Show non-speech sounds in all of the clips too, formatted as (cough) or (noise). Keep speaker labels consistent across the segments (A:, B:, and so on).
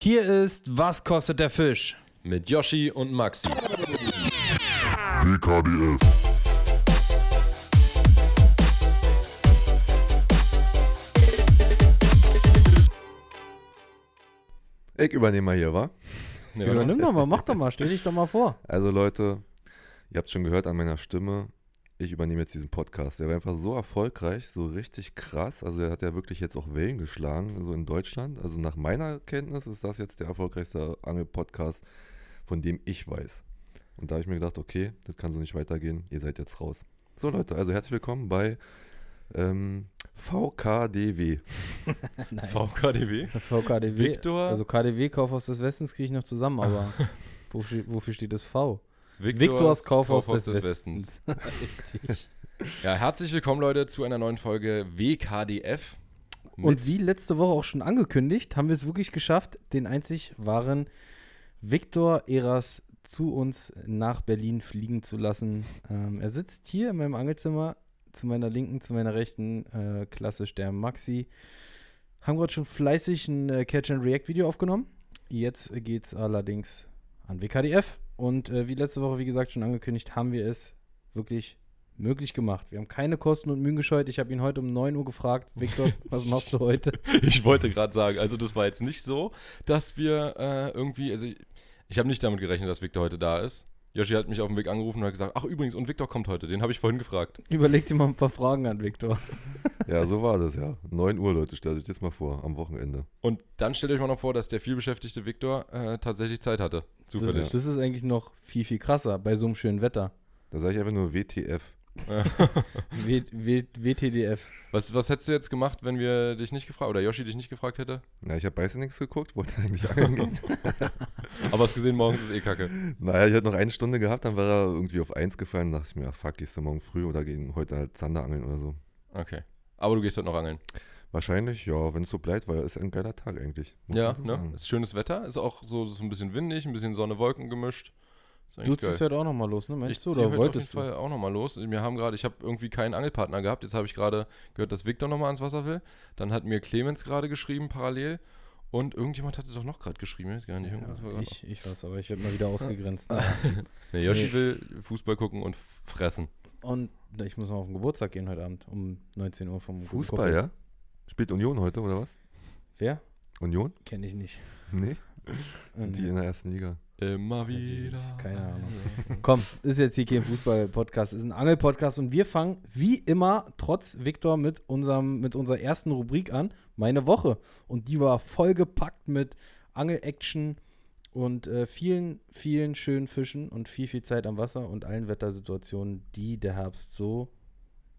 A: Hier ist Was kostet der Fisch?
B: Mit Yoshi und Maxi.
C: WKBF.
D: Ich übernehme mal hier, wa?
B: Nee, warte mal.
A: Übernimm doch mal, mach doch mal, stell dich doch mal vor.
D: Also Leute, ihr habt schon gehört an meiner Stimme, ich übernehme jetzt diesen Podcast. Der war einfach so erfolgreich, so richtig krass. Also er hat ja wirklich jetzt auch Wellen geschlagen, so in Deutschland. Also nach meiner Kenntnis ist das jetzt der erfolgreichste Angel-Podcast, von dem ich weiß. Und da habe ich mir gedacht, okay, das kann so nicht weitergehen, ihr seid jetzt raus. So Leute, also herzlich willkommen bei ähm, VKDW.
B: VKDW?
A: VKDW.
B: Viktor?
A: Also KDW Kaufhaus des Westens kriege ich noch
B: (laughs)
A: zusammen, aber wofür, wofür steht das V? Viktors
B: Victors
A: Kaufhaus des Westens. Richtig.
B: (laughs) Ja, herzlich willkommen, Leute, zu einer neuen Folge WKDF. Mit-
A: Und wie letzte Woche auch schon angekündigt, haben wir es wirklich geschafft, den einzig wahren Viktor Eras zu uns nach Berlin fliegen zu lassen. Ähm, er sitzt hier in meinem Angelzimmer, zu meiner linken, zu meiner rechten, äh, klassisch der Maxi. Haben gerade schon fleißig ein äh, Catch-and-React-Video aufgenommen. Jetzt geht's allerdings an WKDF. Und äh, wie letzte Woche, wie gesagt, schon angekündigt, haben wir es wirklich möglich gemacht. Wir haben keine Kosten und Mühen gescheut. Ich habe ihn heute um 9 Uhr gefragt, (laughs) Victor, was machst du heute?
B: (laughs)
A: (laughs)
B: Ich wollte gerade sagen, also das war jetzt nicht so, dass wir äh, irgendwie, also ich, ich habe nicht damit gerechnet, dass Victor heute da ist. Yoshi hat mich auf dem Weg angerufen und hat gesagt, ach übrigens, und Victor kommt heute, den habe ich vorhin gefragt.
A: Überleg dir mal ein paar Fragen an, Victor.
D: Ja, so war das, ja. 9 Uhr, Leute, stellt euch das mal vor, am Wochenende.
B: Und dann stellt euch mal noch vor, dass der vielbeschäftigte Victor äh, tatsächlich Zeit hatte,
A: Das,
B: zufällig.
A: das ist eigentlich noch viel, viel krasser bei so einem schönen Wetter.
D: Da sage ich einfach nur WTF.
A: W w WTDF.
B: Was, was hättest du jetzt gemacht, wenn wir dich nicht gefragt, oder Yoshi dich nicht gefragt hätte?
D: Na, ich habe Beißen nichts geguckt, wollte (laughs) eigentlich angeln gehen.
B: Aber hast gesehen, morgens ist eh kacke.
D: Naja, ich hatte noch eine Stunde gehabt, dann war er irgendwie auf eins gefallen. Da dachte ich mir, ach, fuck, gehst du morgen früh oder gehen heute halt Zander angeln oder so.
B: Okay. Aber du gehst heute noch angeln.
D: Wahrscheinlich, ja, wenn es so bleibt, weil es ist ein geiler Tag eigentlich. muss
B: Ja,
D: man so
B: ne?
D: sagen.
B: Ist schönes Wetter. Ist auch so, so ein bisschen windig, ein bisschen Sonne-Wolken gemischt. Ist
A: Du
B: eigentlich
A: ziehst
B: geil.
A: heute auch nochmal los, ne?
B: Ich
A: Meinst du
B: zieh
A: oder
B: heute auf jeden
A: wolltest du?
B: Fall auch nochmal los. Wir haben gerade, ich habe irgendwie keinen Angelpartner gehabt. Jetzt habe ich gerade gehört, dass Victor nochmal ans Wasser will. Dann hat mir Clemens gerade geschrieben, parallel. Und irgendjemand hatte doch noch gerade geschrieben. Jetzt gar nicht. irgendwas war
A: Ja,
B: grad
A: ich, ich weiß, aber ich werde mal wieder (laughs) ausgegrenzt.
B: noch. nee, Yoshi
A: nee.
B: will Fußball gucken und fressen.
A: Und ich muss noch auf den Geburtstag gehen heute Abend um 19 Uhr vom guten
D: Fußball,
A: Kumpel.
D: ja? Spielt Union heute oder was?
A: Wer?
D: Union?
A: Kenne ich nicht.
D: Nee,
A: Ähm,
D: die in der ersten Liga.
B: Immer
A: Weiß ich nicht.
B: wieder.
A: Keine Ahnung.
B: eine.
A: Komm, ist jetzt hier kein Fußball-Podcast, ist ein Angel-Podcast und wir fangen wie immer trotz Viktor mit, unserem, mit unserer ersten Rubrik an, meine Woche. Und die war vollgepackt mit Angel-Action und äh, vielen, vielen schönen Fischen und viel, viel Zeit am Wasser und allen Wettersituationen, die der Herbst so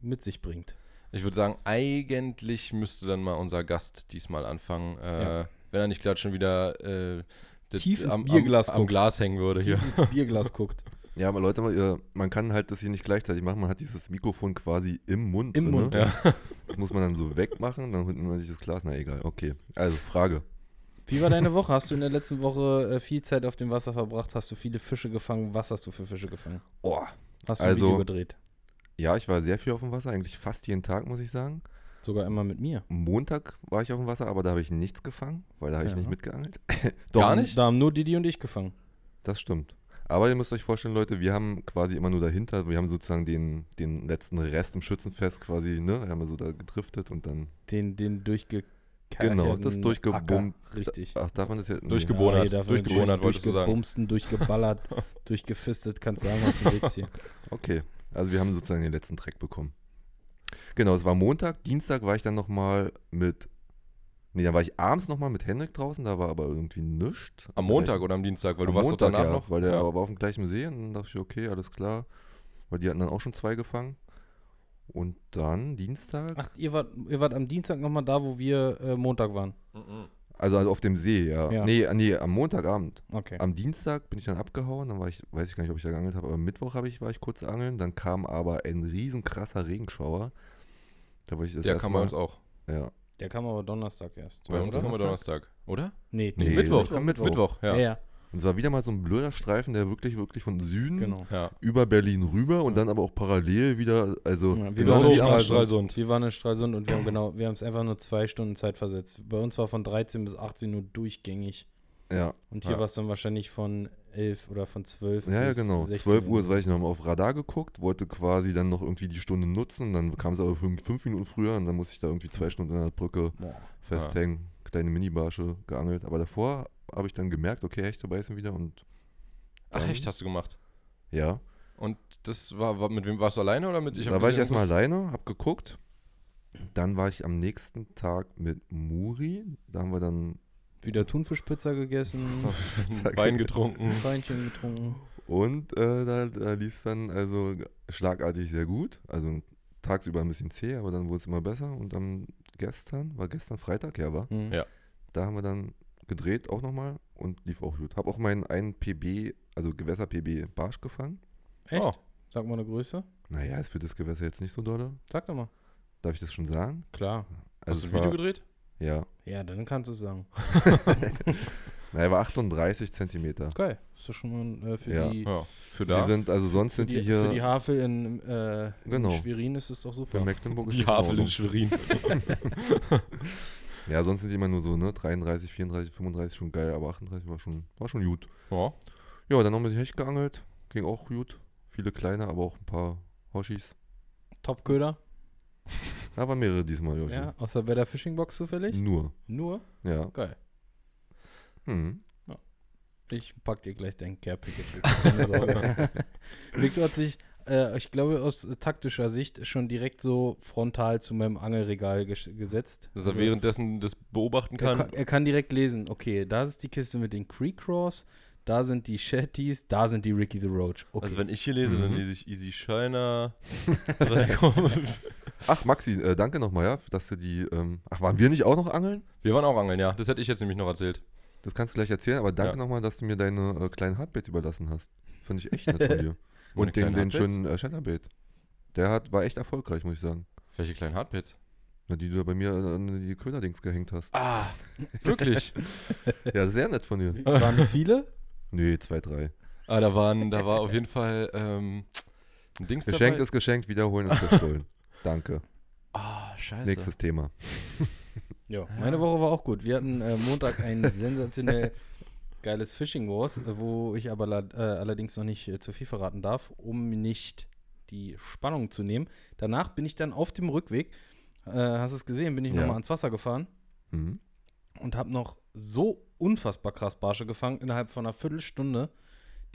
A: mit sich bringt.
B: Ich würde sagen, eigentlich müsste dann mal unser Gast diesmal anfangen. Äh,
A: Ja.
B: Wenn er nicht gerade schon wieder äh, das
A: Tief ins
B: am,
A: Bierglas
B: am, am
A: guckst.
B: Glas hängen würde hier.
A: Tief ins Bierglas guckt.
D: Ja, aber Leute, mal, ihr- man kann halt das hier nicht gleichzeitig machen. Man hat dieses Mikrofon quasi im Mund.
A: Im
D: drin,
A: Mund,
D: ne?
B: ja.
D: (laughs) Das muss man dann so wegmachen, dann holt man sich das Glas. Na egal, okay. Also, Frage.
A: Wie war deine Woche? Hast du in der letzten Woche äh, viel Zeit auf dem Wasser verbracht? Hast du viele Fische gefangen? Was hast du für Fische gefangen?
D: Oh.
A: Hast du ein
D: Also-
A: Video gedreht?
D: Ja, ich war sehr viel auf dem Wasser, eigentlich fast jeden Tag, muss ich sagen.
A: Sogar immer mit mir.
D: Montag war ich auf dem Wasser, aber da habe ich nichts gefangen, weil da habe ich
A: Ja.
D: nicht mitgeangelt.
B: Gar
A: Doch,
B: nicht?
A: Da haben nur Didi und ich gefangen.
D: Das stimmt. Aber ihr müsst euch vorstellen, Leute, wir haben quasi immer nur dahinter, wir haben sozusagen den, den letzten Rest im Schützenfest quasi, ne, haben wir so da gedriftet und dann,
A: Den, den durchge...
D: Genau, das durchgebummt-
A: Acker, Richtig.
D: ach, darf man das jetzt?
B: Durchge- Durchgebonert,
A: hier darf man
B: durchgebonert,
A: durch,
B: wolltest du sagen.
A: durchgebumsten, durchgeballert, durchgefistet, kannst sagen, was du willst hier.
D: Okay, also wir haben sozusagen den letzten Track bekommen. Genau, es war Montag, Dienstag war ich dann nochmal mit, nee, da war ich abends nochmal mit Henrik draußen, da war aber irgendwie nichts.
B: Am Montag oder am Dienstag, weil
D: Am
B: du warst
D: Montag,
B: doch danach
D: ja,
B: noch.
D: Weil der
B: ja.
D: aber war auf dem gleichen See und dann dachte ich, okay, alles klar. Weil die hatten dann auch schon zwei gefangen. Und dann Dienstag,
A: Ach, ihr wart, ihr wart am Dienstag nochmal da, wo wir äh, Montag waren.
D: also, also auf dem See, ja.
A: Ja.
D: Nee, äh, nee, am Montagabend.
A: Okay.
D: Am Dienstag bin ich dann abgehauen, dann war ich, weiß ich gar nicht, ob ich da geangelt habe, aber am Mittwoch habe ich, war ich kurz angeln, dann kam aber ein riesen krasser Regenschauer. Da war ich das
B: Der
D: erste
B: kam bei
D: Mal-
B: uns auch.
D: Ja.
A: Der kam aber Donnerstag erst.
B: Bei
D: War
B: uns
D: das
B: kam er Donnerstag, oder?
A: Nee,
B: Nee,
D: Nee,
B: Mittwoch.
D: am
B: Mittwoch,
D: Mittwoch.
B: ja.
A: Ja,
B: ja.
A: ja,
D: Und es war wieder mal so ein blöder Streifen, der wirklich, wirklich von Süden
A: genau.
D: über Berlin rüber und
A: Ja.
D: dann aber auch parallel wieder, also
B: Wir
A: Ja, wir waren
D: genau
B: waren
A: so
D: die
B: in
D: Arschlöcher.
B: Stralsund.
A: Wir waren in Stralsund und wir haben genau, wir haben es einfach nur zwei Stunden Zeit versetzt. Bei uns war von 13 bis 18 Uhr durchgängig.
D: Ja,
A: Und hier
B: Ja.
A: war es dann wahrscheinlich von 11 oder von 12
D: ja, ja
A: bis
D: genau.
A: 16
D: 12 Uhr, das weiß ich noch, haben wir auf Radar geguckt, wollte quasi dann noch irgendwie die Stunde nutzen. Dann kam es aber fünf, fünf Minuten früher und dann musste ich da irgendwie zwei Stunden an der Brücke
A: Boah.
D: festhängen. Kleine Minibarsche geangelt. Aber davor habe ich dann gemerkt, okay, Hechte beißen wieder und
B: Ach,
D: Dann-
B: echt, hast du gemacht.
D: ja.
B: Und das war, war mit wem warst du alleine oder mit? hab
D: da war ich
B: gesehen,
D: erstmal
B: irgendwas-
D: alleine, habe geguckt. Dann war ich am nächsten Tag mit Muri. Da haben wir dann
A: Wieder Thunfischpizza gegessen,
B: (laughs)
D: Zack.
B: Wein getrunken.
A: Feinchen getrunken.
D: Und äh, da, da lief es dann also g- schlagartig sehr gut. Also tagsüber ein bisschen zäh, aber dann wurde es immer besser. Und dann gestern, war gestern Freitag, ja, war,
A: Hm.
B: Ja.
D: da haben wir dann gedreht auch nochmal und lief auch gut. Hab auch meinen einen PB, also Gewässer-PB Barsch gefangen.
A: (laughs) Echt?
B: Oh,
A: Sag mal eine Größe.
D: Naja, ist für das Gewässer jetzt nicht so dolle.
A: Sag doch mal.
D: Darf ich das schon sagen? Also
A: Klar.
B: hast du
D: es
B: ein Video
D: war,
B: gedreht?
D: Ja.
A: Ja, dann kannst du es sagen.
D: Naja, war 38 Zentimeter.
A: Geil. Ist doch schon mal äh, für,
D: Ja.
A: die,
B: Ja. Für
D: Die
B: da.
D: sind, also sonst
A: für,
D: sind die
A: die, für die
D: hier,
A: Havel in, äh,
D: Genau.
A: in Schwerin ist es doch super.
B: (laughs)
D: für Mecklenburg
B: Die
D: das in
B: Havel
D: Ordnung.
B: in Schwerin.
D: Ja, sonst sind die immer nur so, ne? 33, 34, 35 schon geil, aber 38 war schon, war schon gut.
B: ja.
D: Ja, dann haben wir Hecht geangelt, ging auch gut. Viele kleine, aber auch ein paar Hoshis.
A: Topköder.
D: Da waren mehrere diesmal, Yoshi.
A: Ja, aus der Better Fishing Box zufällig.
D: Nur,
A: Nur.
D: ja.
A: Geil.
D: Hm.
A: Ich pack dir gleich dein Care-Package.
B: (laughs)
A: Keine Sorge. Victor hat sich, äh, ich glaube, aus taktischer Sicht schon direkt so frontal zu meinem Angelregal ges gesetzt.
B: Dass er
A: Also,
B: währenddessen das beobachten
A: er,
B: kann.
A: kann, er kann direkt lesen, okay, da ist die Kiste mit den Creek Raws, da sind die Shetties, da sind die Ricky the Roach. Okay.
B: Also wenn ich hier lese,
D: Mhm.
B: dann lese ich Easy (laughs) Shiner. wir
D: Ach, Maxi, äh, danke nochmal, ja, dass du die. Ähm, ach, waren wir nicht auch noch angeln?
B: waren auch angeln, ja. Das hätte ich jetzt nämlich noch erzählt.
D: Das kannst du gleich erzählen, aber danke
B: Ja.
D: nochmal, dass du mir deine äh, kleinen Hardbait überlassen hast. Fand ich echt nett von dir.
B: Meine
D: Und
B: kleinen
D: den, den
B: Hardbits?
D: schönen äh, Shatterbait. Der hat, war echt erfolgreich, muss ich sagen.
B: Welche kleinen Hardpits?
D: Na, die du da bei mir äh, an die Köderdings gehängt hast.
B: Ah, (laughs) wirklich?
D: Ja, sehr nett von dir.
A: Waren es viele?
D: Nee, zwei, drei.
B: ah, da waren, da war auf jeden Fall ähm, ein Dings
D: Geschenkt
B: dabei.
D: ist geschenkt, wiederholen ist gestohlen. Danke.
B: Ah, scheiße.
D: Nächstes Thema.
A: Ja, meine Woche war auch gut. Wir hatten äh, Montag ein sensationell geiles Fishing Wars, äh, wo ich aber la- äh, allerdings noch nicht äh, zu viel verraten darf, um nicht die Spannung zu nehmen. Danach bin ich dann auf dem Rückweg, äh, hast du es gesehen, bin ich
D: Ja.
A: nochmal ans Wasser gefahren
D: Hm?
A: und habe noch so unfassbar krass Barsche gefangen innerhalb von einer Viertelstunde.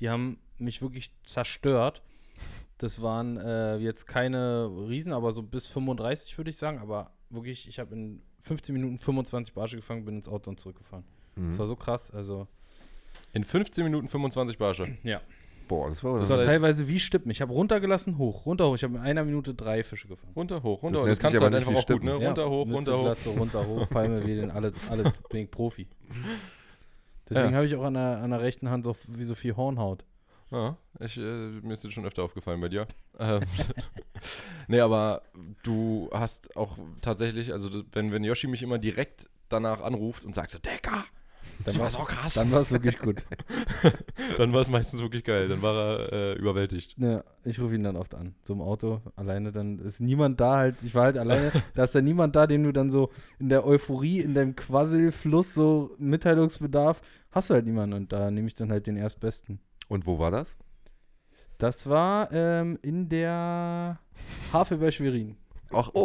A: Die haben mich wirklich zerstört. Das waren äh, jetzt keine Riesen, aber so bis 35 würde ich sagen. Aber wirklich, ich habe in 15 Minuten 25 Barsche gefangen, bin ins Auto und zurückgefahren.
B: Mhm.
D: Mhm.
A: Das war so krass. Also,
B: In 15 Minuten 25 Barsche.
A: ja.
D: Boah, das war
A: Das
B: Das
A: war
B: heißt-
A: teilweise wie Stippen. Ich habe runtergelassen, hoch, runter, hoch. Ich habe in einer Minute drei Fische gefangen.
B: Runter, hoch, runter.
D: Das
B: hoch.
D: nennt
B: Das,
D: sich
B: kannst du
D: aber
B: halt einfach
D: nicht
B: auch gut, ne?
D: wie
B: Runter, hoch,
A: Mütze,
B: runter, hoch.
A: Glatze, runter, hoch, Palme, wedeln, alle,
B: (laughs)
A: alle bin ich Profi. Deswegen
B: Ja.
A: habe ich auch an der, an der rechten Hand so, wie so viel Hornhaut.
B: Ja, ich, äh, mir ist das schon öfter aufgefallen bei dir. (laughs) Ähm, nee, aber du hast auch tatsächlich, also das- wenn, wenn Yoshi mich immer direkt danach anruft und sagt so, Decker, das war so krass,
A: Dann war es wirklich gut.
B: dann war es meistens wirklich geil. Dann war er äh, überwältigt.
A: (laughs) Ja, ich rufe ihn dann oft an. So im Auto, alleine, dann ist niemand da halt. Ich war halt (laughs) alleine, da ist dann niemand da, dem du dann so in der Euphorie, in deinem Quasselfluss, so Mitteilungsbedarf, hast du halt niemanden. Und da nehme ich dann halt den Erstbesten.
D: Und wo war das?
A: Das war ähm, in der Hafe bei Schwerin.
D: Ach, oh.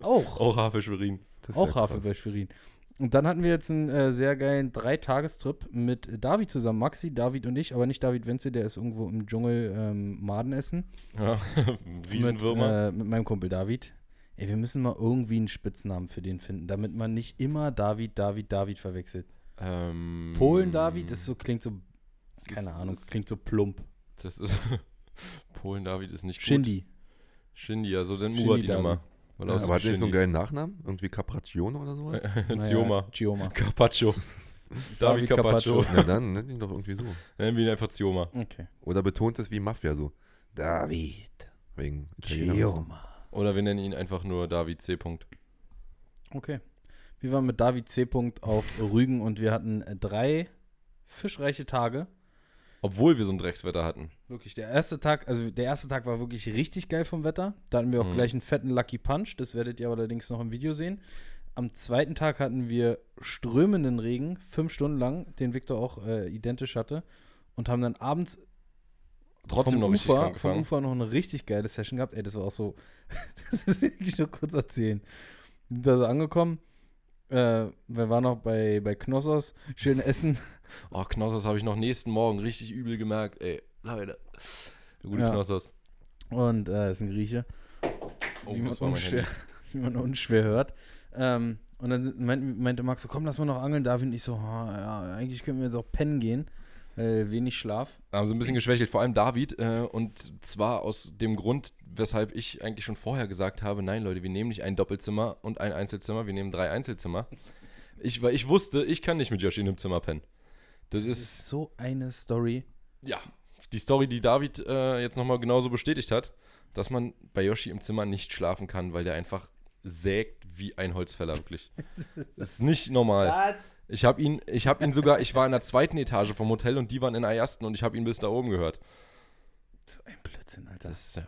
D: auch.
A: Auch.
B: Auch Hafe Schwerin.
D: Das ist
A: auch
D: ja
A: Hafe
D: krass.
A: bei Schwerin. Und dann hatten wir jetzt einen äh, sehr geilen Dreitagestrip mit David zusammen. Maxi, David und ich, aber nicht David Wenzel, der ist irgendwo im Dschungel ähm, Maden essen.
B: Ja, (laughs) Riesenwürmer.
A: Mit, äh, mit meinem Kumpel David. Ey, wir müssen mal irgendwie einen Spitznamen für den finden, damit man nicht immer David, David, David verwechselt.
B: Ähm,
A: Polen-David ist so, klingt so,
B: das
A: keine
B: ist-
A: Ahnung,
B: Das,
A: klingt so plump.
B: das ist. (laughs) Polen-David ist nicht gut.
A: Shindy.
B: Shindy, also dann
A: Shindy
B: Murat ihn
A: David.
B: immer. Weil
A: Ja,
B: er aussieht
D: Aber hat der nicht so einen
B: wie
D: geilen Nachnamen? Irgendwie Capraccione oder sowas?
B: (laughs) Shindy.
A: Naja,
B: Zioma.
A: Gioma. (laughs)
B: Carpaccio. (laughs)
A: David
B: David Carpaccio.
D: Na dann, nenn ihn doch irgendwie so.
B: Nennen wir ihn einfach Zioma.
A: Okay.
D: Oder betont es wie Mafia so. David. Wegen Italiener.
A: Gioma.
B: Oder wir nennen ihn einfach nur David C. Punkt.
A: Okay. Wir waren mit David C. Punkt auf Rügen und wir hatten äh, drei fischreiche Tage.
B: Obwohl wir so ein Dreckswetter hatten.
A: Wirklich, der erste Tag, also der erste Tag war wirklich richtig geil vom Wetter. Da hatten wir auch
B: Mhm.
A: gleich einen fetten Lucky Punch, das werdet ihr allerdings noch im Video sehen. am zweiten Tag hatten wir strömenden Regen, fünf Stunden lang, den Victor auch äh, identisch hatte. Und haben dann abends
B: Trotzdem
A: vom
B: noch richtig
A: Ufer,
B: krank
A: vom
B: gefangen.
A: Ufer noch eine richtig geile Session gehabt. Ey, das war auch so, (laughs) das ist wirklich nur kurz erzählen. Wir sind da so angekommen, äh, wir waren noch bei, bei Knossos, schön essen.
B: Oh, Knossers habe ich noch nächsten Morgen richtig übel gemerkt. Ey, Leute. Der gute
A: Ja.
B: Knossers.
A: Und äh, ist ein Grieche,
B: Oh,
A: wie, man
B: das war mein
A: unschwer,
B: Handy.
A: (laughs) wie man unschwer hört. Ähm, und dann meint, meinte Max so, komm, lass mal noch angeln. David und ich so, "Ah, ja, eigentlich können wir jetzt auch pennen gehen, weil wenig Schlaf.
B: Da haben sie ein bisschen geschwächelt, vor allem David. Äh, und zwar aus dem Grund, weshalb ich eigentlich schon vorher gesagt habe, nein Leute, wir nehmen nicht ein Doppelzimmer und ein Einzelzimmer, wir nehmen drei Einzelzimmer. Ich, weil ich wusste, ich kann nicht mit Josh in einem Zimmer pennen. Das,
A: Das
B: ist,
A: ist so eine Story.
B: ja, die Story, die David äh, jetzt nochmal genauso bestätigt hat, dass man bei Yoshi im Zimmer nicht schlafen kann, weil der einfach sägt wie ein Holzfäller, (laughs) wirklich. Das ist nicht normal. Ich habe ihn, ich habe ihn sogar, ich war in der zweiten Etage vom Hotel und die waren in der ersten und ich habe ihn bis da oben gehört.
A: So ein Blödsinn, Alter.
B: Das ist ja.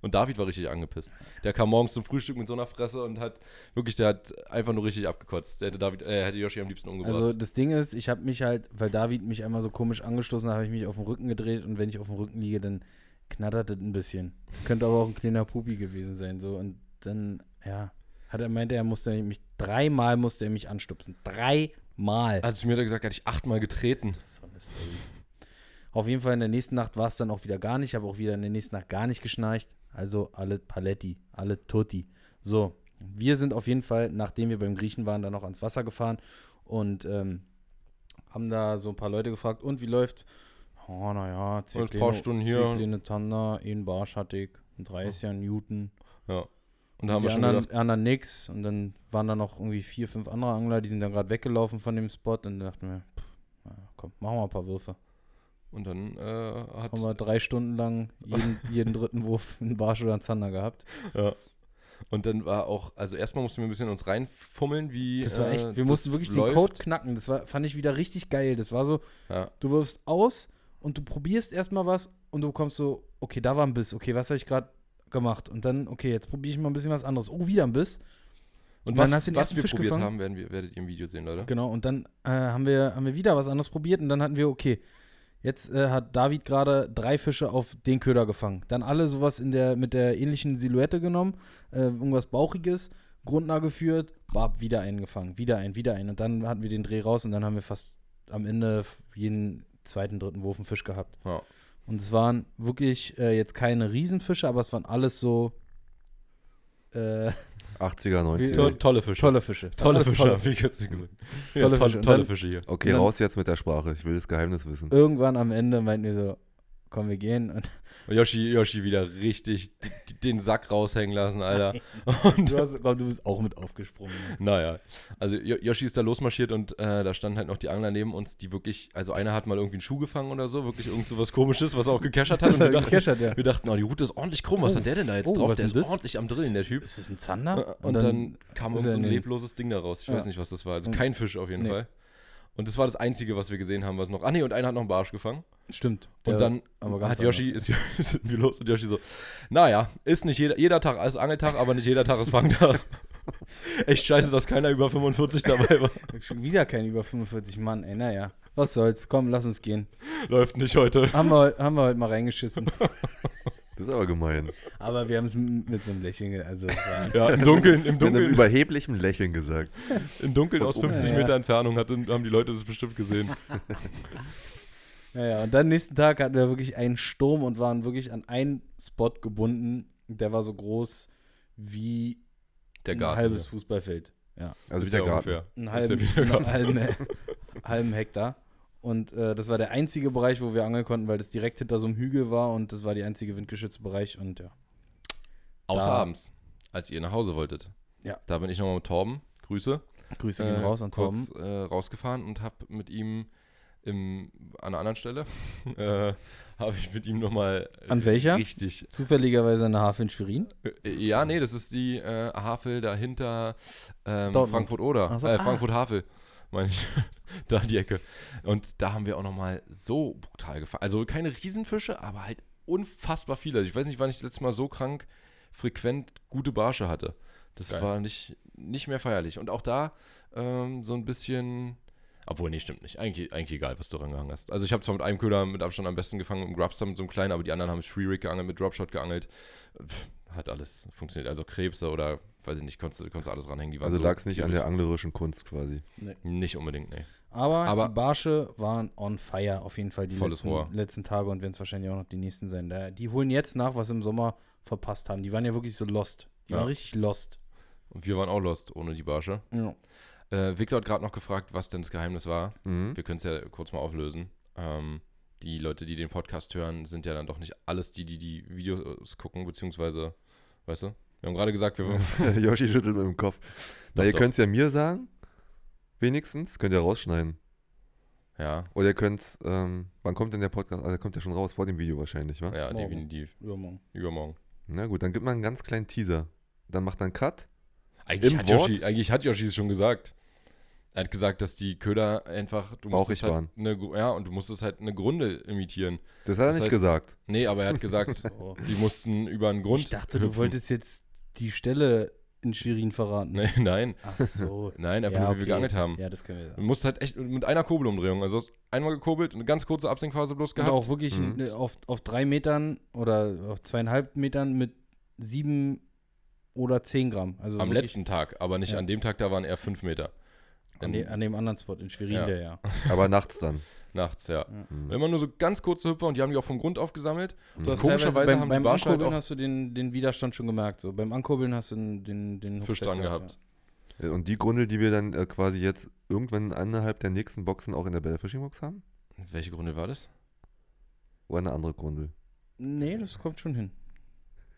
B: Und David war richtig angepisst. Der kam morgens zum Frühstück mit so einer Fresse und hat wirklich, der hat einfach nur richtig abgekotzt. Der hätte David, äh, hätte Yoshi am liebsten umgebracht.
A: Also das Ding ist, ich habe mich halt, weil David mich einmal so komisch angestoßen hat, habe ich mich auf den Rücken gedreht und wenn ich auf dem Rücken liege, dann knattert das ein bisschen. Könnte aber auch ein kleiner Pupi gewesen sein so und dann ja, hat er meinte, er musste mich dreimal musste er mich anstupsen. Dreimal.
B: als mir hat er gesagt, hätte ich achtmal getreten.
A: Das ist so eine Story. Auf jeden Fall in der nächsten Nacht war es dann auch wieder gar nicht, habe auch wieder in der nächsten Nacht gar nicht geschnarcht. Also alle Paletti, alle Tutti. So, wir sind auf jeden Fall, nachdem wir beim Griechen waren, dann noch ans Wasser gefahren und ähm, haben da so ein paar Leute gefragt, und wie läuft? Oh, naja, zwei
B: Und ein paar Stunden hier.
A: Zwei kleine Tander, ein Barsch hatte ich, ein 30er Newton.
B: Ja. Und da haben
A: Die
B: wir schon
A: anderen,
B: gedacht,
A: anderen nix. Und dann waren da noch irgendwie vier, fünf andere Angler, die sind dann gerade weggelaufen von dem Spot. Und dann dachten wir, pff, naja, komm, machen wir ein paar Würfe.
B: und dann äh, hat
A: Haben wir drei Stunden lang
B: (laughs)
A: jeden, jeden dritten Wurf einen Barsch oder einen Zander gehabt.
B: Ja. Und dann war auch, also erstmal mussten wir ein bisschen uns reinfummeln, wie.
A: Das war echt,
B: äh,
A: wir
B: das
A: mussten wirklich
B: läuft.
A: den Code knacken. Das war, fand ich wieder richtig geil. Das war so,
B: Ja.
A: du wirfst aus und du probierst erstmal was und du kommst so, okay, da war ein Biss. Okay, was habe ich gerade gemacht? Und dann, okay, jetzt probiere ich mal ein bisschen was anderes. Oh, wieder ein Biss.
B: Und
A: Dann
B: was,
A: hast du den
B: was
A: ersten
B: wir
A: Fisch
B: probiert
A: gefangen?
B: haben, werden wir, werdet ihr im Video sehen, Leute.
A: Genau, und dann äh, haben, wir, haben wir wieder was anderes probiert und dann hatten wir, okay, jetzt äh, hat David gerade drei Fische auf den Köder gefangen. Dann alle sowas in der, mit der ähnlichen Silhouette genommen, äh, irgendwas Bauchiges, grundnah geführt, bab, wieder einen gefangen, wieder einen, wieder einen. Und dann hatten wir den Dreh raus und dann haben wir fast am Ende jeden zweiten, dritten Wurf einen Fisch gehabt.
B: Ja.
A: Und es waren wirklich äh, jetzt keine Riesenfische, aber es waren alles so äh,
D: 80er,
A: Wie-
D: 90er.
B: To tolle Fische.
A: tolle Fische.
B: tolle
A: Alles
B: Fische, hab ich jetzt gesagt. Ja,
A: Tolle
B: tolle,
A: Fische. ne?
B: tolle,
A: Und dann-
B: Fische hier.
D: Okay,
A: Und dann-
D: raus jetzt mit der Sprache. Ich will das Geheimnis wissen.
A: Irgendwann am Ende meinten wir so, komm, wir gehen. Und
B: Und Yoshi, Yoshi wieder richtig d- d- den Sack raushängen lassen, Alter. Und
A: (laughs) Du, (laughs) hast, glaub, du bist auch mit aufgesprungen.
B: Naja, also Jo- Yoshi ist da losmarschiert und äh, da standen halt noch die Angler neben uns, die wirklich, also einer hat mal irgendwie einen Schuh gefangen oder so, wirklich irgend so was komisches, was er auch gekeschert
A: (laughs)
B: hat.
A: Das
B: Und wir
A: hat
B: dachten,
A: gekeschert, ja.
B: wir dachten, oh, die Route ist ordentlich krumm, was
A: Oh,
B: hat der denn da jetzt
A: oh,
B: drauf?
A: was
B: Der
A: ist
B: ist
A: das?
B: ordentlich am Drillen, der Typ.
A: Ist es ein Zander?
B: Und, dann, kam
A: ist
B: irgend so
A: er
B: ein
A: in den-
B: lebloses Ding da raus. Ich
A: Ja.
B: weiß nicht, was das war. Also
A: Und-
B: kein Fisch auf jeden
A: Nee.
B: Fall. Und das war das Einzige, was wir gesehen haben, was noch. Ah nee, und einer hat noch einen Barsch gefangen.
A: stimmt.
B: Und dann
A: aber ganz
B: hat Yoshi, ist, (laughs) sind wir los und Yoshi so, naja, ist nicht jeder, jeder Tag ist Angeltag, aber nicht jeder Tag ist Fangtag. (laughs) Echt scheiße, dass keiner über 45 dabei war. (laughs)
A: Schon wieder kein über 45 Mann, ey, naja. Was soll's, komm, lass uns gehen.
B: Läuft nicht heute.
A: Haben wir, haben wir heute mal (laughs) reingeschissen.
D: Das ist aber gemein.
A: Aber wir haben es m- mit so einem Lächeln, ge- also es (laughs) war,
B: Ja, im Dunkeln, im
D: Mit einem
B: Dunkeln,
D: überheblichen Lächeln gesagt.
B: im Dunkeln aus
D: Von oben.
B: 50
A: Ja, ja.
B: Meter Entfernung hat, haben die Leute das bestimmt gesehen.
A: naja. Und dann nächsten Tag hatten wir wirklich einen Sturm und waren wirklich an einen Spot gebunden. Der war so groß wie
B: Der
A: ein
B: Garten.
A: halbes Fußballfeld.
D: Also
B: Ist
D: wieder
B: ja
D: Garten.
B: ungefähr. Ist
A: einen
B: ja
A: halben,
B: wieder (laughs)
A: einen halben, halben Hektar. Und äh, das war der einzige Bereich, wo wir angeln konnten, weil das direkt hinter so einem Hügel war und das war die einzige windgeschützte Bereich und ja.
B: Außer
A: Da-
B: abends, als ihr nach Hause wolltet.
A: Ja.
B: Da bin ich nochmal mit Torben. Grüße.
A: Grüße gehen raus an Torben.
B: Äh, Kurz, äh, rausgefahren und habe mit ihm im, an einer anderen Stelle, (laughs) äh, habe ich mit ihm nochmal
A: An welcher?
B: richtig
A: Zufälligerweise an der Hafen in Schwerin.
B: Äh, Ja, nee, das ist die äh, Havel dahinter ähm,
A: Dortmund.
B: Frankfurt-Oder.
A: Ach so,
B: äh,
A: ah.
B: Frankfurt-Havel, meine ich. (laughs) da die Ecke. Und da haben wir auch nochmal so brutal gefangen. Also keine Riesenfische, aber halt unfassbar viele. Also ich weiß nicht, wann ich das letzte Mal so krank frequent gute Barsche hatte. Das
C: Geil.
B: war nicht, nicht mehr feierlich. Und auch da ähm, so ein bisschen. Obwohl, nee, stimmt nicht. Eigentlich, eigentlich egal, was du rangehangen hast. Also ich habe zwar mit einem Köder mit Abstand am besten gefangen, mit einem Grubster mit so einem kleinen, aber die anderen haben ich Free Rig geangelt, mit Dropshot geangelt. Pff, hat alles funktioniert. Also Krebse oder, weiß ich nicht, konntest, du- konntest du alles ranhängen. Die waren
D: Also
B: so
D: lag es nicht an
B: gierig.
D: der anglerischen Kunst quasi.
B: Nicht unbedingt, nee.
A: Aber,
B: Aber-
A: Ah, die Barsche waren on fire auf jeden Fall die
B: Volles Rohr.
A: letzten, letzten Tage und werden es wahrscheinlich auch noch die nächsten sein. Da, die holen jetzt nach, was sie im Sommer verpasst haben. Die waren ja wirklich so lost. Die
B: Ja.
A: waren richtig lost.
B: Und wir waren auch lost ohne die Barsche.
A: Ja.
B: Äh, Victor hat gerade noch gefragt, was denn das Geheimnis war.
D: Mhm. (laughs)
B: Wir können es ja kurz mal auflösen. Ähm, die Leute, die den Podcast hören, sind ja dann doch nicht alles die, die die Videos gucken, beziehungsweise, weißt du? Wir haben gerade gesagt, wir
A: (laughs)
D: Yoshi schüttelt mit dem Kopf. Na,
B: Doch,
D: ihr
B: doch.
D: könnt es ja mir sagen, wenigstens. Könnt ihr rausschneiden.
B: ja,
D: Oder ihr könnt es, ähm, wann kommt denn der Podcast? Also, der kommt ja schon raus, vor dem Video wahrscheinlich, wa?
B: ja,
A: Morgen.
B: definitiv.
A: Übermorgen.
B: Übermorgen.
D: Na gut, dann gibt man einen ganz kleinen Teaser. Dann macht dann Cut.
B: Eigentlich
D: Im
B: hat,
D: Wort?
B: Yoshi, eigentlich hat Yoshi es schon gesagt. Er hat gesagt, dass die Köder einfach, du
D: Bauchig
B: musstest halt
D: waren.
B: eine, Gru- ja, und du musstest halt eine Grunde imitieren.
D: Das hat er
B: Das
D: nicht
B: heißt-
D: gesagt.
B: Nee, aber er hat gesagt,
A: (laughs) Oh.
B: die mussten über einen Grund
A: ich dachte, du
B: hüpfen.
A: wolltest jetzt die Stelle in Schwerin
B: (laughs)
A: verraten.
B: Nee, nein,
A: Ach so.
B: nein, (laughs) einfach nur, wie wir
A: okay,
B: geangelt
A: das-
B: haben.
A: Ja, das können wir
B: Du
A: sagen.
B: musst halt echt mit einer Kurbelumdrehung. Also hast einmal gekurbelt, eine ganz kurze Absinkphase bloß
A: Und
B: gehabt.
A: auch wirklich
D: Mhm.
A: ne, auf, auf drei Metern oder auf zweieinhalb Metern mit sieben oder zehn Gramm. Also
B: Am
A: wirklich
B: letzten Tag, aber nicht
A: Ja.
B: an dem Tag, da waren eher fünf Meter. Ähm,
A: An, de, an dem anderen Spot in Schwerin,
B: Ja. Mhm.
A: der ja.
D: Aber nachts dann.
B: Nachts, ja.
D: Mhm.
B: Immer nur so ganz kurze Hüpfer und die haben die auch vom Grund aufgesammelt.
A: Du hast
B: Komischerweise
A: teilweise beim,
B: haben die
A: beim
B: Barsche halt
A: Ankurbeln
B: auch-
A: hast du den, den Widerstand schon gemerkt. So. Beim Ankurbeln hast du den, den, den
B: Fisch
A: Hookset
B: dran gehabt.
D: Äh, Und die Grundel, die wir dann äh, quasi jetzt irgendwann innerhalb der nächsten Boxen auch in der Bella Fishing Box haben?
B: Welche Gründe war das?
D: Oder eine andere Grundel?
A: Ja. Nee, das kommt schon hin.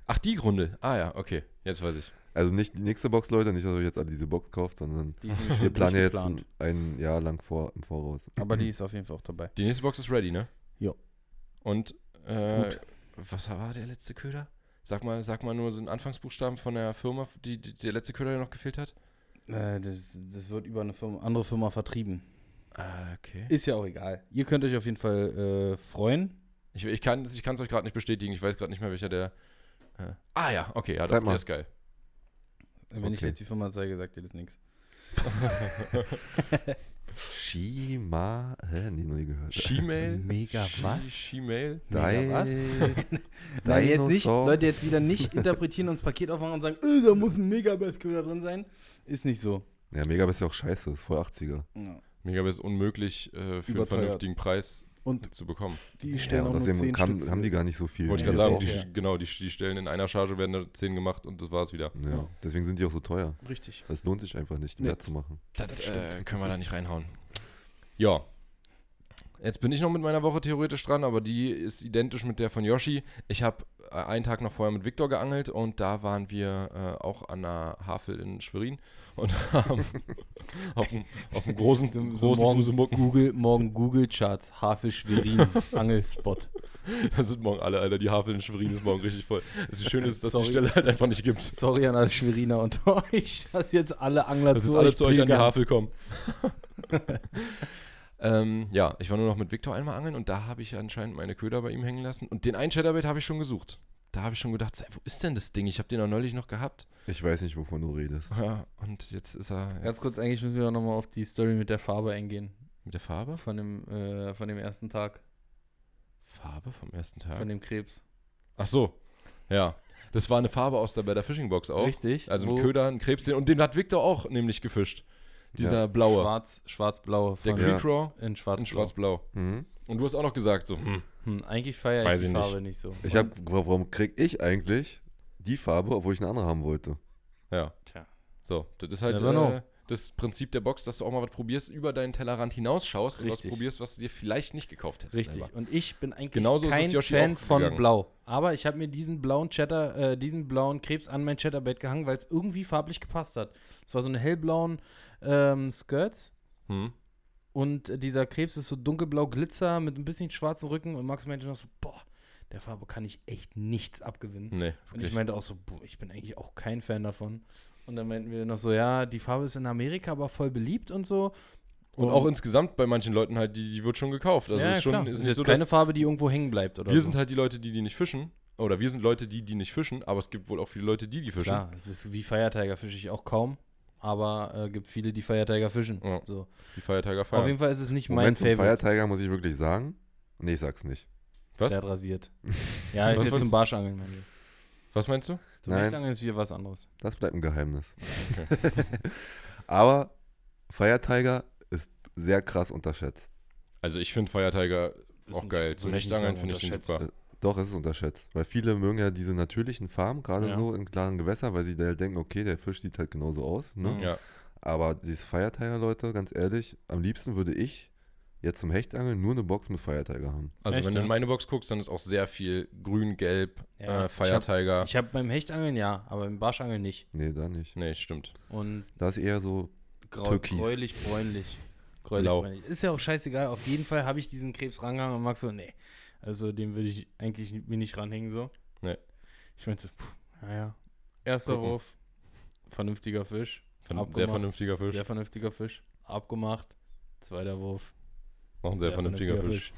B: Ach, die Gründe. Ah ja, okay. Jetzt weiß ich.
D: Also nicht die nächste Box, Leute, nicht, dass ihr jetzt alle diese Box kauft,
A: (laughs)
D: sondern
A: Die ist nämlich
D: wir
A: schon
D: planen ja jetzt
A: durchgeplant.
D: ein, ein Jahr lang vor, im Voraus. Hm.
A: Aber die ist auf jeden Fall auch dabei.
B: Die nächste Box ist ready, ne?
A: Jo.
B: Und äh,
A: Gut.
B: was war der letzte Köder? Sag mal, sag mal nur so einen Anfangsbuchstaben von der Firma, die, die der letzte Köder, der noch gefehlt hat.
A: Äh, das, das wird über eine Firma, andere Firma vertrieben.
B: Ah, okay.
A: Ist ja auch egal. Ihr könnt euch auf jeden Fall äh, freuen.
B: Ich, ich kann es ich kann's euch gerade nicht bestätigen. Ich weiß gerade nicht mehr, welcher der. Äh, ah ja, okay, ja,
D: Zeig
B: doch,
D: mal.
B: der ist geil.
A: Wenn ich
D: Okay.
A: jetzt die Firma zeige, sagt ihr das (laughs) nichts.
D: Shima, hä? Nee, noch nie gehört.
B: Shemale?
A: Äh, Mega
B: Shemale?
D: Dei- (laughs)
A: Nein, jetzt nicht,
D: Dinosaur-
A: Leute jetzt wieder (laughs) nicht interpretieren und das Paket aufmachen und sagen, äh, da muss ein Megabass-Köder drin sein. Ist nicht so.
D: Ja, Megabit ist ja auch scheiße, ist voll 80er.
A: Ja.
B: Megabit ist unmöglich äh, für einen
A: Überteuert.
B: vernünftigen Preis
A: Und
B: zu bekommen.
A: die stellen
D: ja,
A: auch
D: und
A: nur 10
D: kann,
A: Stück
D: haben die
A: für.
D: gar nicht so viel.
B: Wollte ich
D: wie
B: gerade
D: wir
B: sagen,
A: auch,
B: die,
A: ja.
B: genau, die, die Stellen in einer Charge werden da 10 gemacht und das war's wieder.
D: brauchen. Ja, deswegen sind die auch so teuer.
A: Richtig.
D: Es lohnt sich einfach nicht,
A: Nee.
D: mehr zu machen.
B: Das, äh, können wir da nicht reinhauen. Ja. Jetzt bin ich noch mit meiner Woche theoretisch dran, aber die ist identisch mit der von Yoshi. Ich habe äh, einen Tag noch vorher mit Viktor geangelt und da waren wir äh, auch an der Havel in Schwerin und (laughs) haben auf dem auf dem großen,
A: So, so
B: großen
A: morgen,
B: Fusemuck-
A: Google, morgen Google Charts, Havel (laughs) Schwerin, Angelspot.
B: Da (laughs) sind morgen alle, Alter. Die Havel in Schwerin ist morgen richtig voll. Das Schöne ist, dass
A: Sorry.
B: die Stelle halt einfach nicht gibt.
A: Sorry an alle Schweriner und euch, dass jetzt alle Angler
B: Dass
A: zu,
B: jetzt alle
A: euch
B: zu euch an die
A: pilgern.
B: Havel
A: (laughs)
B: kommen. ähm, ja, ich war nur noch mit Viktor einmal angeln und da habe ich anscheinend meine Köder bei ihm hängen lassen. Und den einen Chatterbait habe ich schon gesucht. Da habe ich schon gedacht, wo ist denn das Ding? Ich habe den auch neulich noch gehabt.
D: Ich weiß nicht, wovon du redest.
B: Ja, und jetzt ist er jetzt
A: Ganz kurz, eigentlich müssen wir auch nochmal auf die Story mit der Farbe eingehen.
B: mit der Farbe.
A: Von dem, äh, von dem ersten Tag,
B: Farbe vom ersten Tag.
A: von dem Krebs.
B: Ach so, ja. Das war eine Farbe aus der Better Fishing Box auch.
A: Richtig.
B: Also ein
A: wo
B: Köder, ein Krebs, den- und den hat Viktor auch nämlich gefischt. Dieser blaue.
A: Schwarz, schwarz-blau.
B: Der
A: von-
D: Ja.
B: Creek Raw
A: In schwarz,
B: in schwarz-blau.
D: Mhm.
B: Und du hast auch noch gesagt, so, hm,
A: Hm, eigentlich feiere ich
B: Weiß
A: die
B: ich nicht.
A: Farbe nicht so.
D: Ich hab, warum krieg ich eigentlich die Farbe, obwohl ich eine andere haben wollte?
B: ja.
A: Tja.
B: So, das ist halt
A: Never know.
B: äh, das Prinzip der Box, dass du auch mal was probierst, über deinen Tellerrand hinausschaust und was
A: Richtig.
B: probierst, was du dir vielleicht nicht gekauft hättest.
A: Richtig.
B: selber.
A: Und ich bin eigentlich
B: Genauso ist es
A: kein
B: Yoshi
A: Fan
B: auch
A: von
B: gegangen.
A: Blau. Aber ich habe mir diesen blauen Chatter, äh, diesen blauen Krebs an mein Chatterbett gehangen, weil es irgendwie farblich gepasst hat. Es war so eine hellblauen ähm, Skirts
B: Hm?
A: und äh, dieser Krebs ist so dunkelblau Glitzer mit ein bisschen schwarzen Rücken und Max meinte noch so, boah, der Farbe kann ich echt nichts abgewinnen.
B: Nee,
A: Und ich
B: Hm, wirklich.
A: meinte auch so, boah, ich bin eigentlich auch kein Fan davon. Und dann meinten wir noch so, ja, die Farbe ist in Amerika aber voll beliebt und so.
B: und auch insgesamt bei manchen Leuten halt, die, die wird schon gekauft. Also
A: ja,
B: ist schon
A: klar.
B: ist
A: ist
B: nicht
A: jetzt
B: so,
A: keine
B: dass,
A: Farbe, die irgendwo hängen bleibt oder
B: wir
A: so.
B: sind halt die Leute, die die nicht fischen. oder wir sind Leute, die, die nicht fischen, aber es gibt wohl auch viele Leute, die, die fischen.
A: Klar, es ist wie Feiertiger fische ich auch kaum, aber äh, gibt viele, die Feiertiger fischen.
B: Ja.
A: So.
B: Die Feiertager
A: Auf
B: feiern.
A: jeden Fall ist es nicht
D: Moment,
A: mein
D: zum
A: Favorite.
D: Feiertiger muss ich wirklich sagen. Nee, ich sag's nicht.
A: Der
B: Was? (laughs)
A: hat rasiert. ja, ich
B: Was
A: will
B: wolltest
A: zum
B: du?
A: Barschangeln. Mein Lieber.
B: Was meinst du?
A: zum
D: Nein.
A: Rechtangeln ist wieder was anderes.
D: Das bleibt ein
A: (laughs)
D: Geheimnis. Aber Feiertiger ist sehr krass unterschätzt.
B: Also ich finde Feiertiger
A: Ist
B: auch
A: nicht-
B: geil. Zum
A: würde ich nicht
B: Rechtangeln
A: sagen,
B: finde ich den
A: unterschätzt.
B: super.
D: Doch, es ist unterschätzt. Weil viele mögen ja diese natürlichen Farben, gerade
A: Ja.
D: so in klaren Gewässern, weil sie da halt denken, okay, der Fisch sieht halt genauso aus. Ne?
A: Mhm.
B: Ja.
D: Aber dieses Feiertiger, Leute, ganz ehrlich, am liebsten würde ich jetzt zum Hechtangeln nur eine Box mit Feiertiger haben.
B: Also
A: Echt,
B: wenn du
A: ja?
B: in meine Box guckst, dann ist auch sehr viel grün, gelb,
A: Ja,
B: äh,
A: ich hab-
B: Feiertiger.
A: Ich habe beim Hechtangeln ja, aber beim Barschangeln nicht.
D: Nee, da nicht.
B: nee, stimmt.
A: Und
D: Da ist eher so,
A: grau,
D: Türkis.
A: gräulich, bräunlich. Gräulich,
B: Blau.
A: bräunlich. Ist ja auch scheißegal. Auf jeden Fall habe ich diesen Krebs rangehangen und Max so, nee. Also den würde ich eigentlich mir nicht ranhängen so.
B: Nee.
A: Ich meinte so, pff, naja. Erster
B: Gucken.
A: Wurf, vernünftiger Fisch,
B: Ver
A: Abgemacht.
B: sehr vernünftiger Fisch.
A: sehr vernünftiger Fisch, abgemacht. Zweiter Wurf,
B: Noch ein sehr, vernünftiger, Fisch.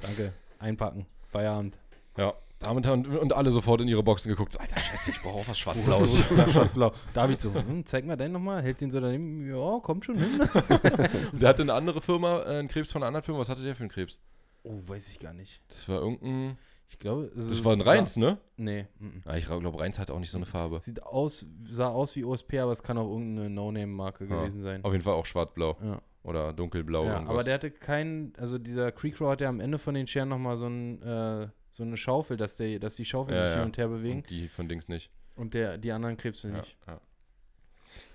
A: Danke, einpacken, Feierabend.
B: Ja. Damit haben und alle sofort in ihre Boxen geguckt. So, Alter, scheiße, ich brauche auch was Schwarz-Blaues.
A: Rot oder schwarz-blau. David so, hm, zeig mal deinen nochmal, hält den so daneben, ja, kommt schon hin.
B: (laughs) Der hatte eine andere Firma, äh, einen Krebs von einer anderen Firma. Was hatte der für einen Krebs?
A: Oh, weiß ich gar nicht.
B: Das war irgendein.
A: Ich glaube, es
B: Das war ein Reins, ne?
A: Nee, mhm.
B: Ah, ich glaube, Reins hat auch nicht so eine Farbe.
A: Sieht aus, sah aus wie OSP, aber es kann auch irgendeine No-Name-Marke
B: Ja.
A: gewesen sein.
B: Auf jeden Fall auch schwarz-blau
A: Ja.
B: oder dunkelblau.
A: ja,
B: irgendwas.
A: aber der hatte keinen, also dieser Creekrow hat ja am Ende von den Scheren nochmal so, ein, äh, so eine Schaufel, dass, der, dass die Schaufel
B: Ja,
A: sich
B: ja.
A: hin und her bewegen
B: und die von Dings nicht.
A: und der, die anderen Krebse
B: Ja, Ah,
A: nicht.
B: ja.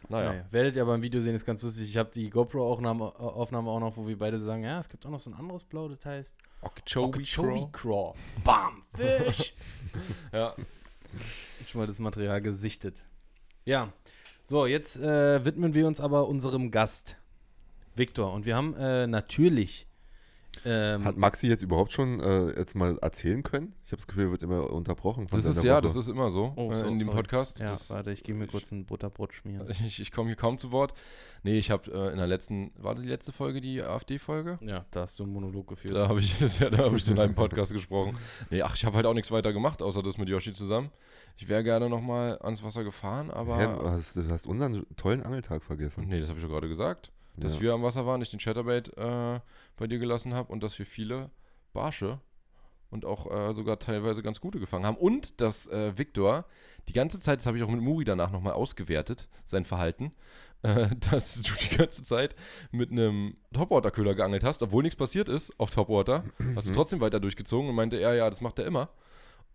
B: Naja.
A: Naja, werdet ihr aber im Video sehen, ist ganz lustig. Ich habe die GoPro-Aufnahme äh, Aufnahme auch noch, wo wir beide sagen, ja, es gibt auch noch so ein anderes Blau, das heißt
B: Okeechobee Crow.
A: Crow. Bam, (laughs) Fisch.
B: Ja.
A: schon mal das Material gesichtet. Ja, so, jetzt äh, widmen wir uns aber unserem Gast, Viktor. Und wir haben äh, natürlich. Ähm,
D: hat Maxi jetzt überhaupt schon äh, jetzt mal erzählen können? Ich habe das Gefühl, er wird immer unterbrochen von
B: Das ist
D: seiner
B: ja,
D: Woche.
B: das ist immer so
A: Oh,
B: äh,
A: so-
B: in dem
A: sorry.
B: Podcast.
A: ja,
B: das,
A: warte, ich gehe mir kurz ein Butterbrot schmieren.
B: (laughs) ich ich komme hier kaum zu Wort. Nee, ich habe äh, in der letzten, war das die letzte Folge die AfD-Folge?
A: Ja, da hast du einen Monolog geführt.
B: Da habe ich, (laughs) ja, da hab ich in einem Podcast gesprochen. Nee, ach, ich habe halt auch nichts weiter gemacht, außer das mit Yoshi zusammen. Ich wäre gerne nochmal ans Wasser gefahren, aber.
D: Hä, du, hast, du hast unseren tollen Angeltag
A: Hm,
D: vergessen.
B: Nee, das habe ich doch gerade gesagt. Dass
D: Ja.
B: wir am Wasser waren, ich den Chatterbait äh, bei dir gelassen habe und dass wir viele Barsche und auch äh, sogar teilweise ganz gute gefangen haben. Und dass äh, Viktor die ganze Zeit, das habe ich auch mit Muri danach nochmal ausgewertet, sein Verhalten, (laughs) äh, dass du die ganze Zeit mit einem Topwater-Köder geangelt hast, obwohl nichts passiert ist auf
D: (clears throat)
B: Topwater, hast du trotzdem weiter durchgezogen und meinte, ja, ja, das macht er immer.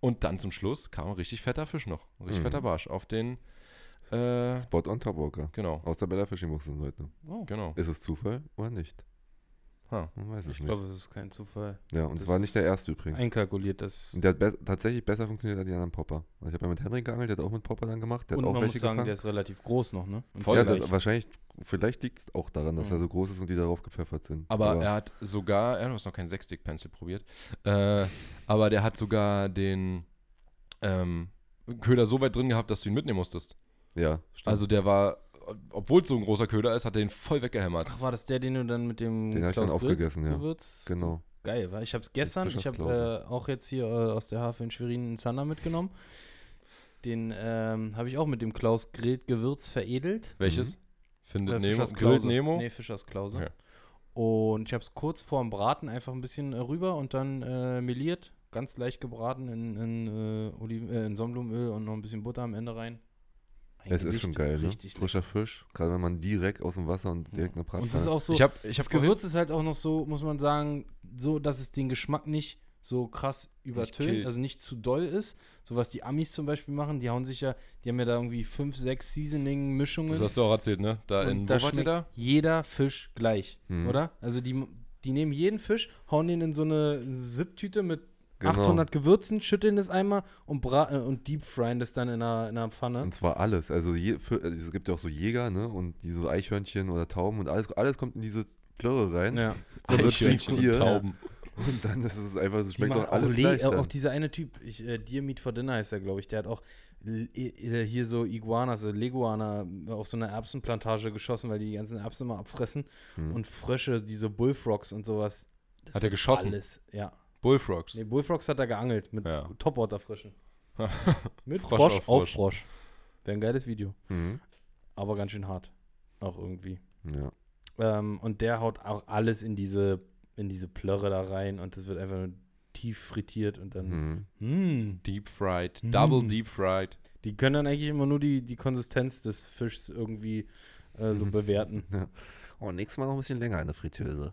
B: Und dann zum Schluss kam ein richtig fetter Fisch noch, ein richtig
D: Mhm.
B: fetter Barsch auf den, äh,
D: Spot on Top Walker.
B: genau,
D: Aus der Bella Fishing Box sind Leute.
A: oh,
B: genau.
D: Ist es Zufall oder nicht?
B: Ha.
D: Man weiß es
A: ich
D: nicht.
A: glaube, es ist kein Zufall.
D: ja, und es
A: das
D: war nicht der
A: ist
D: erste übrigens.
A: Einkalkuliert, das.
D: Und der hat be tatsächlich besser funktioniert als die anderen Popper. Also ich habe ja mit Henrik geangelt, der hat auch mit Popper dann gemacht, der
A: und
D: hat auch
A: man muss
D: welche
A: sagen, der
D: gefangen.
A: ist relativ groß noch, ne? Im
B: Voll
D: ja,
A: Vergleich.
D: das, wahrscheinlich, vielleicht liegt es auch daran, dass
A: Mhm.
D: er so groß ist und die darauf gepfeffert sind.
B: Aber er hat sogar, er hat noch keinen Sechsstick-Pencil probiert, äh, aber der hat sogar den ähm, Köder so weit drin gehabt, dass du ihn mitnehmen musstest.
D: ja, stimmt.
B: Also der war, obwohl es so ein großer Köder ist, hat er ihn voll weggehämmert.
A: Ach, war das der, den du dann mit dem
D: Den hab ich dann
A: Klaus Grill
D: aufgegessen, ja.
A: Gewürz?
D: genau.
A: Geil, weil ich habe es gestern, ich habe
D: Wirtschaftsklausel.
A: äh, auch jetzt hier äh, aus der Hafe in Schwerin einen Zander mitgenommen. Den ähm, habe ich auch mit dem Klaus Grillt Gewürz veredelt.
B: Welches? Findet
A: Äh,
B: Nemo,
A: Fischers
B: grillt
A: Klause.
B: Nemo.
A: Nee, Fischers Klause.
B: Okay.
A: Und ich habe es kurz vorm Braten einfach ein bisschen äh, rüber und dann äh, meliert, ganz leicht gebraten in, in, äh, Oliven, äh, in Sonnenblumenöl und noch ein bisschen Butter am Ende rein. Ein
D: Es ist
A: Gericht,
D: schon geil, ne?
A: Richtig lecker.
D: Frischer Fisch, gerade wenn man direkt aus dem Wasser und direkt eine Pracht
A: Und es ist auch so,
B: Ich habe, ich
A: das
B: habe gehört,
A: Gewürz ist halt auch noch so, muss man sagen, so, dass es den Geschmack nicht so krass übertönt,
B: killt.
A: also nicht zu doll ist. So was die Amis zum Beispiel machen, die hauen sich ja, die haben ja da irgendwie fünf, sechs Seasoning-Mischungen.
B: das hast du auch erzählt, ne? Da in,
A: und
B: wo
A: da
B: wart ihr
A: schmeckt
B: da?
A: jeder Fisch gleich,
D: Hm.
A: oder? Also die, die nehmen jeden Fisch, hauen den in so eine Sipptüte mit
D: Genau.
A: 800 Gewürzen, schütteln das einmal und, bra- äh, und deepfryen das dann in einer, in einer Pfanne.
D: Und zwar alles. Also je, für, also es gibt ja auch so Jäger, ne? Und die so Eichhörnchen oder Tauben und alles, alles kommt in diese Plörre rein.
A: ja.
D: Dann wird
B: Eichhörnchen und
D: Stieftier.
B: Tauben.
D: Und dann ist es einfach, es
A: Die
D: schmeckt doch
A: machen auch
D: alles
A: Le-
D: gleich
A: äh, auch
D: dann.
A: dieser eine Typ, ich, äh, Dear Meat for Dinner heißt er, glaube ich, der hat auch l- äh, hier so Iguanas, also Leguana äh, auf so einer Erbsenplantage geschossen, weil die die ganzen Erbsen immer abfressen.
D: Hm.
A: Und Frösche, diese Bullfrogs und sowas. Das
B: Hat er
A: wird
B: geschossen?
A: Alles, ja.
B: Bullfrogs.
A: Nee, Bullfrogs hat er geangelt mit
B: Ja.
A: Topwaterfrischen. mit
B: Frosch
A: Frosch,
B: auf
A: auf
B: Frosch.
A: Frosch. Wäre ein geiles Video.
D: Mhm.
A: Aber ganz schön hart. Auch irgendwie.
D: Ja.
A: Ähm, und der haut auch alles in diese, in diese Plörre da rein und das wird einfach nur tief frittiert und dann.
D: Mhm.
A: Mm.
B: (laughs) Deep fried.
A: Mm.
B: Double deep fried.
A: Die können dann eigentlich immer nur die, die Konsistenz des Fischs irgendwie äh, so
D: Mhm.
A: bewerten.
D: Oh, nächstes Mal noch ein bisschen länger in der Fritteuse.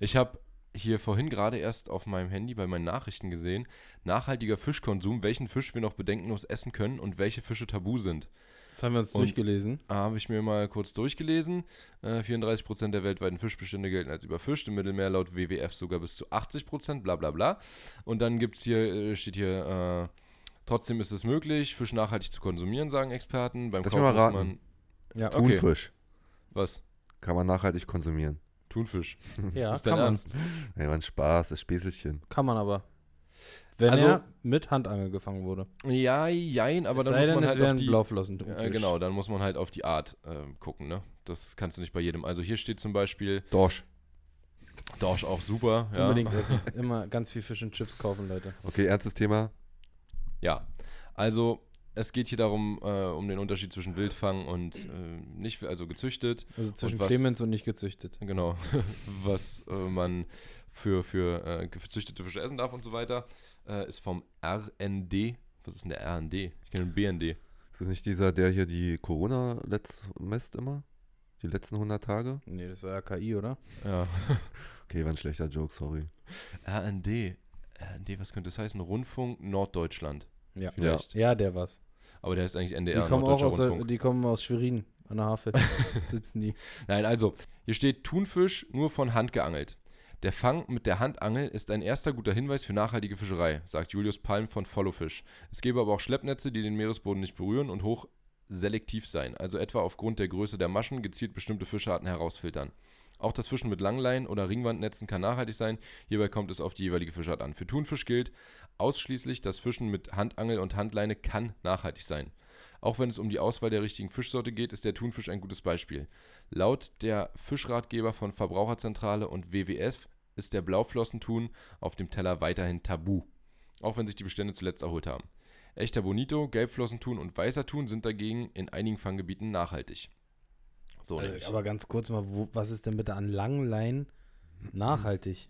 B: Ich habe hier vorhin gerade erst auf meinem Handy bei meinen Nachrichten gesehen, nachhaltiger Fischkonsum, welchen Fisch wir noch bedenkenlos essen können und welche Fische tabu sind.
A: Das haben wir uns
B: Und-
A: durchgelesen.
B: Ah, Habe ich mir mal kurz durchgelesen. Äh, 34% der weltweiten Fischbestände gelten als überfischt, im Mittelmeer laut WWF sogar bis zu 80%, bla bla bla. Und dann gibt's hier, äh, steht hier, äh, trotzdem ist es möglich, Fisch nachhaltig zu konsumieren, sagen Experten. Beim
D: Lass
B: Kauf
D: mich mal
B: muss
D: raten.
B: man.
A: Ja,
B: Okay.
D: Thunfisch
B: Was?
D: kann man nachhaltig konsumieren.
B: Thunfisch.
A: ja
D: Hm.
B: ist dein
A: kann, man,
B: Ernst?
D: Ey, war ein Spaß, das Späßelchen.
A: kann man aber. Wenn
B: Also-
A: er mit Handangel gefangen wurde.
B: Ja, jein, aber
A: es
B: dann
A: sei
B: muss
A: denn,
B: man
A: es
B: halt
A: wäre
B: auf
A: ein
B: die.
A: Blauflossen.
B: Ja, genau, dann muss man halt auf die Art ähm, gucken, ne? Das kannst du nicht bei jedem. Also hier steht zum Beispiel
D: Dorsch.
B: Dorsch auch super. Ja. (laughs)
A: Unbedingt essen. Immer ganz viel Fisch und Chips kaufen, Leute.
D: Okay, ernstes Thema.
B: Ja, also es geht hier darum, äh, um den Unterschied zwischen Wildfang und äh, nicht, also gezüchtet.
A: Also zwischen
B: was-
A: Clemens und nicht gezüchtet.
B: Genau, (laughs) was äh, man für, für äh, gezüchtete Fische essen darf und so weiter, äh, ist vom RND. Was ist denn der RND? Ich kenne den BND.
D: Ist das nicht dieser, der hier die Corona letzt messt immer? Die letzten 100 Tage?
A: Nee, das war ja KI, oder?
B: Ja.
D: Okay, war ein schlechter Joke, sorry.
B: RND. RND, was könnte das heißen? Rundfunk Norddeutschland.
A: Ja.
D: Ja.
B: Vielleicht.
A: Ja, der war's.
B: Aber der ist eigentlich
A: Die,
B: NDR,
A: kommen auch
B: Norddeutscher
A: aus, der-
B: Rundfunk.
A: die kommen aus Schwerin an
B: (laughs)
A: der Havel. sitzen die.
B: Nein, also, hier steht Thunfisch nur von Hand geangelt. Der Fang mit der Handangel ist ein erster guter Hinweis für nachhaltige Fischerei, sagt Julius Palm von Followfish. Es gäbe aber auch Schleppnetze, die den Meeresboden nicht berühren und hoch selektiv sein, also etwa aufgrund der Größe der Maschen gezielt bestimmte Fischarten herausfiltern. Auch das Fischen mit Langleinen oder Ringwandnetzen kann nachhaltig sein, hierbei kommt es auf die jeweilige Fischart an. Für Thunfisch gilt ausschließlich, das Fischen mit Handangel und Handleine kann nachhaltig sein. Auch wenn es um die Auswahl der richtigen Fischsorte geht, ist der Thunfisch ein gutes Beispiel. Laut der Fischratgeber von Verbraucherzentrale und WWF ist der Blauflossentun auf dem Teller weiterhin tabu, auch wenn sich die Bestände zuletzt erholt haben. Echter Bonito, Gelbflossentun und weißer Thun sind dagegen in einigen Fanggebieten nachhaltig. So,
A: Äh,
B: nämlich.
A: Aber ganz kurz mal, wo, was ist denn bitte an langen Leinen nachhaltig?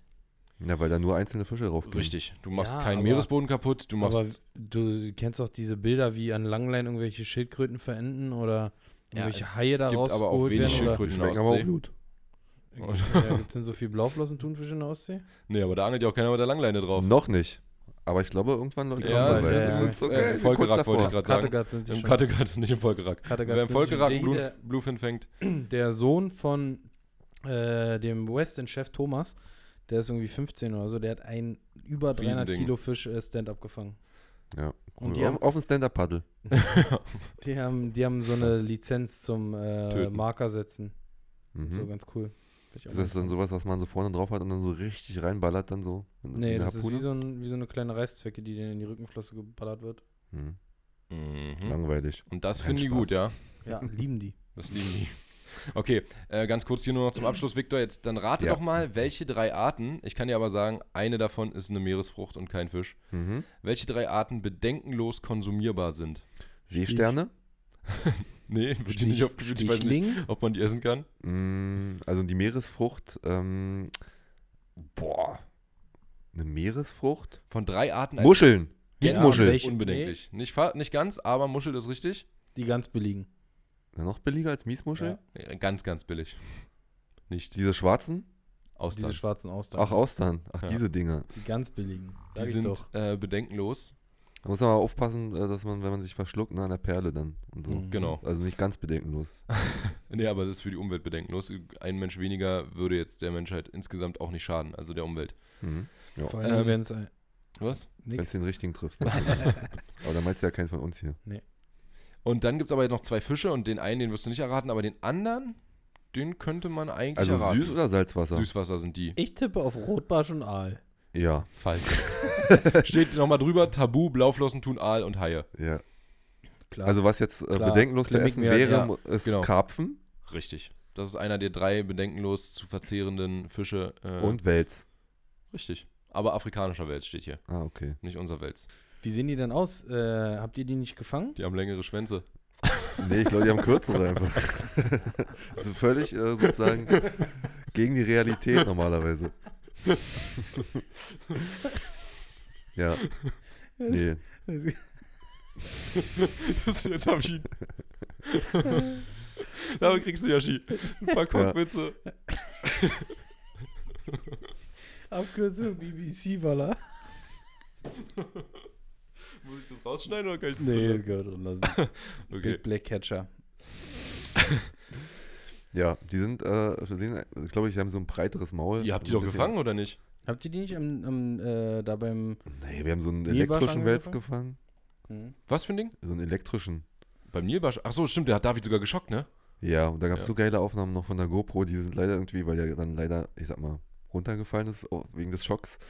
D: Ja, weil da nur einzelne Fische raufgehen.
B: Richtig. Du machst
A: Ja,
B: keinen
A: aber-
B: Meeresboden kaputt, du machst.
A: Aber du kennst doch diese Bilder, wie an langen Leinen irgendwelche Schildkröten verenden oder
B: Ja,
A: irgendwelche
B: es
A: Haie da
B: gibt aber auch
A: rausgeholt
B: wenig
A: werden. Oder,
D: Die
B: Schildkröten
D: schmecken
B: aus
D: aber auch
B: See.
D: gut.
A: (laughs) ja, Gibt es denn so viel Blauflossen Thunfische in der Ostsee?
B: Nee, aber da angelt ja auch keiner mit der Langleine drauf.
D: Noch nicht. Aber ich glaube, irgendwann läuft
B: Ja,
D: das
A: ja,
D: Das
A: ja.
D: wird so
B: Äh,
D: geil.
B: im Volkerak
D: kurz davor.
B: wollte ich gerade sagen.
A: Kattegat sind sie
B: Im
A: schon.
B: Kattegat, (laughs) nicht im Volkerak.
A: Kattegat
B: Wer im
A: sind sie schon.
B: Volkerak
A: Der-
B: einen Bluf,
A: der-
B: Bluefin
A: (laughs)
B: fängt,
A: der Sohn von äh, dem Westin-Chef Thomas, der ist irgendwie 15 oder so, der hat einen über 300
B: Riesending.
A: Kilo Fisch äh, Stand-up gefangen.
D: Ja.
A: Und die haben,
D: auf, auf dem Stand-Up-Paddle.
A: die, haben, die haben so eine Lizenz zum äh,
B: Töten.
A: Marker setzen. So
D: Mhm.
A: ganz cool. Find ich auch
D: Ist das
A: ganz
D: dann sowas, was man so vorne drauf hat und dann so richtig reinballert dann so?
A: cool. Nee,
D: Eine
A: das ist
D: Harpune?
A: wie so, ein, wie so eine kleine Reißzwecke, die dir in die Rückenflosse geballert wird.
D: Mhm.
B: Mhm.
D: Langweilig.
B: Und das
D: Kein
B: finden die
D: Spaß.
B: gut, ja.
A: Ja, (laughs) lieben die.
B: Das lieben die. Okay, äh, ganz kurz hier nur noch zum Abschluss, Viktor. Jetzt dann rate
D: Ja.
B: doch mal, welche drei Arten, ich kann dir aber sagen, eine davon ist eine Meeresfrucht und kein Fisch.
D: Mhm.
B: Welche drei Arten bedenkenlos konsumierbar sind?
D: Seesterne?
B: Nee, (laughs) wird die nicht aufgeführt. Ich weiß nicht,
A: Stichling?
B: ob man die essen kann.
D: Mm, Also die Meeresfrucht. Ähm, boah. Eine Meeresfrucht?
B: Von drei Arten
D: Muscheln.
B: Gänse
D: Giftmuschel.
B: sind
A: welche?
B: Unbedenklich. Nicht, fa- nicht ganz, aber Muschel ist richtig.
A: Die ganz billigen.
D: Na, noch billiger als Miesmuschel?
A: Ja.
B: Ja, Ganz, ganz billig. Nicht.
D: Diese schwarzen?
A: Diese
B: Austern.
A: schwarzen Austern.
D: Ach, Austern. Ach,
B: Ja.
D: diese Dinge.
A: Die ganz billigen. Sag
B: die
A: ich
B: sind
A: doch.
B: äh, bedenkenlos.
D: Da muss man aber aufpassen, äh, dass man, wenn man sich verschluckt, ne, an der Perle dann und so.
A: Mhm.
B: Genau.
D: Also nicht ganz bedenkenlos.
B: Nee, aber das ist für die Umwelt bedenkenlos. Ein Mensch weniger würde jetzt der Menschheit insgesamt auch nicht schaden, also der Umwelt.
D: Mhm. Ja.
A: Vor allem,
B: Ähm,
A: wenn es ein.
B: Was?
D: Wenn es
A: Nix.
D: den richtigen trifft. aber da meinst du ja keinen von uns hier.
B: Und dann gibt es aber noch zwei Fische und den einen, den wirst du nicht erraten, aber den anderen, den könnte man eigentlich
D: Also
B: erraten.
D: süß oder Salzwasser?
B: Süßwasser sind die.
A: Ich tippe auf Rotbarsch und Aal.
D: Ja,
B: Falsch. Steht nochmal drüber, Tabu, Blauflossen tun Aal und Haie.
D: ja.
A: Klar.
D: Also was jetzt äh,
A: Klar,
D: bedenkenlos zu
A: Klamik
D: essen
A: mir-
D: wäre,
B: ja,
D: mu- ist
B: genau.
D: Karpfen
B: Richtig. Das ist einer der drei bedenkenlos zu verzehrenden Fische. äh,
D: und Wels.
B: Richtig. Aber afrikanischer Wels steht hier,
D: Ah, okay.
B: nicht unser Wels.
A: Wie sehen die denn aus? Äh, habt ihr die nicht gefangen?
B: Die haben längere Schwänze.
D: Nee, ich glaube, die haben kürzere einfach. das ist völlig äh, sozusagen gegen die Realität normalerweise. ja. Nee.
B: (laughs) Das, jetzt hab
A: (laughs)
B: ich ihn. Damit kriegst du Yoshi. Ein paar Kochwitze.
A: Abkürzung BBC, Walla.
B: Muss ich das rausschneiden oder kann ich das
A: Nee,
B: drin
A: das gehört drin lassen.
B: lassen? Okay.
A: Big Black Catcher.
D: Ja, die sind, äh, sehen, ich glaube, die haben so ein breiteres Maul.
B: Ihr habt die
D: so
B: doch
D: ein bisschen-
B: gefangen, oder nicht?
A: Habt ihr die nicht am, am äh, da beim.
D: Nee, wir haben so einen
A: Nilbarsch
D: elektrischen Wels
A: angefangen?
D: gefangen.
A: Hm?
B: Was für ein Ding?
D: So einen elektrischen.
B: Beim Nilbarsch. Ach so, stimmt, der hat David sogar geschockt, ne?
D: Ja, und da gab es
B: Ja.
D: so geile Aufnahmen noch von der GoPro, die sind leider irgendwie, weil der dann leider, ich sag mal, runtergefallen ist oh, wegen des Schocks.
B: (laughs)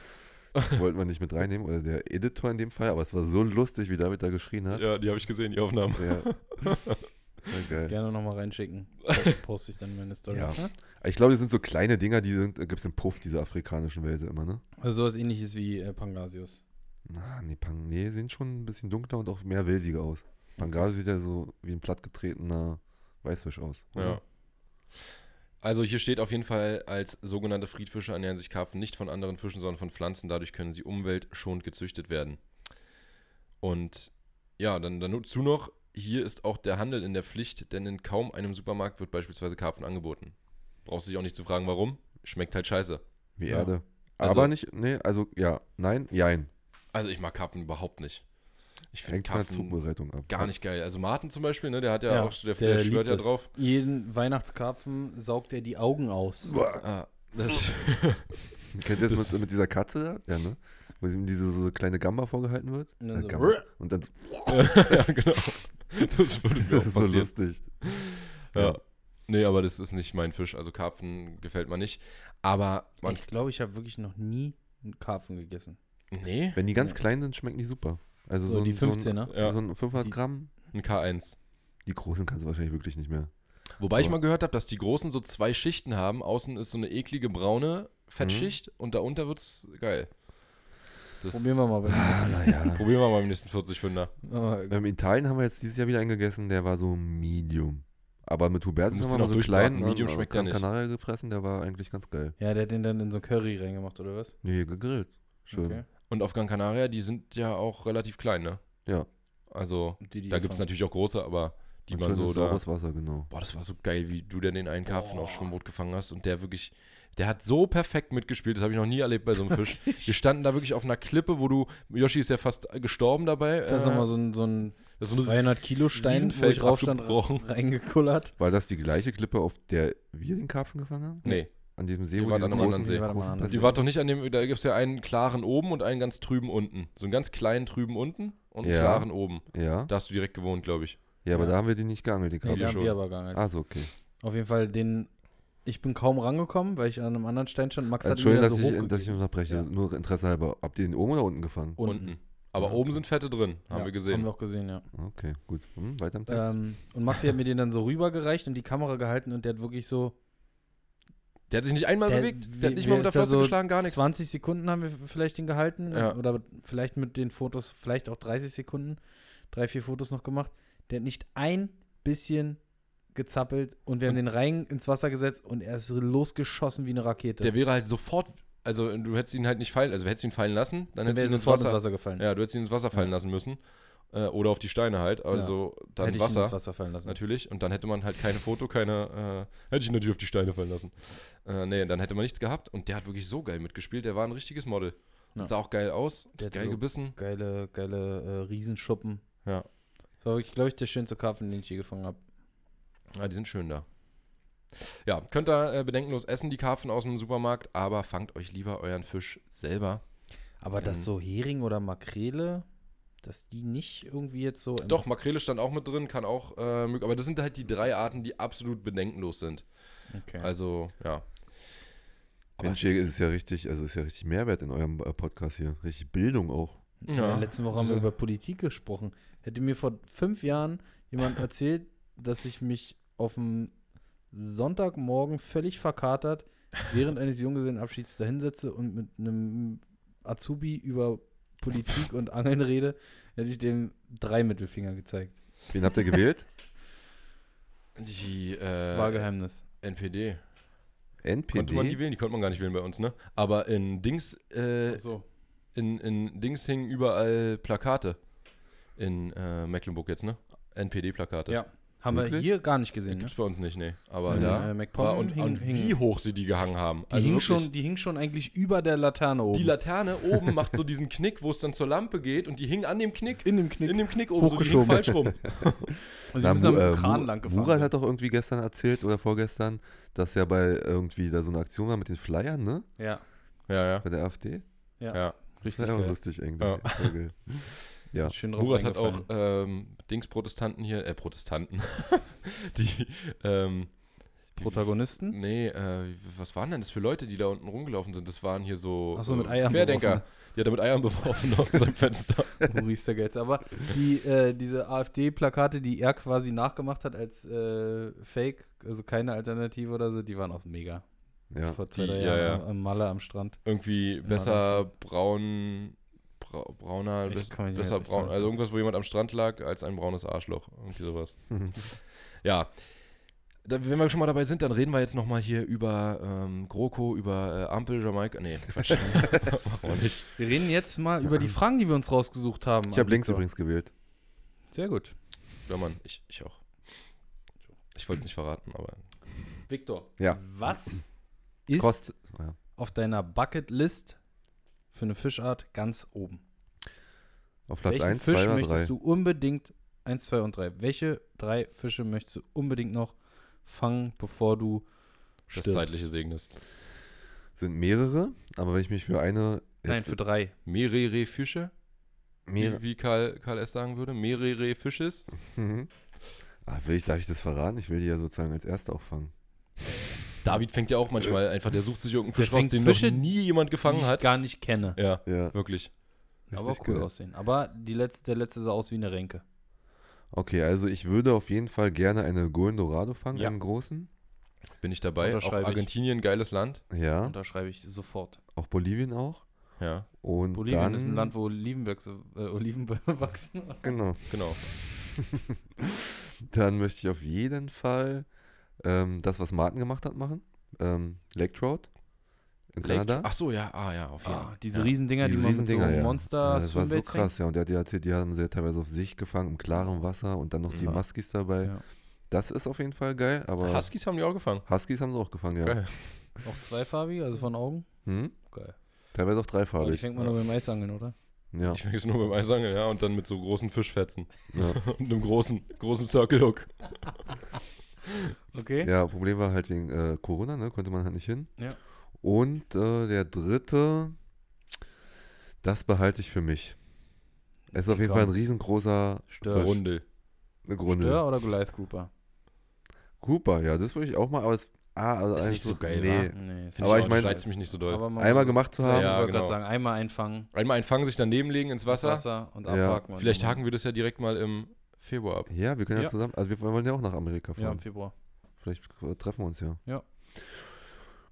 D: Das wollten wir nicht mit reinnehmen, oder der Editor in dem Fall, aber es war so lustig, wie David da geschrien hat.
B: Ja, die habe ich gesehen, die Aufnahmen.
D: Ja.
B: (laughs)
D: Ja, geil.
A: Gerne nochmal reinschicken. Post- Poste ich dann meine Story.
D: Ja.
A: Ne?
D: Ich glaube, das sind so kleine Dinger, die sind, gibt es im Puff, diese afrikanischen Welte immer, ne?
A: Also sowas ähnliches wie äh, Pangasius.
D: Na, nee, Pang, nee, sehen schon ein bisschen dunkler und auch mehr welsiger aus. Pangasius sieht ja so wie ein plattgetretener Weißfisch aus.
B: Ja. Also hier steht auf jeden Fall, als sogenannte Friedfische ernähren sich Karpfen nicht von anderen Fischen, sondern von Pflanzen. Dadurch können sie umweltschonend gezüchtet werden. Und ja, dann dann dazu noch, hier ist auch der Handel in der Pflicht, denn in kaum einem Supermarkt wird beispielsweise Karpfen angeboten. Brauchst du dich auch nicht zu fragen, warum. Schmeckt halt scheiße.
D: Wie
A: Ja.
D: Erde.
B: Also-
D: aber nicht, nee, also ja, nein, jein.
B: Also ich mag Karpfen überhaupt nicht. Ich finde
D: Hängt von der
B: Karpfen
D: Zubereitung ab.
B: gar nicht geil. Also Martin zum Beispiel, ne, der hat ja, auch, der, der,
A: liebt
B: schwört ja
A: das.
B: drauf.
A: Jeden Weihnachtskarpfen saugt er die Augen aus.
D: Boah.
B: Ah, das, (laughs)
D: Kennt ihr das,
B: Das-
D: mit, mit dieser Katze da? Ja, ne? Wo ihm diese so kleine Gamba vorgehalten wird? Äh,
A: Und dann so,
D: Gamba. Und dann
B: Ne,
D: (laughs)
B: ja, genau. Das würde mir
D: das
B: auch
D: ist so
B: passieren.
D: lustig.
B: Ja. Nee, aber das ist nicht mein Fisch. Also Karpfen gefällt mir nicht. Aber man.
A: Ich glaube, ich habe wirklich noch nie einen Karpfen gegessen.
B: Nee?
D: Wenn die ganz
A: Ja.
D: klein sind, schmecken die super. Also
A: So,
D: so, ein-
A: die
D: so
A: 15er.
D: ein,
B: Ja,
D: so ein 500
A: Die-
D: Gramm.
B: ein K1.
D: Die großen kannst du wahrscheinlich wirklich nicht mehr.
B: Wobei ich
D: Aber-
B: mal gehört habe, dass die Großen so zwei Schichten haben. Außen ist so eine eklige braune Fettschicht
D: Mhm.
B: und darunter wird's geil. Das
A: Probieren wir mal.
D: Ah,
A: beim
B: (laughs)
D: naja.
B: Probieren wir mal im nächsten 40-Fünder.
A: nächsten Mal.
D: In Italien haben wir jetzt dieses Jahr wieder einen gegessen, der war so medium. Aber mit Hubertus
B: Musst
D: haben
B: du
D: wir
B: noch
D: so einen kleinen
B: durchbraten, ne? medium
D: äh,
B: schmeckt der
D: Gran
B: nicht.
D: Canaria gefressen, der war eigentlich ganz geil.
A: Ja, der hat den dann in so ein Curry reingemacht, oder was?
D: Nee, gegrillt. Schön.
A: Okay.
B: Und auf Gran Canaria, die sind ja auch relativ klein, ne?
D: Ja.
B: Also,
A: Die, die
B: da gibt's natürlich auch große, aber die
D: Und
B: man so
D: schönes,
B: da.
D: saures Wasser, genau.
B: Boah, das war so geil, wie du denn den einen Karpfen auf Schwimmboot gefangen hast und der wirklich, der hat so perfekt mitgespielt, das habe ich noch nie erlebt bei so einem
A: (laughs)
B: Fisch. Wir standen da wirklich auf einer Klippe, wo du, Yoshi ist ja fast gestorben dabei. äh,
A: Da ist nochmal so ein, so ein
B: das ist so ein
A: 200 Kilo Stein, wo
B: Riesenfeld
A: ich drauf stand,
B: abgebrochen.
A: reingekullert.
D: War das die gleiche Klippe, auf der wir den Karpfen gefangen haben?
B: Nee,
D: An diesem See,
B: Die
D: wo
B: war
D: diese
B: dann am
D: großen,
B: anderen See.
D: die großen
A: Die war
B: die war doch nicht an dem, da gibt es ja einen klaren oben und einen ganz trüben unten. So einen ganz kleinen trüben unten und einen
D: Ja.
B: klaren oben.
D: Ja,
B: Da hast du direkt gewohnt, glaube ich.
D: ja, aber
A: Ja.
D: da haben wir die nicht geangelt, die
A: Nee,
D: Karpfen.
A: da haben
B: schon.
A: wir aber geangelt.
D: Ah, so, okay.
A: Auf jeden Fall den. Ich bin kaum rangekommen, weil ich an einem anderen Stein stand. Max hat ihn mir
D: Entschuldigung,
A: dann
D: Also dass,
A: so
D: ich, dass ich
A: hochgegeben.
D: unterbreche,
A: Ja.
D: nur Interesse halber. Habt ihr den oben oder unten gefangen?
B: Unten.
A: Unten.
B: Aber
D: Ja,
B: oben
D: okay.
B: sind Fette drin, haben
A: Ja,
B: wir gesehen.
A: Haben wir auch gesehen, ja.
D: Okay, gut. Hm, weiter im Text.
A: Ähm, und Maxi hat mir den dann so rübergereicht und die Kamera gehalten und der hat wirklich so
B: der hat sich nicht einmal
A: Der-
B: bewegt,
A: wie-
B: der hat nicht
A: wie
B: mal mit der
A: ist er
B: Flosse
A: so
B: geschlagen, gar nichts.
A: 20 Sekunden haben wir vielleicht den gehalten
B: Ja.
A: oder vielleicht mit den Fotos, vielleicht auch 30 Sekunden, drei, vier Fotos noch gemacht. Der hat nicht ein bisschen gezappelt und wir haben
B: Und-
A: den rein ins Wasser gesetzt und er ist losgeschossen wie eine Rakete.
B: Der wäre halt sofort, also du hättest ihn halt nicht fallen, also hättest ihn fallen lassen, dann
A: dann
B: hättest
A: wäre
B: du
A: er
B: ihn ins
A: sofort
B: Wasser,
A: ins Wasser gefallen.
B: Ja, du hättest ihn ins Wasser fallen lassen müssen. Äh, oder auf die Steine halt. Also dann
A: Hätte ich ihn
B: Wasser,
A: ins Wasser fallen lassen.
B: natürlich. Und dann hätte man halt keine Foto, keine. Äh, hätte ich ihn natürlich auf die Steine fallen lassen. Äh, nee, dann hätte man nichts gehabt. Und der hat wirklich so geil mitgespielt. Der war ein richtiges Model.
A: Ja.
B: Und sah auch geil aus.
A: Der
B: Der
A: hat
B: geil
A: so-
B: gebissen.
A: Geile, geile äh, Riesenschuppen.
B: Ja.
A: Das war wirklich, glaube ich, der schönste Karpfen, den ich je gefangen habe.
B: Ja, Ah, die sind schön da. Ja, könnt ihr äh, bedenkenlos essen, die Karpfen aus dem Supermarkt. Aber fangt euch lieber euren Fisch selber.
A: Aber
B: Ähm.
A: dass so Hering oder Makrele, dass die nicht irgendwie jetzt so. im-
B: Doch, Makrele stand auch mit drin, kann auch. Äh, mög- aber das sind halt die drei Arten, die absolut bedenkenlos sind.
A: Okay.
B: Also, ja.
D: Mensch, hier ist ja richtig, also ist ja richtig Mehrwert in eurem äh, Podcast hier. Richtig Bildung auch.
A: Ja,
B: Ja.
A: letzte Woche haben wir
B: Diese-
A: über Politik gesprochen. Hätte mir vor fünf Jahren jemand erzählt, dass ich mich auf dem Sonntagmorgen völlig verkatert während eines Junggesellenabschieds dahinsetze und mit einem Azubi über Politik und Angeln rede, hätte ich dem drei Mittelfinger gezeigt.
D: Wen habt ihr
A: (laughs)
D: gewählt?
B: Die äh,
A: War Geheimnis.
B: NPD. Konnte man die
D: NPD?
B: wählen? Die konnte man gar nicht wählen bei uns, ne? Aber in Dings, äh,
A: so.
B: in, in Dings hingen überall Plakate. In äh, Mecklenburg jetzt, ne? NPD-Plakate.
A: Ja. Haben wir
D: Wirklich?
A: hier gar nicht gesehen, ne?
B: Gibt's bei uns nicht, ne? Aber
A: In,
B: da.
A: äh,
B: war,
A: MacPom
B: und
A: hing-
B: und
A: hing-
B: wie hoch sie die gehangen haben. Also
A: Die, hing
B: wirklich.
A: schon, die hing schon eigentlich über der Laterne oben.
B: Die Laterne oben macht so diesen Knick, wo es dann zur Lampe geht und die hing an dem Knick.
A: in dem Knick.
B: In dem Knick oben, so die hing
A: Hochgeschoben.
B: falsch rum.
A: und die
D: Na,
A: müssen
D: Mu-
A: am
D: äh,
A: Kran
D: Mu-
A: lang gefahren.
D: Murat
A: werden.
D: hat doch irgendwie gestern erzählt oder vorgestern, dass ja bei irgendwie da so eine Aktion war mit den Flyern, ne?
A: ja,
B: (laughs) Ja, ja.
D: Bei der AfD.
B: ja.
A: richtig.
D: das war ja auch
A: geil.
D: lustig irgendwie.
B: Ja.
D: Voll
A: (laughs)
D: geil. Ja.
A: Schön drauf
B: Murat hat auch
A: reingefallen.
B: ähm, Dings-Protestanten hier, äh, Protestanten. (laughs) die, ähm,
A: Protagonisten. (laughs)
B: nee, äh, was waren denn das für Leute, die da unten rumgelaufen sind? Das waren hier so,
A: Ach so, mit
B: äh,
A: Eiern
B: Querdenker. Die hat er mit Eiern beworfen aus (laughs) seinem Fenster.
A: Maurice der Gates. Aber die, äh, diese AfD-Plakate, die er quasi nachgemacht hat als äh, Fake, also keine Alternative oder so, die waren auch mega.
D: ja. (laughs)
A: Vor zwei,
B: Die-
A: drei
B: ja,
A: Jahren
B: ja.
A: Am, am Malle am Strand.
B: Irgendwie besser braun, bra brauner,
A: Ich
B: bes-
A: kann mich nicht-
B: besser
A: ich
B: braun,
A: kann's
B: also
A: nicht.
B: irgendwas, wo jemand am Strand lag, als ein braunes Arschloch. Irgendwie sowas. ja. Da, wenn wir schon mal dabei sind, dann reden wir jetzt nochmal hier über ähm, GroKo, über äh, Ampel, Jamaika. Nee,
A: (laughs)
B: Quatsch. Machen wir nicht.
A: Wir reden jetzt mal über die Fragen, die wir uns rausgesucht haben.
D: Ich habe links
A: Victor.
D: übrigens gewählt.
A: Sehr gut.
B: Ja, Mann, ich, ich auch. Ich wollte es nicht verraten, aber.
A: Viktor,
D: Ja.
A: was ist
D: Kost, ja.
A: auf deiner Bucketlist für eine Fischart ganz oben?
D: Auf Platz
A: Welchen
D: 1,
A: Fisch
D: 2 oder
A: möchtest
D: 3.
A: du unbedingt, eins, zwei und drei, welche drei Fische möchtest du unbedingt noch fangen, bevor du
B: Das
A: stirbst?
B: zeitliche segnest.
D: Sind mehrere, aber wenn ich mich für eine.
A: Nein,
D: jetzt-
A: für drei.
B: Mehrere Fische,
D: mehrere.
B: wie, wie Karl, Karl S. sagen würde. Mehrere Fisches.
D: (laughs) Mhm. Ah, will ich, darf ich das verraten? Ich will die ja sozusagen als Erste auffangen.
B: David fängt ja auch manchmal einfach, der sucht sich irgendeinen
A: Der
B: Fisch raus,
A: fängt
B: den
A: Fische,
B: noch nie jemand gefangen
A: die ich
B: hat.
A: gar nicht kenne.
B: Ja,
D: Ja.
B: wirklich.
A: aber
D: richtig
A: cool
D: geil.
A: aussehen. Aber die letzte, der letzte sah aus wie eine Renke.
D: Okay, also ich würde auf jeden Fall gerne eine Golden Dorado fangen,
A: Ja.
D: einen großen.
B: Bin ich dabei. Auch
A: Unterschreibe ich.
B: Argentinien, geiles Land.
D: Ja,
A: Unterschreibe ich sofort.
D: auch Bolivien auch.
B: Ja,
D: Und
A: Bolivien
D: dann,
A: ist ein Land, wo Olivenböchse, äh, Oliven (laughs) wachsen. (laughs)
D: Genau.
B: genau.
D: (laughs) Dann möchte ich auf jeden Fall ähm, das, was Martin gemacht hat, machen. Ähm, Lake Trout in Kanada.
B: Ach so, ja, ah ja, auf jeden
A: Ah,
B: Fall.
A: diese
B: ja.
A: Riesendinger, die
D: Diese
A: man
D: Riesendinger,
A: mit so
D: ja.
A: Monster
D: ja, Das war so
A: Swimbaits
D: krass, ja. Und der hat ja erzählt, die haben sie ja teilweise auf sich gefangen, im klaren Wasser und dann noch die
B: Ja.
D: Muskies dabei.
A: Ja.
D: Das ist auf jeden Fall geil, aber
B: Huskies haben die auch gefangen.
D: Huskies haben sie auch gefangen, ja.
B: Geil.
A: hängt. Auch zweifarbig, also von Augen.
D: Hm?
A: Geil.
D: Teilweise auch
A: Aber die
D: dreifarbig.
A: fängt man nur beim Eisangeln, oder?
D: Ja.
B: Ich es nur beim Eisangeln, ja, und dann mit so großen Fischfetzen.
D: Ja.
B: (laughs) und einem großen, großen Circle Hook.
A: Okay.
D: Ja, Problem war halt wegen äh, Corona, ne? Konnte man halt nicht hin.
A: Ja.
D: Und äh, der dritte, das behalte ich für mich. Es ist auf jeden
A: Komm.
D: Fall ein riesengroßer
A: Stör.
D: Fisch.
B: Rundel.
D: Eine Grunde.
A: Stör oder Goliath Grouper?
D: Cooper, ja, das würde ich auch mal, aber es, ah, also
B: Ist
D: eins
B: nicht so geil,
D: nee.
A: Nee, ist
D: Aber
A: nicht
D: ich
A: so
D: mein-
B: reizt mich nicht so doll.
A: Aber man
D: Einmal
A: muss-
D: gemacht zu haben,
A: ich
B: Ja,
A: wollte
B: genau.
A: gerade sagen, einmal einfangen,
B: Einmal einfangen, sich daneben legen ins
A: Wasser,
B: Wasser.
A: Wasser und
D: Ja.
A: abhaken. und
B: Vielleicht
A: dann-
B: haken wir das ja direkt mal im Februar ab.
D: ja, wir können ja,
A: Ja.
D: zusammen, also wir wollen ja auch nach Amerika
A: Ja, im
D: fahren.
A: Februar.
D: Vielleicht treffen wir uns ja.
A: Ja.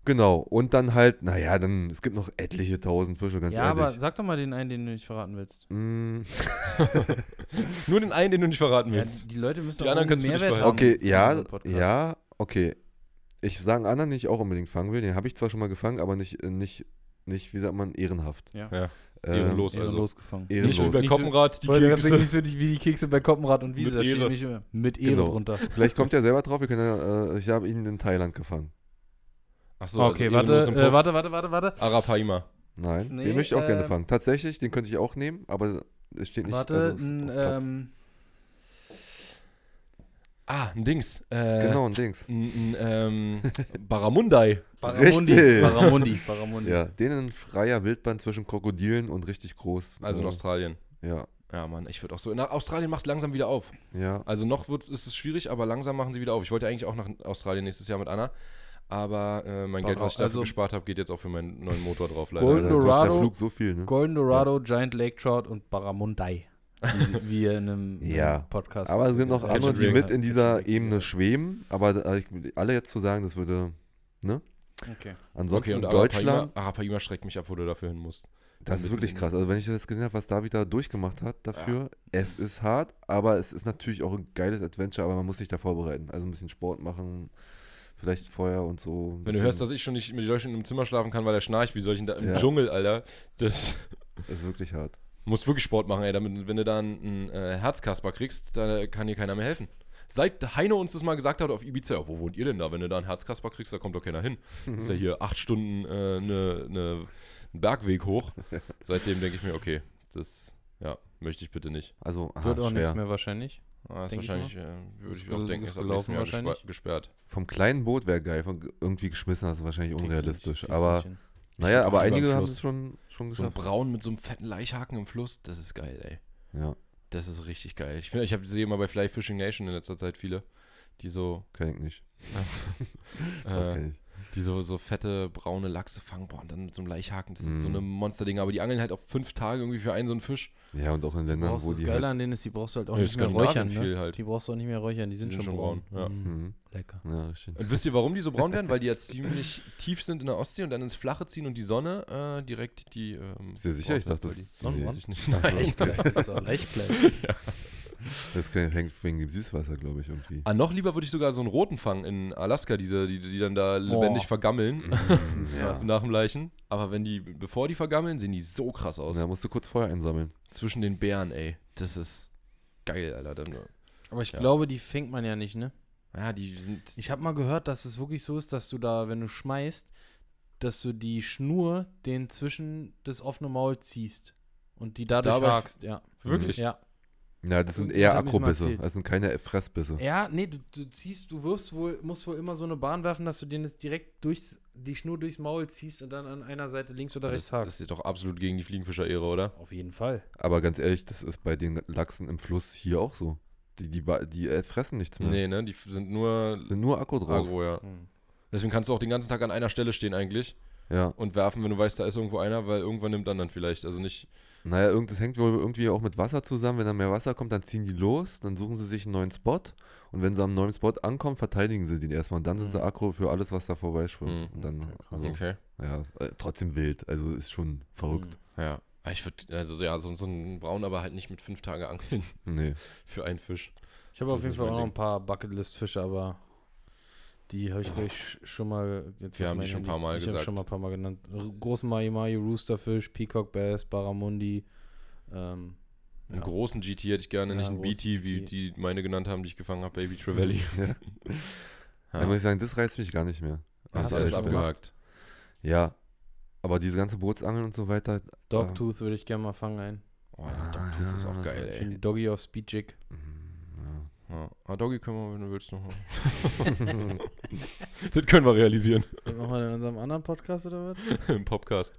D: Genau, und dann halt, naja, dann, es gibt noch etliche tausend Fische, ganz
A: ja, aber
D: ehrlich.
A: sag doch mal den einen, den du nicht verraten willst.
D: Mm,
B: Nur den einen, den du nicht verraten
A: Ja,
B: willst.
A: die Leute müssen
B: Die
A: doch
B: anderen
A: irgendeinen
B: kannst du
A: Mehrwert
B: nicht
A: haben.
D: okay,
A: für
D: ja,
A: unseren Podcast.
D: ja, okay. Ich sage einen anderen, den ich auch unbedingt fangen will, den habe ich zwar schon mal gefangen, aber nicht, äh, nicht, nicht wie sagt man, ehrenhaft.
A: Ja.
B: Ja.
D: Ähm,
B: Ehrenlos.
A: Ehre
B: also.
A: losgefangen.
D: Ehrenlos.
B: Nicht wie bei
A: Nicht so-
B: Koppenrad, die
A: Wollte gerade sagen,
B: Kekse.
A: nicht so die- wie die Kekse bei Koppenrad und
B: Mit
A: Wiese. da
B: Ehre.
A: steht nämlich immer mit Ehre
D: Genau.
A: drunter.
D: (laughs) Vielleicht kommt ihr selber drauf, wir können ja, äh, ich habe ihn in Thailand gefangen.
B: Achso,
A: okay, warte, äh, warte, warte, warte, warte.
B: Arapaima.
D: Nein,
A: Nee,
D: den möchte ich auch gerne
A: äh,
D: fangen. Tatsächlich, den könnte ich auch nehmen, aber es steht nicht. also
A: Warte,
D: es ist
A: ein,
D: auf Platz.
A: ähm,
B: Ah, ein Dings. Äh,
D: genau, ein Dings.
B: Ein, ein
D: (laughs)
B: ähm, Baramundai.
A: Barramundi.
D: Richtig.
A: Barramundi. Barramundi.
D: Ja, den in freier Wildbahn zwischen Krokodilen und richtig groß.
B: Also in
D: äh,
B: Australien.
D: Ja,
B: Ja, Mann, ich würde auch so. Na, Australien macht langsam wieder auf.
D: ja.
B: Also noch wird, ist es schwierig, aber langsam machen sie wieder auf. Ich wollte eigentlich auch nach Australien nächstes Jahr mit Anna. Aber äh, mein Geld, was ich dafür
A: Also-
B: gespart habe, geht jetzt auch für meinen neuen Motor drauf, leider.
A: Golden
D: Alter, Äh, kostet
A: Dorado-
D: Der Flug so viel, ne?
A: Golden Dorado, Giant Lake Trout und Barramundai.
B: (laughs)
D: (laughs)
A: Wie, sie- wie in einem
D: Ja.
A: einem Podcast.
D: Aber es sind noch
B: Catch
D: andere,
B: and
D: die
B: Drink
D: mit
B: hat-
D: in dieser
A: Catch and Drink
D: Ebene
A: hat.
D: schweben. Aber da, ich, alle jetzt zu sagen, das würde
B: Okay.
D: Ansonsten
B: und
D: Deutschland,
B: Arapaima, Arapaima schreckt mich ab, wo du dafür hin musst.
D: das ist wirklich krass. Also wenn ich das gesehen habe, was David da durchgemacht hat dafür, es ist hart, aber es ist natürlich auch ein geiles Adventure, aber man muss sich da vorbereiten. Also ein bisschen Sport machen, vielleicht Feuer und so. ein
B: Wenn du
D: bisschen-
B: hörst, dass ich schon nicht mit Leuten im Zimmer schlafen kann, weil er schnarcht, wie soll ich denn da im
D: Ja.
B: Dschungel, Alter? Das
D: ist wirklich hart.
B: muss wirklich Sport machen, ey. Damit, wenn du da einen äh, Herzkasper kriegst, da kann dir keiner mehr helfen. Seit Heino uns das mal gesagt hat auf Ibiza, ja, wo wohnt ihr denn da? Wenn du da einen Herzkasper kriegst, da kommt doch keiner hin. Ist ja hier acht Stunden äh, ne, ne, einen Bergweg hoch. Seitdem denke ich mir, okay, das ja, möchte ich bitte nicht.
D: Also
C: Wird
D: hart,
C: auch nichts
D: schwer.
C: mehr wahrscheinlich.
B: Ah, ist
C: Denk ich
B: wahrscheinlich, äh, würde
C: Ist
B: ich auch
C: gel-
B: denken,
C: ist
B: ist ab
C: gelaufen
B: nächstem Jahr gespa-
C: wahrscheinlich.
B: gesperrt.
D: Vom kleinen Boot wäre geil, von ge- irgendwie geschmissen, das ist wahrscheinlich unrealistisch.
C: Kriegst du nicht, kriegst du
D: aber
C: nicht hin.
D: naja,
B: find
D: aber
B: auch lieber
D: einige
B: im
D: haben
B: Fluss.
D: es schon, schon
B: So ein
D: geschafft.
B: Braun mit so einem fetten Laichhaken im Fluss, das ist geil, ey.
D: ja,
B: Das ist richtig geil. Ich finde, ich hab- sehe immer bei Fly Fishing Nation in letzter Zeit viele, die so,
D: kenn ich nicht. Das
B: äh,
D: kenn ich.
B: die so, so fette braune Lachse fangen, boah, und dann mit so einem Laichhaken, das sind so
D: Mhm.
B: eine Monsterdinge, aber die angeln halt auch fünf Tage irgendwie für einen so einen Fisch.
D: Ja, und auch in Ländern,
C: Brauchst
D: wo
C: das
D: die
C: Geile
D: halt,
C: an denen ist, die brauchst du halt auch
B: Ja,
C: nicht mehr
B: Skandinavien
C: räuchern. Ne?
B: viel halt.
C: Die brauchst du auch nicht mehr räuchern, die sind, schon, braun. Mm,
D: Mhm. (laughs)
C: Lecker.
D: Ja, richtig.
B: Und wisst ihr, warum die so braun werden? Weil die ja ziemlich tief sind in der Ostsee und dann ins Flache ziehen und die Sonne äh, direkt die. Ähm,
D: Ist dir sicher? Ich
B: braun-
D: dachte, das ist
C: Sonnenbrand?
B: Weiß ich nicht.
C: Leichtbleib (laughs) ist doch, Leichtbleib.
D: Das kann- hängt wegen dem Süßwasser, glaube ich, irgendwie.
B: Ah, noch lieber würde ich sogar so einen roten fangen in Alaska, diese, die, die dann da lebendig (laughs)
D: Mhm.
B: vergammeln
C: Ja.
B: nach dem Leichen. Aber wenn die, bevor die vergammeln, sehen die so krass aus.
D: Da musst du kurz Feuer einsammeln.
B: Zwischen den Bären, ey. Das ist geil, Alter. Dann-
C: Aber ich
B: Ja.
C: glaube, die fängt man ja nicht, ne?
B: Ja, die sind.
C: Ich habe mal gehört, dass es wirklich so ist, dass du da, wenn du schmeißt, dass du die Schnur den zwischen das offene Maul ziehst und die dadurch
B: Dabei-
C: hakst, ja.
B: Wirklich?
C: Ja.
D: Ja, das sind
C: Gut,
D: eher
C: hat mir's mal
D: Akrobisse.
C: erzählt.
D: Das sind keine Fressbisse.
C: Ja, nee, du, du ziehst, du wirfst wohl, musst wohl immer so eine Bahn werfen, dass du den das direkt durch die Schnur durchs Maul ziehst und dann an einer Seite links oder
B: Das,
C: rechts
B: das
C: hakst.
B: ist doch absolut gegen die Fliegenfischer-Ehre, oder?
C: Auf jeden Fall.
D: Aber ganz ehrlich, das ist bei den Lachsen im Fluss hier auch so. Die, die, ba- die äh, fressen nichts mehr.
B: Nee, ne? Die f- sind nur
D: Sind nur Akku drauf.
B: Agro, ja.
C: Hm.
B: Deswegen kannst du auch den ganzen Tag an einer Stelle stehen, eigentlich.
D: Ja.
B: Und werfen, wenn du weißt, da ist irgendwo einer, weil irgendwann nimmt dann dann vielleicht. Also nicht.
D: Naja, irgend- das hängt wohl irgendwie auch mit Wasser zusammen. Wenn da mehr Wasser kommt, dann ziehen die los, dann suchen sie sich einen neuen Spot. Und wenn sie am neuen Spot ankommen, verteidigen sie den erstmal. Und dann sind sie Akro für alles, was da vorbeischwimmt.
B: Mhm.
D: Und dann, also,
B: Okay.
D: ja, äh, trotzdem wild. Also ist schon
C: Hm.
D: verrückt.
B: Ja. Ah, Ich würde, also ja, so, so einen Braun, aber halt nicht mit fünf Tage angeln (laughs)
D: Nee.
B: für einen Fisch.
C: Ich habe auf
B: ist
C: jeden
B: nicht
C: Fall
B: mein
C: auch noch
B: Ding.
C: ein paar Bucketlist-Fische, aber die habe ich glaub ich sch- schon mal. Jetzt
B: Wir
C: was
B: haben die
C: meine
B: schon ein
C: Lieb-
B: paar Mal
C: ich Ich
B: gesagt.
C: habe schon mal ein paar Mal genannt. R- Großen Mai Mai, Roosterfisch, Peacock Bass, Barramundi. Ähm,
B: Einen
C: Ja.
B: großen GT hätte ich gerne,
C: Ja,
B: nicht einen
C: großen Hm.
B: BT, wie
C: GT.
B: die meine genannt haben, die ich gefangen habe, Baby
D: (laughs)
B: Trevelli. (laughs) Ja.
D: Dann muss ich sagen, das reizt mich gar nicht mehr.
B: Hast
C: Hast
B: du
C: du
B: alles
C: schon
B: abgehakt?
D: Ja. Aber diese ganze Bootsangeln und so weiter.
C: Dogtooth würde ich gerne mal fangen ein.
B: Oh, der Dogtooth ist auch geil,
C: Ich
B: ey.
C: bin Doggy auf Speedjig.
D: hm,
B: Ja. Ah, Doggy können wir, wenn du willst, noch.
C: (laughs)
B: mal. das können wir realisieren
C: Das machen wir in unserem anderen Podcast oder was?
B: (laughs) im Podcast.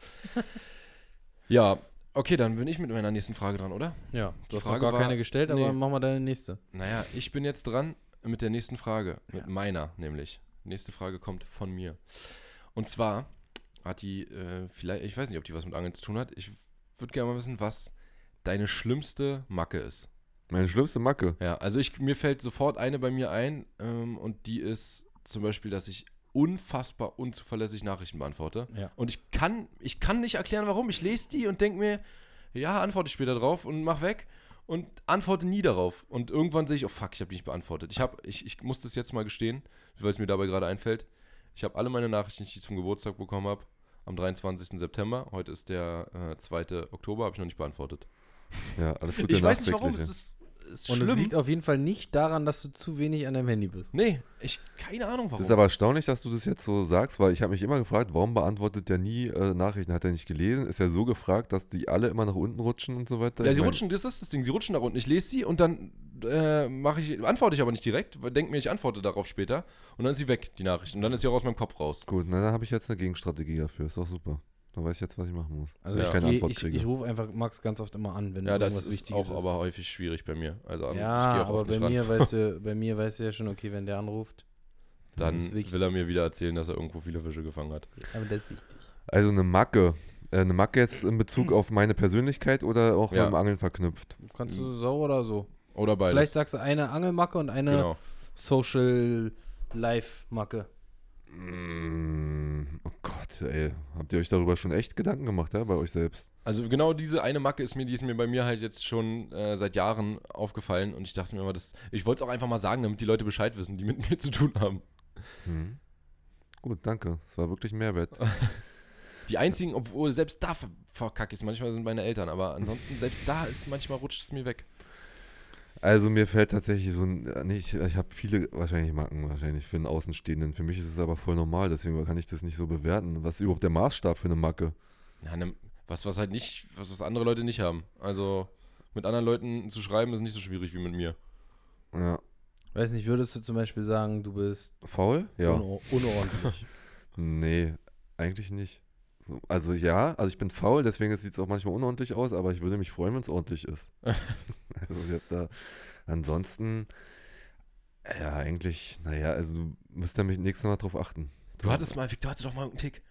B: Ja, okay, dann bin ich mit meiner nächsten Frage dran, oder?
C: Ja,
B: Die
C: du hast
B: Frage
C: noch gar
B: war-
C: keine gestellt, aber
B: nee.
C: machen wir deine nächste.
B: Naja, ich bin jetzt dran mit der nächsten Frage. Mit
C: Ja.
B: meiner nämlich. Die nächste Frage kommt von mir. Und zwar hat die, äh, vielleicht, ich weiß nicht, ob die was mit Angeln zu tun hat. Ich würde gerne mal wissen, was deine schlimmste Macke ist.
D: (laughs) Meine schlimmste Macke.
B: Ja, also ich, mir fällt sofort eine bei mir ein ähm, und die ist zum Beispiel, dass ich unfassbar unzuverlässig Nachrichten beantworte.
C: Ja.
B: Und ich kann, ich kann nicht erklären, warum. Ich lese die und denke mir, ja, antworte ich später drauf und mach weg und antworte nie darauf. Und irgendwann sehe ich, oh fuck, ich habe die nicht beantwortet. Ich, hab, ich, ich muss das jetzt mal gestehen, weil es mir dabei gerade einfällt. Ich habe alle meine Nachrichten, die ich zum Geburtstag bekommen habe, am 23. September, heute ist der äh, 2. Oktober, habe ich noch nicht beantwortet.
D: Ja, alles Gute.
B: Ich weiß nicht warum, es
D: nachträglich.
B: ist, es ist
C: Und
B: schlimm.
C: es liegt auf jeden Fall nicht daran, dass du zu wenig an deinem Handy bist.
B: Nee, ich keine Ahnung warum.
D: Das ist aber erstaunlich, dass du das jetzt so sagst, weil ich habe mich immer gefragt, warum beantwortet der nie äh, Nachrichten? Hat er nicht gelesen? Ist ja so gefragt, dass die alle immer nach unten rutschen und so weiter.
B: ja,
D: Ich
B: sie
D: mein,
B: rutschen, das ist das Ding, sie rutschen da unten. Ich lese sie und dann äh, mache ich, antworte ich aber nicht direkt, weil denke mir, ich antworte darauf später und dann ist sie weg, die Nachricht. Und dann ist sie auch aus meinem Kopf raus.
D: Gut, na, dann habe ich jetzt eine Gegenstrategie dafür. Ist doch super. Dann weiß ich jetzt, was ich machen muss.
C: Also
D: wenn
C: ich,
D: ich keine
C: geh-
D: Antwort
C: ich,
D: kriege.
C: ich rufe einfach Max ganz oft immer an, wenn
B: Ja, das
C: irgendwas
B: ist auch
C: Wichtiges ist.
B: aber häufig schwierig bei mir. Also an-
C: ja,
B: geh
C: aber
B: oft
C: bei
B: nicht ran.
C: mir, weißt
B: (laughs)
C: du, bei mir weißt du ja schon, okay, wenn der anruft. das
B: dann
C: ist wichtig.
B: will er mir wieder erzählen, dass er irgendwo viele Fische gefangen hat.
C: Aber das ist wichtig.
D: also eine Macke. Äh, eine Macke jetzt in Bezug auf meine Persönlichkeit oder auch
B: Ja.
D: beim Angeln verknüpft.
C: Kannst du so oder so.
B: Oder Hm. beides.
C: Vielleicht sagst du eine Angelmacke und eine
B: genau.
C: Social Life Macke.
D: Mm, Oh Gott, ey. Habt ihr euch darüber schon echt Gedanken gemacht, ja, bei euch selbst?
B: Also genau diese eine Macke ist mir, die ist mir bei mir halt jetzt schon äh, seit Jahren aufgefallen und ich dachte mir immer, das, ich wollte es auch einfach mal sagen, damit die Leute Bescheid wissen, die mit mir zu tun haben.
D: Hm. Gut, danke. Es war wirklich Mehrwert.
B: Die einzigen, obwohl selbst da ver- verkacke ich es manchmal, sind meine Eltern, aber ansonsten selbst da ist manchmal rutscht es mir weg.
D: Also mir fällt tatsächlich so ein, nicht, ich habe viele wahrscheinlich Macken wahrscheinlich für einen Außenstehenden. Für mich ist es aber voll normal, deswegen kann ich das nicht so bewerten. Was ist überhaupt der Maßstab für eine Macke?
B: Ja, ne, was, was halt nicht, was, was andere Leute nicht haben. Also mit anderen Leuten zu schreiben ist nicht so schwierig wie mit mir.
D: Ja.
C: Weiß nicht, würdest du zum Beispiel sagen, du bist
D: Faul? Ja.
C: unor-
B: (laughs)
C: unordentlich?
D: Nee, eigentlich nicht. So, also ja, also ich bin faul, deswegen sieht es auch manchmal unordentlich aus, aber ich würde mich freuen, wenn es ordentlich
B: (laughs)
D: ist. also ich habe da ansonsten ja eigentlich, naja, also du müsst ja mich nächstes Mal drauf achten.
B: Du hattest mal, Victor hatte doch mal irgendeinen Tick.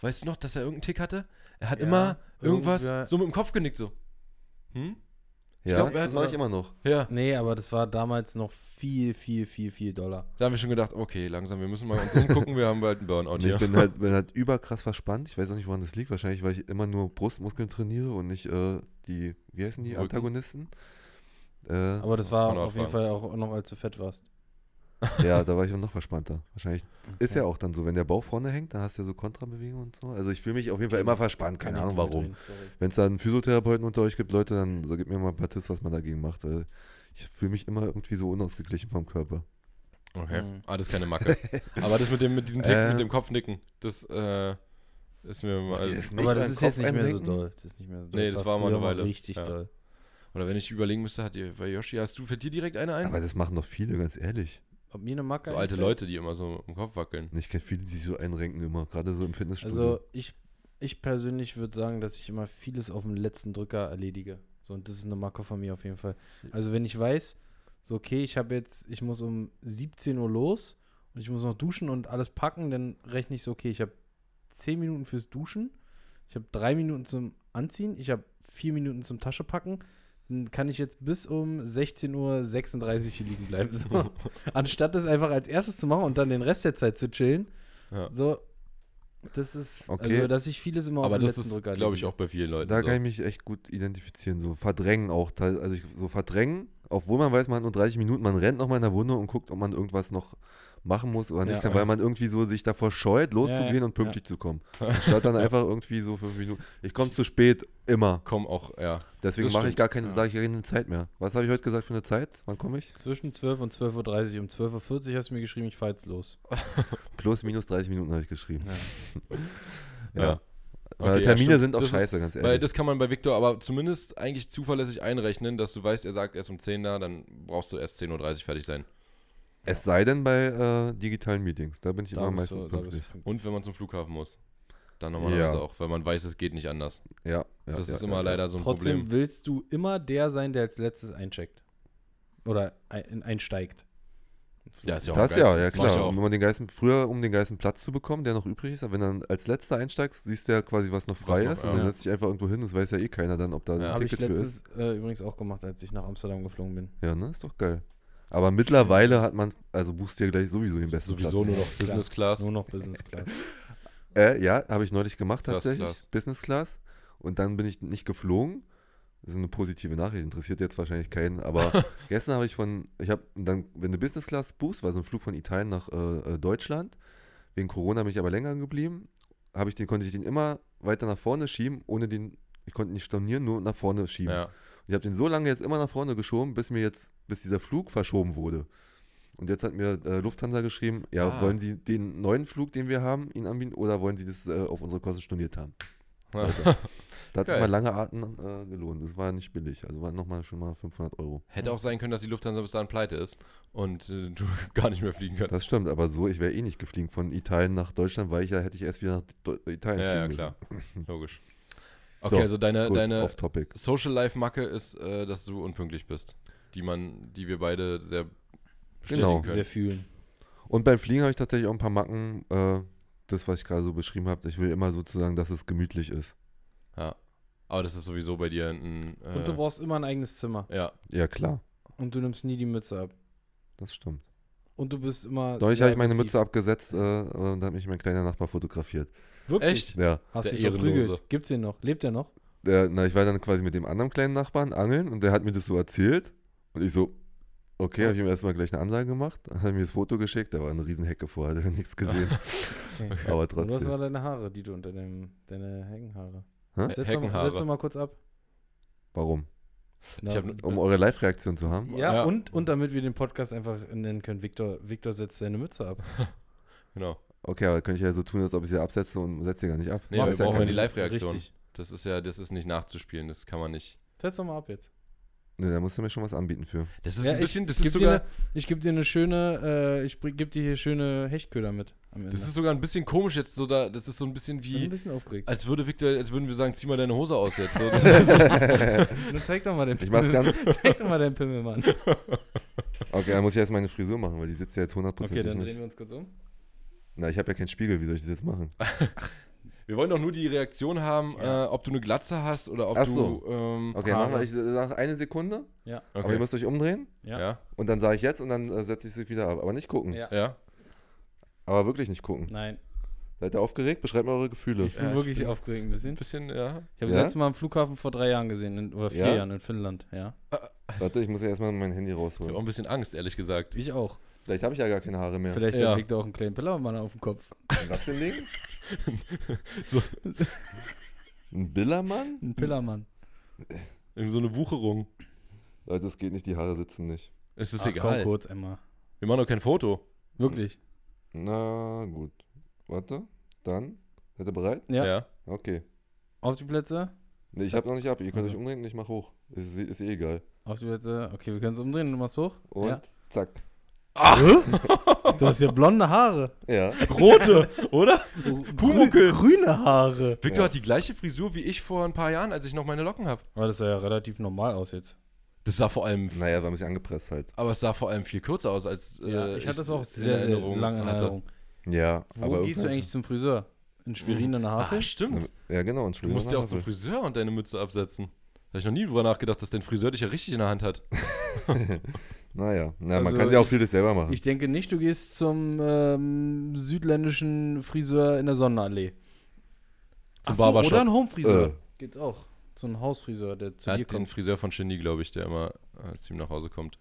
B: Weißt du noch, dass er irgendeinen Tick hatte? Er hat
C: Ja,
B: immer irgendwas
C: irgendwer-
B: so mit dem Kopf genickt, so. Hm?
D: Ja,
B: glaub, er hat
D: das mache ich
B: mal-
D: immer noch.
B: Ja.
C: nee, aber das war damals noch viel, viel, viel, viel Dollar.
B: Da haben wir schon gedacht, okay, langsam, wir müssen mal uns umgucken, wir haben bald einen Burnout
D: Nee,
B: hier.
D: ich
B: (laughs)
D: bin halt, bin halt überkrass verspannt. Ich weiß auch nicht, woran das liegt. Wahrscheinlich, weil ich immer nur Brustmuskeln trainiere und nicht äh, die, wie heißen die,
B: Rücken.
D: Antagonisten. Äh,
C: Aber das war
B: Kann man
C: auf jeden
B: fragen.
C: Fall auch noch, als du fett warst.
B: (laughs)
D: ja, da war ich auch noch verspannter. Wahrscheinlich ist ja auch dann so, wenn der Bauch vorne hängt, dann hast du ja so Kontrabewegungen und so. Also ich fühle mich auf jeden Fall immer verspannt, keine Ahnung warum. Wenn es da einen Physiotherapeuten unter euch gibt, Leute, dann so, gebt mir mal ein paar Tipps, was man dagegen macht. weil Ich fühle mich immer irgendwie so unausgeglichen vom Körper.
B: Okay,
C: Mhm.
B: ah, das ist keine Macke. Aber das mit dem, mit diesem Tick,
D: Äh.
B: mit dem Kopfnicken, das äh, ist mir mal.
D: Dir ist nicht
C: Aber
D: dein
C: das ist
D: Kopf
C: jetzt nicht mehr so
D: einrenken?
C: doll. Das ist nicht mehr so doll.
B: Nee, das war mal
C: früher
B: eine Weile.
C: Richtig
B: Ja.
C: doll.
B: Oder wenn ich überlegen müsste, hat ihr bei Yoshi, hast du fällt dir direkt eine ein?
D: Aber das machen doch viele, ganz ehrlich.
C: Ob mir eine Macke
B: so alte
C: einfällt?
B: Leute, die immer so im Kopf wackeln.
D: Ich kenne viele, die sich so einrenken immer, gerade so im Fitnessstudio.
C: Also ich, ich persönlich würde sagen, dass ich immer vieles auf dem letzten Drücker erledige. So, und das ist eine Marke von mir auf jeden Fall. Also wenn ich weiß, so okay, ich habe jetzt, ich muss um 17 Uhr los und ich muss noch duschen und alles packen, dann rechne ich so, okay, ich habe 10 Minuten fürs Duschen, ich habe 3 Minuten zum Anziehen, ich habe 4 Minuten zum Tasche packen, dann kann ich jetzt bis um 16.36 Uhr hier liegen bleiben. So. Anstatt das einfach als erstes zu machen und dann den Rest der Zeit zu chillen,
B: Ja.
C: so, das ist,
D: Okay.
C: also, dass ich vieles immer
B: Aber
C: auf den
B: das
C: letzten
B: ist,
C: Drücker
B: glaube ich,
C: erledige.
B: auch bei vielen Leuten.
D: Da
B: so.
D: kann ich mich echt gut identifizieren. So verdrängen auch. teil- Also ich, so verdrängen, obwohl man weiß, man hat nur 30 Minuten, man rennt nochmal in der Wunde und guckt, ob man irgendwas noch machen muss oder nicht
C: Ja.
D: kann, weil man irgendwie so sich davor scheut, loszugehen und pünktlich
B: (laughs)
D: zu kommen. Anstatt dann einfach irgendwie so fünf Minuten. Ich komme zu spät, immer.
B: Komm auch,
D: (laughs)
B: ja.
D: Deswegen
B: Das
D: mache ich
B: stimmt.
D: gar keine, sage ich keine Zeit mehr. Was habe ich heute gesagt für eine Zeit? Wann komme ich?
C: Zwischen 12 und 12.30 Uhr. Um 12.40 Uhr hast du mir geschrieben, ich fahr jetzt los.
D: Plus, minus 30 Minuten habe ich geschrieben. (laughs) Ja.
B: Ja. Okay,
D: Weil
B: ja,
D: Termine
B: stimmt.
D: sind auch
B: Das ist-
D: scheiße, ganz
B: Weil
D: ehrlich.
B: das kann man bei Victor aber zumindest eigentlich zuverlässig einrechnen, dass du weißt, er sagt erst um 10 da, dann brauchst du erst 10.30 Uhr fertig sein.
D: Es sei denn bei äh, digitalen Meetings. Da bin ich immer
C: bist du-
D: meistens
C: da bist du
D: pünktlich.
C: pünktlich.
B: Und wenn man zum Flughafen muss. Dann normalerweise
D: Ja.
B: auch, weil man weiß, es geht nicht anders.
D: Ja, ja,
B: das
D: ja,
B: ist immer
D: ja, ja.
B: leider so ein
C: Trotzdem
B: Problem.
C: willst du immer der sein, der als letztes eincheckt. Oder ein, einsteigt.
B: Ja, ist ja auch
D: Das
B: geil.
D: ja, ja
B: Das mach ich
D: klar.
B: auch.
D: Und Wenn man den Geisten, früher, um den geilsten Platz zu bekommen, der noch übrig ist, aber wenn du dann als letzter einsteigst, siehst du ja quasi, was noch frei
B: noch-
D: ist und
B: ja.
D: dann setzt dich einfach irgendwo hin, das weiß ja eh keiner dann, ob da
B: Ja.
D: ein
C: Habe ich
D: Ticket für ist.
C: letztes äh, übrigens auch gemacht, als ich nach Amsterdam geflogen bin.
D: Ja, ne, ist doch geil. Aber mittlerweile hat man, also buchst du ja gleich sowieso den besten
B: Sowieso
D: Platz.
B: nur noch Business Class.
C: Nur noch Business Class.
D: Äh, ja, habe ich neulich gemacht
B: First
D: tatsächlich,
B: Class.
D: Business Class und dann bin ich nicht geflogen. Das ist eine positive Nachricht, interessiert jetzt wahrscheinlich keinen,
B: (laughs)
D: aber gestern habe ich von, ich habe dann, wenn du Business Class buchst, war so ein Flug von Italien nach äh, äh, Deutschland, wegen Corona bin ich aber länger geblieben, habe ich den, konnte ich den immer weiter nach vorne schieben, ohne den, ich konnte nicht stornieren, nur nach vorne schieben.
B: Ja.
D: Ich habe den so lange jetzt immer nach vorne geschoben, bis mir jetzt, bis dieser Flug verschoben wurde. Und jetzt hat mir äh, Lufthansa geschrieben, ja,
B: Ah.
D: wollen Sie den neuen Flug, den wir haben, Ihnen anbieten oder wollen Sie das äh, auf unsere Kosten storniert haben?
B: (laughs)
D: Da hat
B: Geil.
D: sich mal lange Atem äh, gelohnt. Das war nicht billig. Also waren nochmal schon mal 500 Euro.
B: Hätte auch sein können, dass die Lufthansa bis dahin pleite ist und äh, du (laughs) gar nicht mehr fliegen kannst.
D: Das stimmt, aber so, ich wäre eh nicht gefliegen. Von Italien nach Deutschland, weil ich ja, hätte ich erst wieder nach Deu- äh, Italien
B: ja, ja,
D: fliegen
B: klar.
D: (laughs)
B: Logisch. Okay,
D: So,
B: also deine,
D: müssen. Gut,
B: deine
D: off topic.
B: Social Life Macke ist, äh, dass du unpünktlich bist. Die man, die wir beide sehr bestätigen
D: Genau.
B: können.
C: Sehr fühlen.
D: Und beim Fliegen habe ich tatsächlich auch ein paar Macken. Äh, das, was ich gerade so beschrieben habe, ich will immer sozusagen, dass es gemütlich ist.
B: Ja. Aber das ist sowieso bei dir ein. Äh,
C: Und du brauchst immer ein eigenes Zimmer.
B: ja,
D: Ja, klar.
C: Und du nimmst nie die Mütze ab.
D: Das stimmt.
A: Und du bist immer.
D: Neulich
A: sehr
D: habe ich meine
A: aggressiv.
D: Mütze abgesetzt äh, und da hat mich mein kleiner Nachbar fotografiert.
A: Wirklich?
B: Echt?
D: Ja.
A: Hast du
B: Der
A: ihn verprügelt?
B: Ehrenlose.
A: Gibt's den noch? Lebt er noch?
D: Der, na, ich war dann quasi mit dem anderen kleinen Nachbarn angeln und der hat mir das so erzählt. Und ich so, okay, habe ich ihm erstmal gleich eine Ansage gemacht. Dann hat er mir das Foto geschickt, da war eine Riesenhecke vorher, hat er
B: (laughs)
D: nichts gesehen.
A: (laughs) Okay.
D: Aber
A: Und was
D: trotzdem.
A: waren deine Haare, die du unter dem, deine Heckenhaare?
D: Hä?
A: Setz doch, mal,
B: Heckenhaare.
A: setz doch mal kurz ab.
D: Warum?
A: Na,
B: hab ne-
D: Um eure Live-Reaktion zu haben?
A: ja,
B: Ja.
A: Und, und damit wir den Podcast einfach nennen können, Victor, Victor setzt seine Mütze ab.
B: Genau.
D: Okay, aber könnte ich ja so tun, als ob ich sie absetze und setze sie gar nicht ab.
B: Nee,
D: Das
B: wir
D: ist
B: brauchen ja
D: kein-
B: die Live-Reaktion.
A: Richtig.
B: Das ist ja, das ist nicht nachzuspielen, das kann man nicht.
A: Setz doch mal ab jetzt.
D: Nee, da musst du mir schon was anbieten
A: (laughs)
D: für. (laughs)
B: Das ist
A: Ja,
B: ein bisschen, das
A: ich
B: ist
A: geb dir
B: sogar,
A: ne- Ich gebe dir eine schöne, äh, ich bring- geb dir hier schöne Hechtköder mit am Ende.
B: das ist sogar ein bisschen komisch jetzt so da, das ist so ein bisschen
A: ich bin ein
B: wie,
A: bisschen aufgeregt.
B: als würde Victor, als würden wir sagen, zieh mal deine Hose aus jetzt. So,
D: (laughs)
B: das ist,
A: Nun zeig doch mal den
D: Ich mach's
A: Pimmel.
D: ganz.
A: (laughs) Zeig doch mal deinen Pimmel, Mann.
D: Okay, dann muss ich erst meine Frisur machen, weil die sitzt ja jetzt
A: Okay,
D: hundertprozentig
A: dann drehen
D: nicht.
A: wir uns kurz um.
D: Na, ich habe ja keinen Spiegel, wie soll ich das jetzt machen?
B: wir wollen doch nur die Reaktion haben,
A: Ja.
B: äh, ob du eine Glatze hast oder ob
D: Ach so.
B: du, ähm,
D: Okay,
A: Haare.
D: machen wir. Ich sage eine Sekunde, aber ihr müsst euch umdrehen
A: Ja.
B: ja. ja,
D: und dann sage ich jetzt und dann äh, setze ich sie wieder ab. Aber nicht gucken.
A: Ja.
B: ja.
D: Aber wirklich nicht gucken.
A: Nein,
D: Seid ihr aufgeregt? Beschreibt mal eure Gefühle.
A: ich bin
B: Ja, ich
A: wirklich
B: bin-
A: aufgeregt ein bisschen.
B: ein bisschen, ja.
A: Ich habe
D: Ja?
A: das letzte Mal am Flughafen vor drei Jahren gesehen, in, oder vier
D: Ja?
A: Jahren in Finnland, ja.
D: Warte, ich muss ja erstmal mein Handy
B: Ich habe
D: rausholen.
B: auch ein bisschen Angst, ehrlich gesagt.
A: Ich auch.
D: Vielleicht habe ich ja gar keine Haare mehr.
A: Vielleicht
B: Ja.
A: hat Victor auch einen kleinen Pillermann auf dem Kopf.
D: Was für ein Ding?
A: (laughs)
D: Ein Billermann?
A: Ein Pillermann.
B: Irgend so eine Wucherung.
D: Leute, das geht nicht, die Haare sitzen nicht.
B: Es ist
A: Ach, Komm
B: egal.
A: kurz einmal.
B: wir machen doch kein Foto.
A: Wirklich.
D: Hm. Na gut. Warte, dann. Seid ihr bereit?
A: Ja.
D: Okay.
A: Auf die Plätze.
D: Nee, ich habe noch nicht ab. Ihr könnt
A: Also.
D: euch umdrehen und ich mache hoch. Ist, ist eh egal.
A: Auf die Plätze. Okay, wir können es umdrehen. Du machst hoch.
D: Und
A: Ja.
D: zack.
A: Du hast ja blonde Haare.
D: Ja.
B: Rote, oder? Kuhmuckel.
A: Grüne Haare.
B: Victor
D: Ja.
B: hat die gleiche Frisur wie ich vor ein paar Jahren, als ich noch meine Locken habe.
A: Aber das sah ja relativ normal aus jetzt.
B: Das sah vor allem,
D: Naja, war ein bisschen angepresst halt.
B: aber es sah vor allem viel kürzer aus, als
A: Ja,
B: äh,
A: ich hatte es auch
B: in
A: sehr, sehr
B: Erinnerung
A: lange in Erinnerung.
D: Ja,
A: Wo
D: aber.
A: gehst du
D: irgendwie-
A: eigentlich zum Friseur? In Schwerin in der Havel?
B: Ah, stimmt.
D: Ja, genau. Und
B: Du musst ja auch zum Friseur und deine Mütze absetzen. Da habe ich noch nie drüber nachgedacht, dass dein Friseur dich ja richtig in der Hand hat.
D: Naja, na, man
A: Also
D: kann ja auch
A: ich-
D: vieles selber machen.
A: Ich denke nicht, du gehst zum ähm, südländischen Friseur in der Sonnenallee.
B: Zum
A: Ach so,
B: Barbershop.
A: Oder ein Homefriseur.
D: Äh.
A: Geht auch. So ein Hausfriseur, der zu
B: Er
A: dir
B: hat den
A: kommt.
B: Friseur von Shindy, glaube ich, der immer äh, zu ihm nach Hause kommt.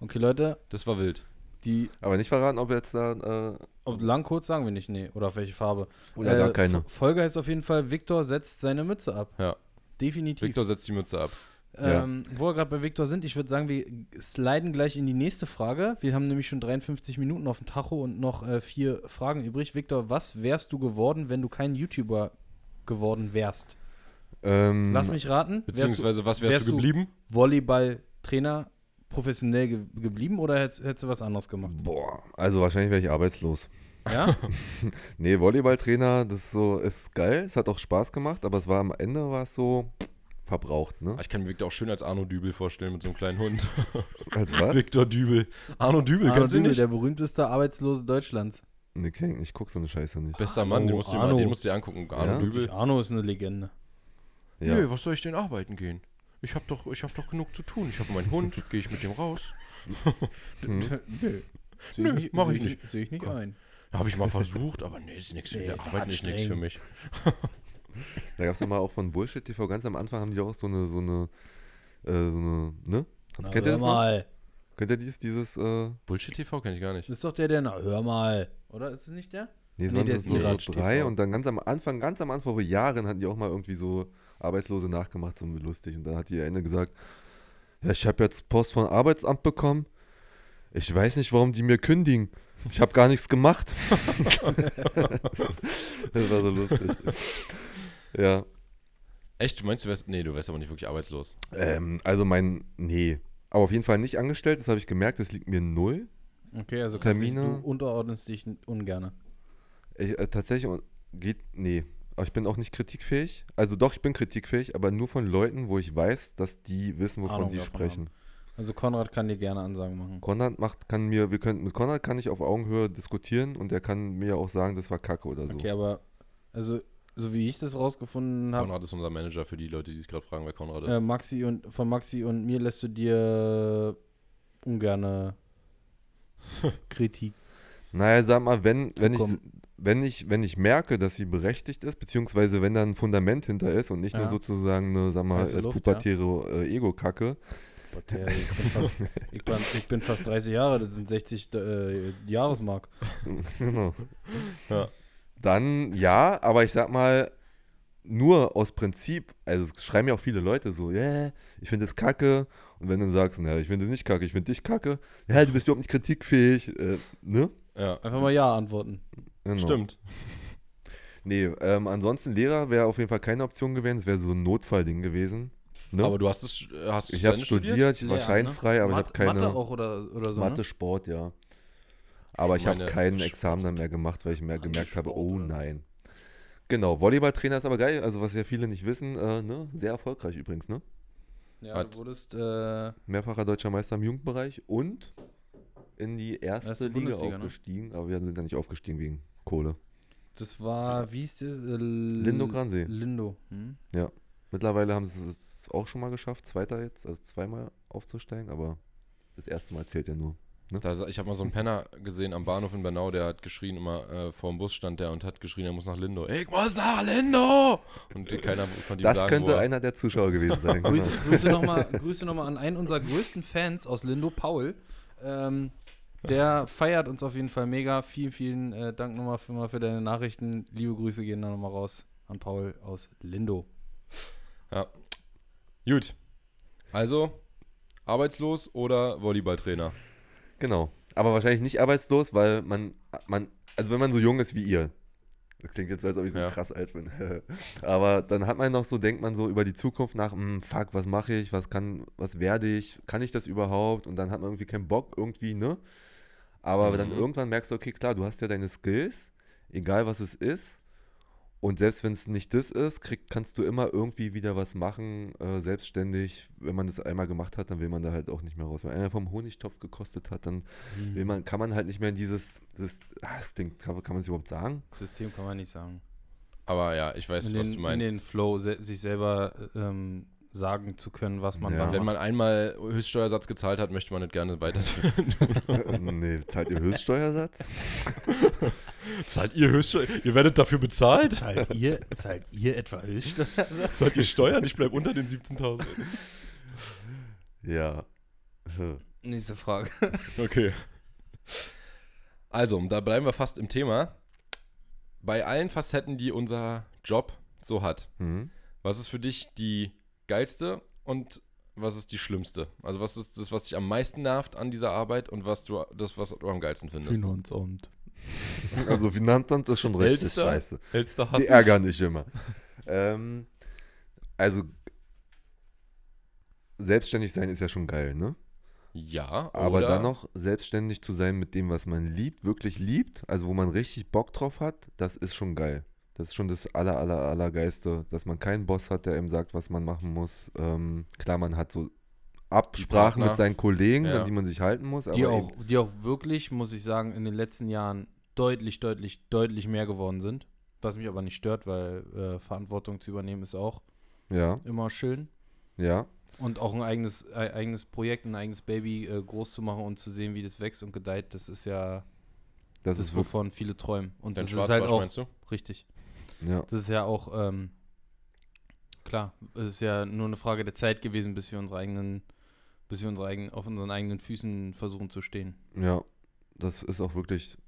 A: Okay, Leute,
B: Das war wild.
A: die.
D: aber nicht verraten, ob jetzt da. Äh,
A: Ob lang, kurz sagen wir nicht, nee. Oder auf welche Farbe.
D: oder gar
A: Äh,
D: keine.
A: F- Folge heißt auf jeden Fall, Victor setzt seine Mütze ab.
B: Ja.
A: Definitiv.
B: Victor setzt die Mütze ab.
D: Ja.
A: Ähm, Wo wir gerade bei Victor sind, ich würde sagen, wir sliden gleich in die nächste Frage. Wir haben nämlich schon 53 Minuten auf dem Tacho und noch äh, vier Fragen übrig. Victor, was wärst du geworden, wenn du kein YouTuber geworden wärst?
D: Ähm,
A: Lass mich raten.
B: Hm.
A: Wärst du
B: Beziehungsweise, was wärst,
A: wärst
B: du
A: du-
B: geblieben?
A: Volleyballtrainer professionell ge geblieben oder hättest, hättest du was anderes gemacht?
D: Boah, also wahrscheinlich wäre ich arbeitslos.
A: Ja?
D: (laughs) Nee, Volleyballtrainer, das ist so ist geil, es hat auch Spaß gemacht, aber es war am Ende war es so verbraucht, ne?
B: Ah, Ich kann mir Victor auch schön als Arno Dübel vorstellen mit so einem kleinen
A: (laughs)
B: Hund.
D: Also was?
B: Victor Dübel. Arno Dübel,
A: Arno
B: kannst du ihn
A: Dübel,
B: nicht?
A: Ah, der berühmteste Arbeitslose Deutschlands.
D: Nee, kenn, ich guck so eine Scheiße nicht.
B: Bester Mann, den
A: Oh,
B: musst, du dir mal,
A: Arno.
B: den musst du dir angucken. Arno
D: Ja?
B: Dübel.
A: Arno ist eine Legende.
D: Ja.
B: Nö, was soll ich denn arbeiten gehen? Ich hab doch, ich hab doch genug zu tun. Ich habe meinen Hund, gehe ich mit dem raus.
A: Nö. Seh
B: Nö, mach
A: seh
B: ich nicht.
A: Sehe ich nicht
B: Komm.
A: ein.
B: Habe ich mal versucht, aber nee, ist nichts.
A: Nee,
B: Nee,
A: ist
B: Arbeiten ist nichts für
A: anstrengend.
B: mich.
D: Da gab es nochmal auch von Bullshit TV, ganz am Anfang haben die auch so eine, so eine, äh, so eine, ne?
A: Na,
D: Kennt ihr
A: hör
D: das noch?
A: mal.
D: Kennt ihr dieses, dieses, äh,
B: Bullshit TV kenne ich gar nicht.
A: Das ist doch der, der, na, hör mal. Oder ist es nicht der?
D: nee, es
A: Nee,
D: waren
A: der
D: so-
A: ist Iratsch
D: so, so drei
A: TV.
D: und dann ganz am Anfang, ganz am Anfang vor Jahren hatten die auch mal irgendwie so Arbeitslose nachgemacht, so lustig und dann hat die ihr Ende gesagt, ja, ich habe jetzt Post vom Arbeitsamt bekommen, ich weiß nicht, warum die mir kündigen, ich habe gar nichts
A: (laughs)
D: gemacht. das war so lustig. Ja,
B: Echt, du meinst, du wärst. Nee, du wärst aber nicht wirklich arbeitslos.
D: ähm, also mein, nee, aber auf jeden Fall nicht angestellt, das habe ich gemerkt, das liegt mir null.
A: Okay, also
D: Termine.
A: Dich, du unterordnest dich n- ungerne.
D: Ich, äh, tatsächlich und- geht, nee. Aber ich bin auch nicht kritikfähig. Also doch, ich bin kritikfähig, aber nur von Leuten, wo ich weiß, dass die wissen, wovon
A: Ahnung
D: sie
A: davon
D: sprechen.
A: Also Konrad kann dir gerne Ansagen machen.
D: Konrad macht, kann mir, wir können, mit Konrad kann ich auf Augenhöhe diskutieren und er kann mir auch sagen, das war Kacke oder so.
A: Okay, aber also so wie ich das rausgefunden habe,
B: Konrad ist unser Manager für die Leute, die sich gerade fragen, wer Konrad ist. (laughs)
A: äh, Maxi und von Maxi und mir lässt du dir ungerne
C: Kritik.
D: Naja, sag mal, wenn,
C: zu
D: wenn, ich,
C: kommen.
D: wenn, ich, wenn ich merke, dass sie berechtigt ist, beziehungsweise wenn da ein Fundament hinter ist und nicht
C: Ja.
D: nur sozusagen eine, sag mal,
C: Heiße
D: als
C: Luft,
D: pubertäre äh, Ego-Kacke,
C: Gott, der,
D: (laughs)
C: ich, bin fast, ich, bin, ich bin fast 30 Jahre, das sind 60 äh, Jahresmark.
D: (laughs) genau.
B: Ja.
D: Dann ja, aber ich sag mal, nur aus Prinzip, also es schreiben ja auch viele Leute so, ja, ich finde das kacke. Und wenn du dann sagst, naja, ich finde das nicht kacke, ich finde dich kacke, ja, du bist überhaupt nicht kritikfähig, äh, ne?
B: Ja,
C: Einfach mal Ja antworten.
D: Genau.
B: stimmt.
D: Nee, ähm, ansonsten Lehrer wäre auf jeden Fall keine Option gewesen, es wäre so ein Notfallding gewesen. Ne?
B: Aber du hast es äh, hast du
D: ich
B: zu
D: habe
B: Ende
D: studiert, ich war
C: Lehrer,
D: scheinfrei, aber
C: Mat-
D: ich habe keine
C: Mathe auch oder, oder so.
D: Mathe,
C: ne?
D: Sport, ja. Aber ich habe
B: meine,
D: keinen
B: Sport.
D: Examen dann mehr gemacht, weil ich mehr gemerkt habe,
C: Sport
D: oh
C: oder was?
D: nein. Genau, Volleyballtrainer ist aber geil, also was ja viele nicht wissen, äh, ne? sehr erfolgreich übrigens, ne?
C: Ja, du
B: Hat-
C: wurdest äh,
D: Mehrfacher deutscher Meister im Jugendbereich und in die erste,
C: Erste
D: Liga
C: Bundesliga, ne?
D: aufgestiegen, aber wir sind da nicht aufgestiegen wegen Kohle.
C: Das war, wie hieß der? Äh,
D: Lindo Gransee.
C: Lindo. Hm?
D: Mittlerweile haben sie es auch schon mal geschafft, zweiter jetzt, also zweimal aufzusteigen, aber das erste Mal zählt ja nur.
B: Da, sa- ich habe mal so einen Penner gesehen am Bahnhof in Bernau, der hat geschrien, immer äh, vor dem Bus stand der und hat geschrien, er muss nach Lindo. Ich muss nach Lindo! Und keiner konnte ihm
D: das
B: sagen, wo
D: könnte
B: er-
D: einer der Zuschauer gewesen
C: (laughs)
D: sein. genau.
C: Grüße, Grüße nochmal Grüße noch mal (laughs) an einen unserer größten Fans aus Lindo, Paul. Ähm, der feiert uns auf jeden Fall mega. Vielen, vielen äh, Dank nochmal für, mal für deine Nachrichten. Liebe Grüße gehen da nochmal raus an Paul aus Lindo.
B: Gut. Also, arbeitslos oder Volleyballtrainer?
D: Genau. Aber wahrscheinlich nicht arbeitslos, weil man, man, also wenn man so jung ist wie ihr, das klingt jetzt so, als ob ich so
B: Ja.
D: krass alt bin. (laughs) Aber dann hat man noch so, denkt man so über die Zukunft nach, "Hm, fuck, was mache ich, was kann, was werde ich, kann ich das überhaupt? Und dann hat man irgendwie keinen Bock, irgendwie, ne? Aber dann
B: Mhm.
D: irgendwann merkst du, okay, klar, du hast ja deine Skills, egal was es ist. Und selbst wenn es nicht das ist, krieg, kannst du immer irgendwie wieder was machen, äh, selbstständig. Wenn man das einmal gemacht hat, dann will man da halt auch nicht mehr raus. Wenn einer vom Honigtopf gekostet hat, dann will man, kann man halt nicht mehr in dieses, dieses ah, das Ding, kann, kann man es überhaupt sagen? (laughs)
C: System kann man nicht sagen.
B: Aber ja, ich weiß,
C: In
B: was
C: den,
B: du
C: in
B: meinst.
C: den Flow, se sich selber ähm, sagen zu können, was man
D: Ja.
C: da
B: Wenn
C: macht.
B: man einmal Höchststeuersatz gezahlt hat, möchte man nicht gerne (laughs) weiter.
D: nee, zahlt ihr Höchststeuersatz?
B: Zahlt ihr Höchststeuer? Ihr werdet dafür bezahlt?
C: Zahlt ihr, zahlt ihr etwa Höchststeuersatz?
B: Zahlt ihr Steuern? Ich bleibe unter den 17.000.
D: Ja. (laughs)
C: Nächste Frage.
B: Okay. Also, da bleiben wir fast im Thema. Bei allen Facetten, die unser Job so hat,
D: Hm?
B: was ist für dich die geilste und was ist die schlimmste? Also, was ist das, was dich am meisten nervt an dieser Arbeit und was du das, was du am geilsten findest?
C: Finanzamt.
D: Also Finanzamt ist schon richtig
B: Elster?
D: scheiße.
B: Hältst du
D: Die ärgern dich immer. ähm, also, selbstständig sein ist ja schon geil, ne?
B: Ja,
D: Aber
B: oder
D: dann noch selbstständig zu sein mit dem, was man liebt, wirklich liebt, also wo man richtig Bock drauf hat, das ist schon geil. Das ist schon das aller, aller, aller Geiste, dass man keinen Boss hat, der ihm sagt, was man machen muss. Ähm, klar, man hat so Absprachen
B: Partner.
D: mit seinen Kollegen,
B: Ja.
D: an die man sich halten muss. Aber
C: Die
D: eben-
C: auch, die auch wirklich, muss ich sagen, in den letzten Jahren deutlich, deutlich, deutlich mehr geworden sind. Was mich aber nicht stört, weil äh, Verantwortung zu übernehmen ist auch
D: Ja,
C: immer schön.
D: ja.
C: Und auch ein eigenes, e- eigenes Projekt, ein eigenes Baby äh, groß zu machen und zu sehen, wie das wächst und gedeiht, das ist ja
D: Das,
C: das,
D: ist wirklich.
C: wovon viele träumen. Und
B: dein
C: das ist halt
B: Schwarzbarsch,
C: auch
B: meinst du?
C: richtig.
D: Ja.
C: Das ist ja auch, ähm, klar, es ist ja nur eine Frage der Zeit gewesen, bis wir unsere eigenen, bis wir unsere eigenen, auf unseren eigenen Füßen versuchen zu stehen.
D: Ja, das ist auch wirklich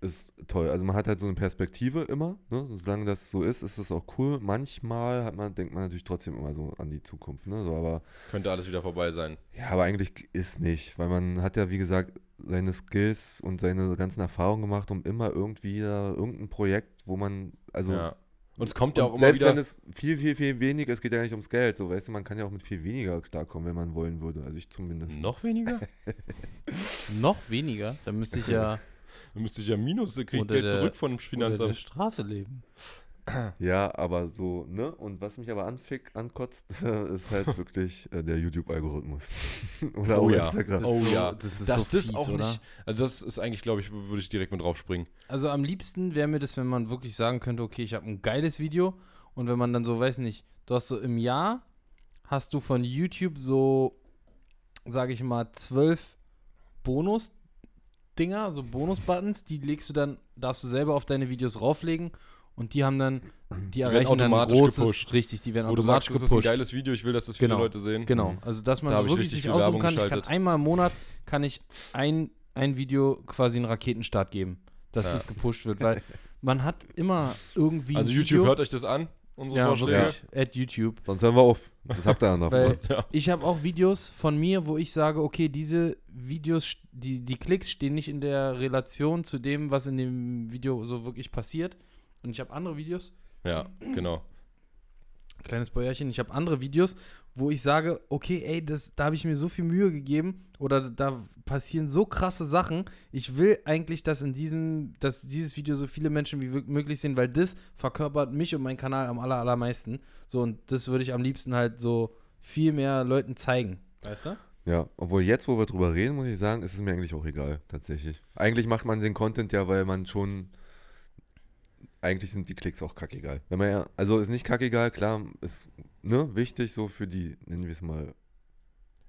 D: ist toll. Also man hat halt so eine Perspektive immer, ne? Solange das so ist, ist das auch cool. Manchmal hat man, denkt man natürlich trotzdem immer so an die Zukunft, ne? So, aber
B: Könnte alles wieder vorbei sein.
D: ja, aber eigentlich ist nicht, weil man hat ja, wie gesagt, seine Skills und seine ganzen Erfahrungen gemacht, um immer irgendwie da irgendein Projekt, wo man, also
B: ja. Und es kommt ja
D: und
B: auch immer
D: selbst
B: wieder.
D: wenn es viel, viel, viel weniger ist, geht ja nicht ums Geld. So, weißt du, man kann ja auch mit viel weniger klarkommen, wenn man wollen würde. Also ich zumindest.
B: noch
D: (laughs)
B: weniger?
C: Noch weniger, da müsste ich ja
B: Dann müsste ich ja Minus, dann krieg ich
C: Unter
B: Geld
C: der-
B: zurück von dem
C: unter der
B: Finanzamt.
C: Straße leben.
D: Ja, aber so, ne? Und was mich aber anfick, ankotzt, (laughs) äh, ist halt
B: (laughs)
D: wirklich äh, der YouTube-Algorithmus. (laughs) Oder
B: Oh
D: auch
B: ja.
D: Instagram.
C: Das-
B: Oh
C: so-
B: ja,
C: das ist
B: dass
C: so
B: das
C: fies,
B: auch
C: oder?
B: nicht. Also das ist eigentlich, glaube ich, würde ich direkt mit drauf springen.
C: Also am liebsten wäre mir das, wenn man wirklich sagen könnte, okay, ich habe ein geiles Video und wenn man dann so, weiß nicht, du hast so im Jahr, hast du von YouTube so, sage ich mal, zwölf Bonus, Dinger, so Bonus-Buttons, die legst du dann, darfst du selber auf deine Videos rauflegen und die haben dann, die, erreichen
B: automatisch
C: dann ein großes,
B: gepusht.
C: richtig, die werden
B: Wo du
C: automatisch
B: sagst, das ist ein
C: gepusht.
B: geiles Video, ich will, dass das viele
C: Genau.
B: Leute sehen.
C: Genau, also dass man
B: Mhm. Da
C: so
B: hab ich
C: wirklich
B: richtig
C: sich
B: viel
C: aussuchen
B: Werbung
C: kann, ich kann
B: geschaltet.
C: einmal im Monat kann ich ein, ein Video quasi einen Raketenstart geben, dass
B: Ja.
C: das gepusht
B: (laughs)
C: wird, weil man hat immer irgendwie
B: Also
C: ein
B: YouTube,
C: Video.
B: hört euch das an, unsere
C: ja,
B: Vorschläge.
C: wirklich, at YouTube.
D: Sonst hören wir auf. Das habt ihr dann davon.
C: Weil
B: (laughs) Ja.
C: ich habe auch Videos von mir, wo ich sage, okay, diese Videos, st- die, die Klicks stehen nicht in der Relation zu dem, was in dem Video so wirklich passiert. Und ich habe andere Videos,
B: ja, genau.
C: kleines Bäuerchen, ich habe andere Videos, wo ich sage, okay, ey, das, da habe ich mir so viel Mühe gegeben oder da passieren so krasse Sachen. Ich will eigentlich, dass in diesem, dass dieses Video so viele Menschen wie wir- möglich sehen, weil das verkörpert mich und meinen Kanal am aller, allermeisten. So, und das würde ich am liebsten halt so viel mehr Leuten zeigen. Weißt du?
D: Ja, obwohl jetzt, wo wir drüber reden, muss ich sagen, ist es mir eigentlich auch egal, tatsächlich. Eigentlich macht man den Content ja, weil man schon. Eigentlich sind die Klicks auch kackegal. Wenn man ja, also ist nicht kackegal, klar, ist ne, wichtig so für die, nennen wir es mal,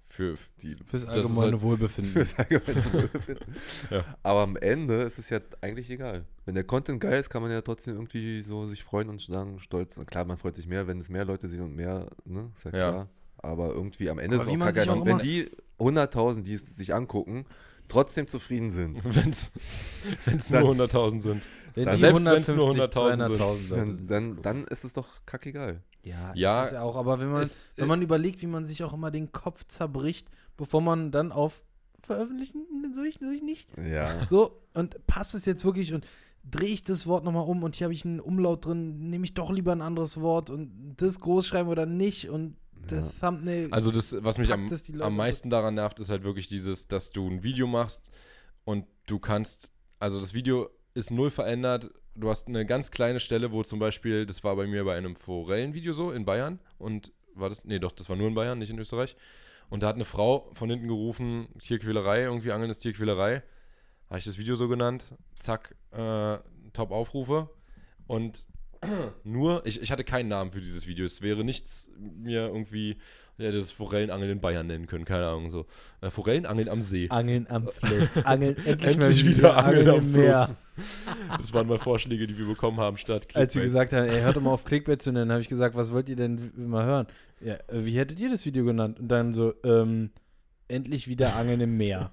B: Für, (laughs)
D: die
B: Das
C: Fürs
B: ist
C: allgemeine
B: halt-
D: (laughs)
B: (laughs)
C: Wohlbefinden.
D: fürs allgemeine Wohlbefinden.
B: Ja.
D: Aber am Ende ist es ja eigentlich egal. Wenn der Content geil ist, kann man ja trotzdem irgendwie so sich freuen und sagen, stolz. Und klar, man freut sich mehr, wenn es mehr Leute sehen und mehr, ne? Ist ja,
B: Ja.
D: klar. Aber irgendwie am Ende
C: Aber
D: ist es
C: wie
D: auch
C: man
D: kacke.
C: sich auch
D: Wenn, wenn
C: immer-
D: die 100.000, die es sich angucken, trotzdem
B: (laughs)
D: zufrieden sind,
B: wenn
C: (laughs)
B: es nur
D: Dann-
B: 100.000 sind.
C: Wenn
D: Dann-
C: die
B: selbst wenn's nur
C: 150,
B: 100.000
C: 200.000 Leute
D: dann,
C: sind, ist
D: dann,
C: gut.
D: dann ist es doch kackegal.
C: Ja,
B: Ja,
C: ist es ja auch. Aber wenn man,
B: es- äh,
C: wenn man überlegt, wie man sich auch immer den Kopf zerbricht, bevor man dann auf veröffentlichen, soll ich, soll ich nicht?
D: Ja.
C: So, und passt es jetzt wirklich und drehe ich das Wort nochmal um und hier habe ich einen Umlaut drin, nehme ich doch lieber ein anderes Wort und das groß schreiben oder nicht und das Thumbnail.
B: Also das, was mich am,
C: Packt es die Leute
B: am
C: (laughs)
B: meisten daran nervt, ist halt wirklich dieses, dass du ein Video machst und du kannst, also das Video ist null verändert. Du hast eine ganz kleine Stelle, wo zum Beispiel, das war bei mir bei einem Forellenvideo so in Bayern und war das, nee doch, das war nur in Bayern, nicht in Österreich. Und da hat eine Frau von hinten gerufen, Tierquälerei, irgendwie Angeln ist Tierquälerei. Habe ich das Video so genannt. Zack, äh, Top-Aufrufe. Und (clears throat) nur, ich, ich hatte keinen Namen für dieses Video. Es wäre nichts mir irgendwie, ja, das Forellenangeln in Bayern nennen können, keine Ahnung so. Äh, Forellenangeln am See.
C: Angeln am Fluss, Angeln, endlich, mal
B: Endlich wieder Angeln am
C: im
B: Fluss. Das waren mal Vorschläge, die wir bekommen haben, statt
C: Als sie
B: Clickbaits.
C: gesagt haben, ey, hört doch mal auf Clickbait zu nennen, habe ich gesagt, was wollt ihr denn w- mal hören? Ja, äh, wie hättet ihr das Video genannt? Und dann so, ähm, endlich wieder Angeln im
A: (laughs)
C: Meer.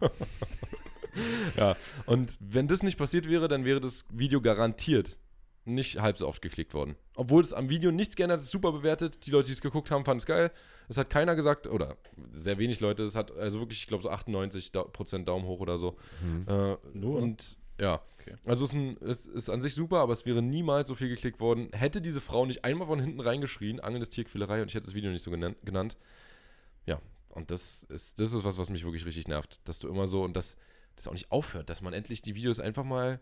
B: Und wenn das nicht passiert wäre, dann wäre das Video garantiert nicht halb so oft geklickt worden. Obwohl es am Video nichts geändert ist, super bewertet. Die Leute, die es geguckt haben, fanden es geil. Es hat keiner gesagt, oder sehr wenig Leute, es hat also wirklich, ich glaube, so 98% Da- Prozent Daumen hoch oder so.
D: Mhm.
B: Äh,
C: Nur?
B: Und ja, also es ist, ein, es ist an sich super, aber es wäre niemals so viel geklickt worden. Hätte diese Frau nicht einmal von hinten reingeschrien, Angeln ist Tierquälerei und ich hätte das Video nicht so genan- genannt. Ja, und das ist, das ist was, was mich wirklich richtig nervt, dass du immer so und das, das auch nicht aufhört, dass man endlich die Videos einfach mal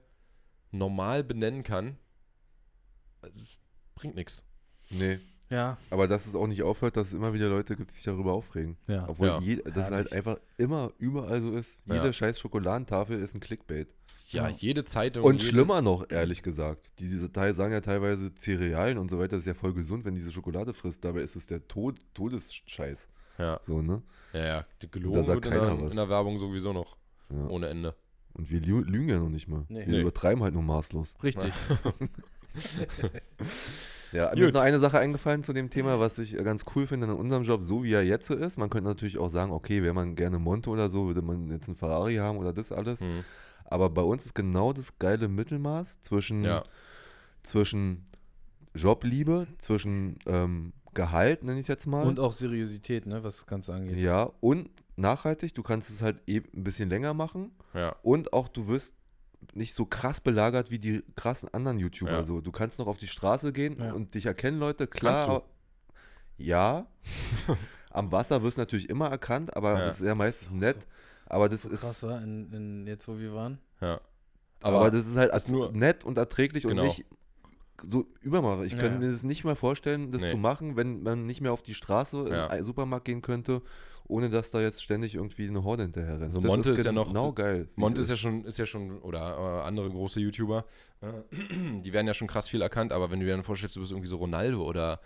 B: normal benennen kann. Also, es bringt nichts.
D: Nee.
C: Ja,
D: Aber dass es auch nicht aufhört, dass es immer wieder Leute gibt, die sich darüber aufregen.
C: ja.
D: Obwohl
B: Ja.
D: je, das halt
C: Herrlich.
D: einfach immer überall so ist. Jede
B: Ja.
D: scheiß Schokoladentafel ist ein Clickbait.
B: Ja,
C: Ja.
B: jede Zeitung.
D: Genau. Und
B: jedes-
D: schlimmer noch, ehrlich gesagt. Diese Teil sagen ja teilweise Cerealien und so weiter, ist ja voll gesund, wenn diese Schokolade frisst. Dabei ist es der Tod, Todesscheiß.
B: Ja,
D: So, ne?
B: ja, ja.
D: Da
B: Gelogen
D: sagt
B: wird in
D: keiner
B: der,
D: was.
B: in der Werbung sowieso noch.
D: Ja.
B: Ohne Ende.
D: Und wir lü- lügen ja noch nicht mal.
C: Nee.
D: Wir
B: Nee.
D: übertreiben halt nur maßlos.
C: Richtig.
D: Ja, mir ist
B: Gut.
D: noch eine Sache eingefallen zu dem Thema, was ich äh, ganz cool finde an unserem Job, so wie er jetzt ist. Man könnte natürlich auch sagen, okay, wäre man gerne Monte oder so, würde man jetzt einen Ferrari haben oder das alles.
B: Mhm.
D: Aber bei uns ist genau das geile Mittelmaß zwischen
B: Ja.
D: zwischen Jobliebe, zwischen ähm, Gehalt, nenne ich es jetzt mal.
C: Und auch Seriosität, ne, was das Ganze angeht.
D: ja, und nachhaltig. Du kannst es halt eh ein bisschen länger machen.
B: Ja.
D: Und auch du wirst nicht so krass belagert wie die krassen anderen YouTuber.
B: Ja.
D: So, du kannst noch auf die Straße gehen
C: Ja.
D: und dich erkennen, Leute. Klar.
B: Kannst du?
D: aber- Ja. Am Wasser wirst du natürlich immer erkannt, aber
B: Ja.
D: das ist ja meistens
C: so-
D: nett. Aber das
C: So
D: ist.
C: krass war, in, in, jetzt wo wir waren.
B: Ja.
D: Aber, das ist halt
B: ist nur-
D: nett und erträglich
B: Genau.
D: und nicht so übermache. Ich
C: Ja,
D: kann
C: ja.
D: mir das nicht mehr vorstellen, das
B: Nee.
D: zu machen, wenn man nicht mehr auf die Straße in
B: Ja.
D: einen Supermarkt gehen könnte, ohne dass da jetzt ständig irgendwie eine Horde hinterher rennt.
B: Also
D: das
B: Monte ist ja noch-
D: genau geil. wie
B: Monte
D: es
B: ist ja schon, ist ja schon, oder äh, andere große YouTuber, äh, (clears throat) die werden ja schon krass viel erkannt, aber wenn du dir dann vorstellst, du bist irgendwie so Ronaldo oder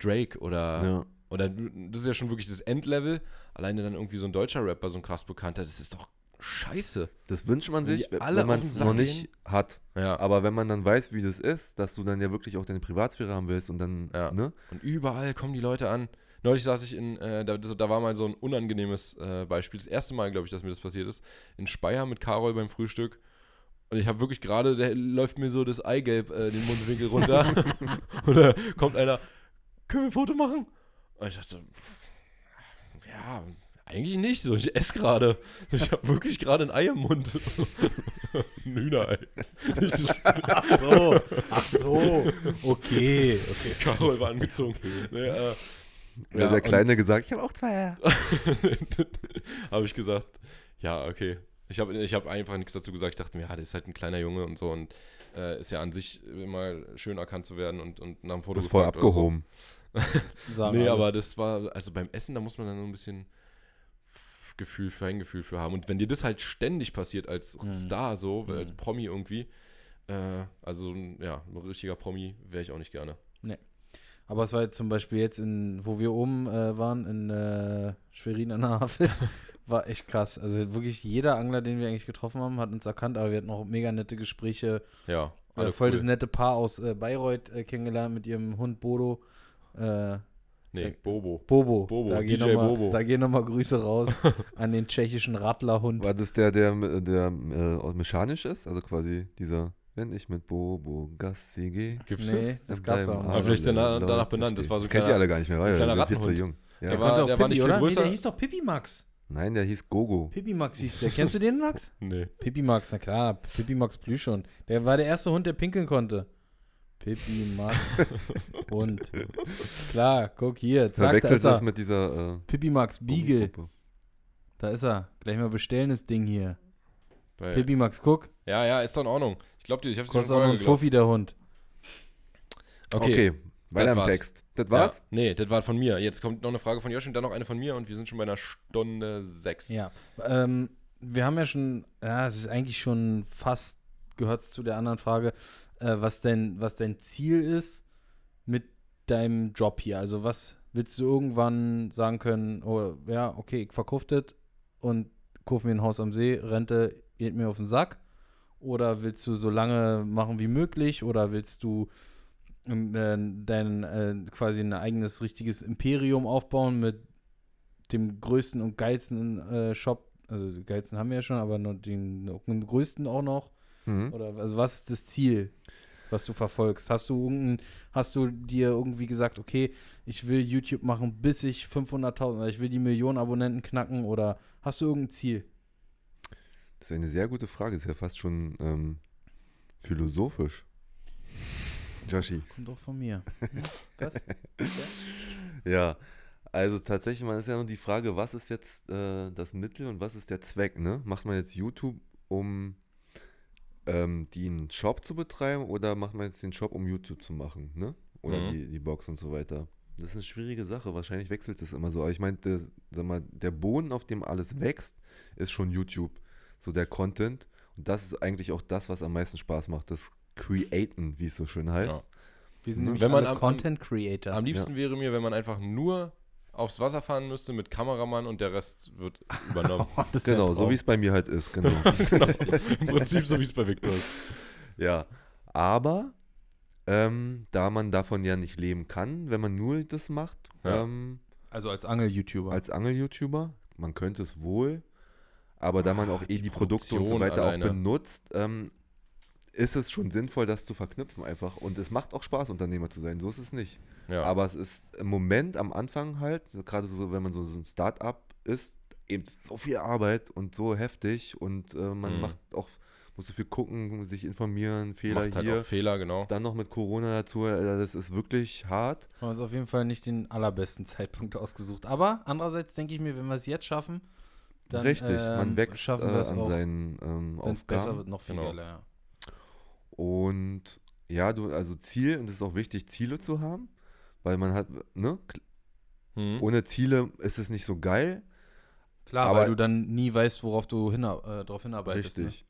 B: Drake oder,
D: Ja.
B: oder du- das ist ja schon wirklich das Endlevel, alleine dann irgendwie so ein deutscher Rapper, so ein krass bekannter, das ist doch, scheiße.
D: Das wünscht man sich,
B: Die alle
D: wenn man
B: auf den
D: es
B: Sack
D: noch nicht hat.
B: Ja.
D: Aber wenn man dann weiß, wie das ist, dass du dann ja wirklich auch deine Privatsphäre haben willst und dann,
B: Ja.
D: ne?
B: Und überall kommen die Leute an. Neulich saß ich in, äh, da, da war mal so ein unangenehmes äh, Beispiel. Das erste Mal, glaube ich, dass mir das passiert ist. In Speyer mit Karol beim Frühstück. Und ich habe wirklich gerade, der läuft mir so das Eigelb äh, den Mundwinkel runter. Oder kommt einer, können wir ein Foto machen? Und ich dachte, so, ja, eigentlich nicht. So, ich esse gerade. Ich habe wirklich gerade ein Ei im Mund. (laughs) ein Hühnerei. (laughs) Nicht das
A: Ach so, ach so. Okay, okay.
B: Karol war angezogen. Nee, äh,
D: Ja, der Kleine gesagt, ich habe auch zwei.
B: (laughs) habe ich gesagt, ja, okay. Ich habe ich hab einfach nichts dazu gesagt. Ich dachte mir, ja, der ist halt ein kleiner Junge und so und äh, ist ja an sich immer schön erkannt zu werden und, und nach dem Foto
D: Das ist voll
B: gefragt oder
D: abgehoben.
B: So.
A: Sagen
B: Nee,
A: alle.
B: aber das war, also beim Essen, da muss man dann so ein bisschen F- Gefühl für ein Gefühl für haben. Und wenn dir das halt ständig passiert als
A: Mhm.
B: Star so, weil als Promi irgendwie, äh, also ein- ja, ein richtiger Promi wäre ich auch nicht gerne.
A: Aber es war jetzt zum Beispiel jetzt, in, wo wir oben äh, waren, in äh, Schwerin an der Havel, (laughs) war echt krass. Also wirklich jeder Angler, den wir eigentlich getroffen haben, hat uns erkannt, aber wir hatten auch mega nette Gespräche.
B: Ja,
A: Äh, voll
B: cool.
A: das nette Paar aus äh, Bayreuth äh, kennengelernt mit ihrem Hund Bodo. Äh,
B: Nee, Bobo.
A: Bobo.
B: Bobo,
A: da gehen
B: DJ
A: noch mal,
B: Bobo.
A: Da gehen nochmal Grüße raus (laughs) an den tschechischen Radlerhund.
D: War das der, der, der äh, mechanisch ist? Also quasi dieser, wenn ich mit Bobo Gassi gehe.
B: Gibt's das?
A: Nee, das gab's auch
B: Aber
A: noch.
B: vielleicht ist der na- danach benannt, das war so ein
D: Kennt ihr
B: kleiner-
D: alle gar nicht mehr,
B: ein
D: weil
B: kleiner
D: wir sind viel zu
B: Rattenhund.
D: jung. Ja.
B: Der war-
A: konnte auch
B: der war nicht viel größer.
A: Nee, der hieß doch Pippi Max.
D: Nein, der hieß Gogo.
A: Pippi Max hieß der. Kennst du den, Max?
B: Nee.
A: (laughs) Pippi Max, na klar. Pippi Max Plüschhund. Der war der erste Hund, der pinkeln konnte. Pippi Max (laughs) Hund. Klar, guck hier. Zack, da
D: Verwechselt
A: ist er.
D: das mit dieser äh,
A: Pippi Max Beagle.
D: Gummipuppe.
A: Da ist er. Gleich mal bestellen das Ding hier.
B: Bei,
A: Pippi Max, guck.
B: Ja, ja, ist doch in Ordnung. Ich glaube dir, ich habe es schon
A: Kostet auch noch
B: vorher
A: ein
B: geglaubt.
A: Fuffi, der Hund.
D: Okay, weiter im
B: war's.
D: Text. Das war's?
B: Ja, nee, das war von mir. Jetzt kommt noch eine Frage von Josh und dann noch eine von mir und wir sind schon bei einer Stunde sechs.
A: Ja. Ähm, wir haben ja schon, ja, es ist eigentlich schon fast, gehört zu der anderen Frage, äh, was, denn, was dein Ziel ist mit deinem Job hier. Also was willst du irgendwann sagen können, oh, ja, okay, ich verkaufe das und kaufe mir ein Haus am See, Rente geht mir auf den Sack. Oder willst du so lange machen wie möglich? Oder willst du ähm, äh, dein äh, quasi ein eigenes richtiges Imperium aufbauen mit dem größten und geilsten äh, Shop, also den geilsten haben wir ja schon, aber nur den, den größten auch noch.
D: Mhm.
A: Oder also was ist das Ziel, was du verfolgst? Hast du irgendein, hast du dir irgendwie gesagt, okay, ich will YouTube machen, bis ich 500.000 oder ich will die Millionen Abonnenten knacken oder hast du irgendein Ziel?
D: Das ist eine sehr gute Frage. Ist ja fast schon ähm, philosophisch. Joshi.
A: Kommt doch von mir. Hm? Das?
D: (laughs) Ja, also tatsächlich, man ist ja nur die Frage, was ist jetzt äh, das Mittel und was ist der Zweck, ne? Macht man jetzt YouTube, um ähm, den Shop zu betreiben oder macht man jetzt den Shop, um YouTube zu machen, ne? Oder
B: Mhm.
D: die, die Box und so weiter. Das ist eine schwierige Sache, wahrscheinlich wechselt das immer so. Aber ich meine, der, sag mal, der Boden, auf dem alles wächst, ist schon YouTube, so der Content. Und das ist eigentlich auch das, was am meisten Spaß macht, das Createn, wie es so schön heißt.
A: Wir sind
D: Wenn
A: nämlich
B: man
A: alle
B: am- am-
A: Content Creator.
B: Am liebsten wäre mir, wenn man einfach nur aufs Wasser fahren müsste mit Kameramann und der Rest wird
D: (laughs)
B: übernommen.
A: (laughs) Das ist ja
D: Genau,
A: ein
D: so
A: Traum.
D: wie es bei mir halt ist, genau.
B: Im Prinzip so wie es bei Victor ist.
D: Ja, aber ähm, da man davon ja nicht leben kann, wenn man nur das macht,
B: Ja.
D: ähm,
A: Also als Angel-YouTuber.
D: als Angel-YouTuber, man könnte es wohl, aber da man auch eh die, Produkte und so
B: Produktion
D: weiter
B: alleine.
D: auch benutzt, ähm, ist es schon sinnvoll, das zu verknüpfen einfach. Und es macht auch Spaß, Unternehmer zu sein, so ist es nicht.
B: Ja.
D: Aber es ist im Moment am Anfang halt, so gerade so, wenn man so, so ein Start-up ist, eben so viel Arbeit und so heftig und äh, man
B: Mhm.
D: macht auch, muss so viel gucken, sich informieren, Fehler
B: Macht halt
D: hier.
B: auch Fehler, genau.
D: Dann noch mit Corona dazu, äh, das ist wirklich hart.
A: Haben wir uns auf jeden Fall nicht den allerbesten (laughs) Zeitpunkt ausgesucht. Aber andererseits denke ich mir, wenn wir es jetzt schaffen, dann
D: Richtig,
A: ähm,
D: man wächst
A: schaffen
D: äh,
A: wir es
D: an
A: auch,
D: seinen ähm,
A: wenn es besser
D: Aufgaben.
A: wird, noch viel
B: Genau.
A: geiler. Ja.
D: Und ja, du, also Ziel, und es ist auch wichtig, Ziele zu haben, weil man hat, ne, kl-
B: Mhm.
D: ohne Ziele ist es nicht so geil.
A: Klar,
D: Aber-
A: weil du dann nie weißt, worauf du hin, äh, drauf hinarbeitest.
D: richtig.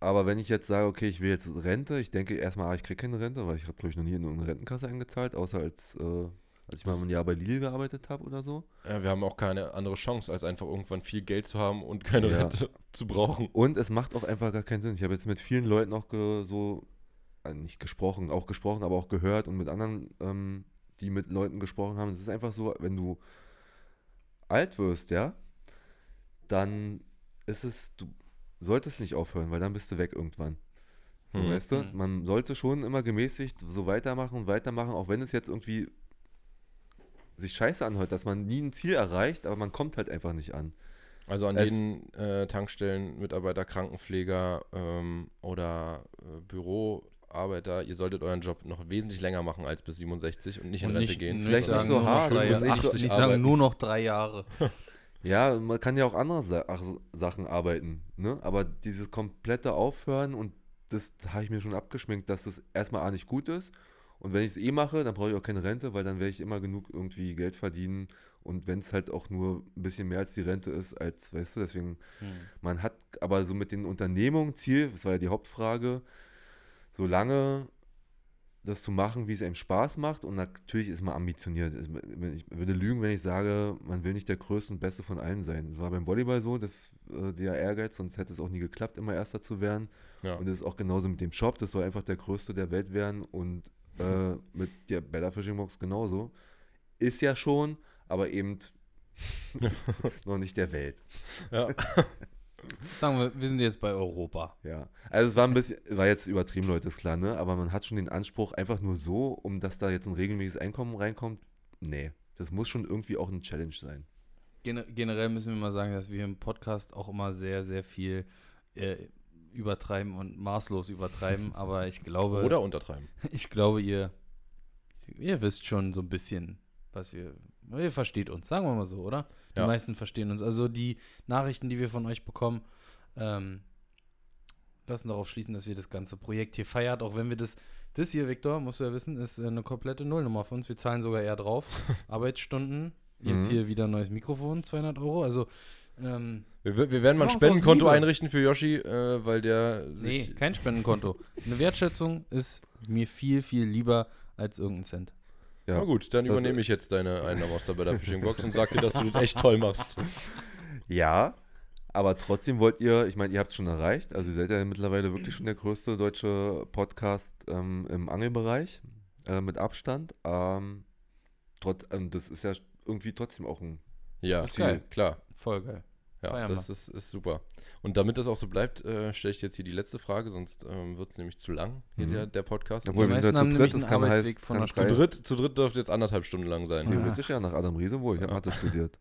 D: Aber wenn ich jetzt sage, okay, ich will jetzt Rente, ich denke erstmal, ah, ich kriege keine Rente, weil ich habe, glaube ich, noch nie in eine Rentenkasse eingezahlt, außer als äh, Als ich mal ein Jahr bei Lidl gearbeitet habe oder so.
B: Ja, wir haben auch keine andere Chance, als einfach irgendwann viel Geld zu haben und keine
D: Ja.
B: Rente zu brauchen.
D: Und es macht auch einfach gar keinen Sinn. Ich habe jetzt mit vielen Leuten auch ge so, äh, nicht gesprochen, auch gesprochen, aber auch gehört und mit anderen, ähm, die mit Leuten gesprochen haben. Es ist einfach so, wenn du alt wirst, ja, dann ist es, du solltest nicht aufhören, weil dann bist du weg irgendwann. So,
B: Hm.
D: weißt du,
C: Hm.
D: man sollte schon immer gemäßigt so weitermachen und weitermachen, auch wenn es jetzt irgendwie sich scheiße anhört, dass man nie ein Ziel erreicht, aber man kommt halt einfach nicht an.
B: Also an
D: Es-
B: jeden äh, Tankstellen, Mitarbeiter, Krankenpfleger ähm, oder äh, Büroarbeiter, ihr solltet euren Job noch wesentlich länger machen als bis 67 und nicht in
C: Und
B: Rente
C: nicht,
B: gehen.
C: nicht
D: Vielleicht
C: sagen,
D: nicht so
C: nur noch
D: hart,
C: drei
B: du musst
C: Jahre. Nicht, so,
B: 80
C: nicht sagen,
B: arbeiten.
C: nur noch drei Jahre.
D: Ja, man kann ja auch andere Sa ach, Sachen arbeiten, ne? Aber dieses komplette Aufhören und das habe ich mir schon abgeschminkt, dass das erstmal A nicht gut ist. Und wenn ich es eh mache, dann brauche ich auch keine Rente, weil dann werde ich immer genug irgendwie Geld verdienen. Und wenn es halt auch nur ein bisschen mehr als die Rente ist, als, weißt du, deswegen,
C: Hm.
D: man hat aber so mit den Unternehmungen Ziel, das war ja die Hauptfrage, so lange das zu machen, wie es einem Spaß macht. Und natürlich ist man ambitioniert. Es- wenn Ich würde lügen, wenn ich sage, man will nicht der Größte und Beste von allen sein. Das war beim Volleyball so, das äh, der Ehrgeiz, sonst hätte es auch nie geklappt, immer Erster zu werden.
B: Ja.
D: Und das ist auch genauso mit dem Shop, das soll einfach der Größte der Welt werden. Und äh, mit der Better Fishing Box genauso. Ist ja schon, aber eben noch nicht der Welt.
B: Ja.
C: Sagen wir, wir sind jetzt bei Europa.
D: Ja, also es war ein bisschen, war jetzt übertrieben, Leute, ist klar, ne? Aber man hat schon den Anspruch, einfach nur so, um dass da jetzt ein regelmäßiges Einkommen reinkommt. Nee, das muss schon irgendwie auch eine Challenge sein.
C: Gen generell müssen wir mal sagen, dass wir im Podcast auch immer sehr, sehr viel äh, übertreiben und maßlos übertreiben. aber ich glaube,
B: Oder untertreiben.
C: ich glaube, ihr, ihr wisst schon so ein bisschen, was wir. Ihr versteht uns, sagen wir mal so, oder? Die
B: Ja.
C: meisten verstehen uns. Also die Nachrichten, die wir von euch bekommen, ähm, lassen darauf schließen, dass ihr das ganze Projekt hier feiert, auch wenn wir das. Das hier, Viktor, musst du ja wissen, ist äh, eine komplette Nullnummer für uns. Wir zahlen sogar eher drauf. Arbeitsstunden. Jetzt
D: Mhm.
C: hier wieder ein neues Mikrofon, 200 Euro. Also, ähm,
B: Wir, wir wir werden mal ein
C: Wir machen's aus
B: Spendenkonto
C: Liebe.
B: einrichten für Yoshi, äh, weil der
C: nee,
B: sich.
C: kein Spendenkonto. Eine Wertschätzung ist mir viel, viel lieber als irgendein Cent.
D: Ja.
B: Na gut, dann
D: Das-
B: übernehme ich jetzt deine Einnahmen aus der Better Fishing Box und sag dir, dass du das echt toll machst.
D: Ja, aber trotzdem wollt ihr, ich meine, ihr habt es schon erreicht, also ihr seid ja mittlerweile wirklich schon der größte deutsche Podcast ähm, im Angelbereich, äh, mit Abstand. Ähm, trotz, ähm, das ist ja irgendwie trotzdem auch ein,
B: Ja,
C: Ist geil.
B: klar.
C: Voll geil.
B: Ja,
C: Feiern
B: das ist, ist super. Und damit das auch so bleibt, äh, stelle ich jetzt hier die letzte Frage, sonst ähm, wird es nämlich zu lang, hier
D: Mhm.
B: der, der Podcast.
D: obwohl wir
C: meisten
D: sind ja
C: haben
D: zu dritt,
C: nämlich einen
D: das kann heißt,
C: Arbeitsweg von
D: kann
C: einer Stunde.
B: zu,
D: drei-
B: dritt, zu dritt dürfte jetzt anderthalb Stunden lang sein.
C: Ja.
D: theoretisch ja nach Adam Riese wohl, ich habe
B: Ja.
D: Mathe studiert.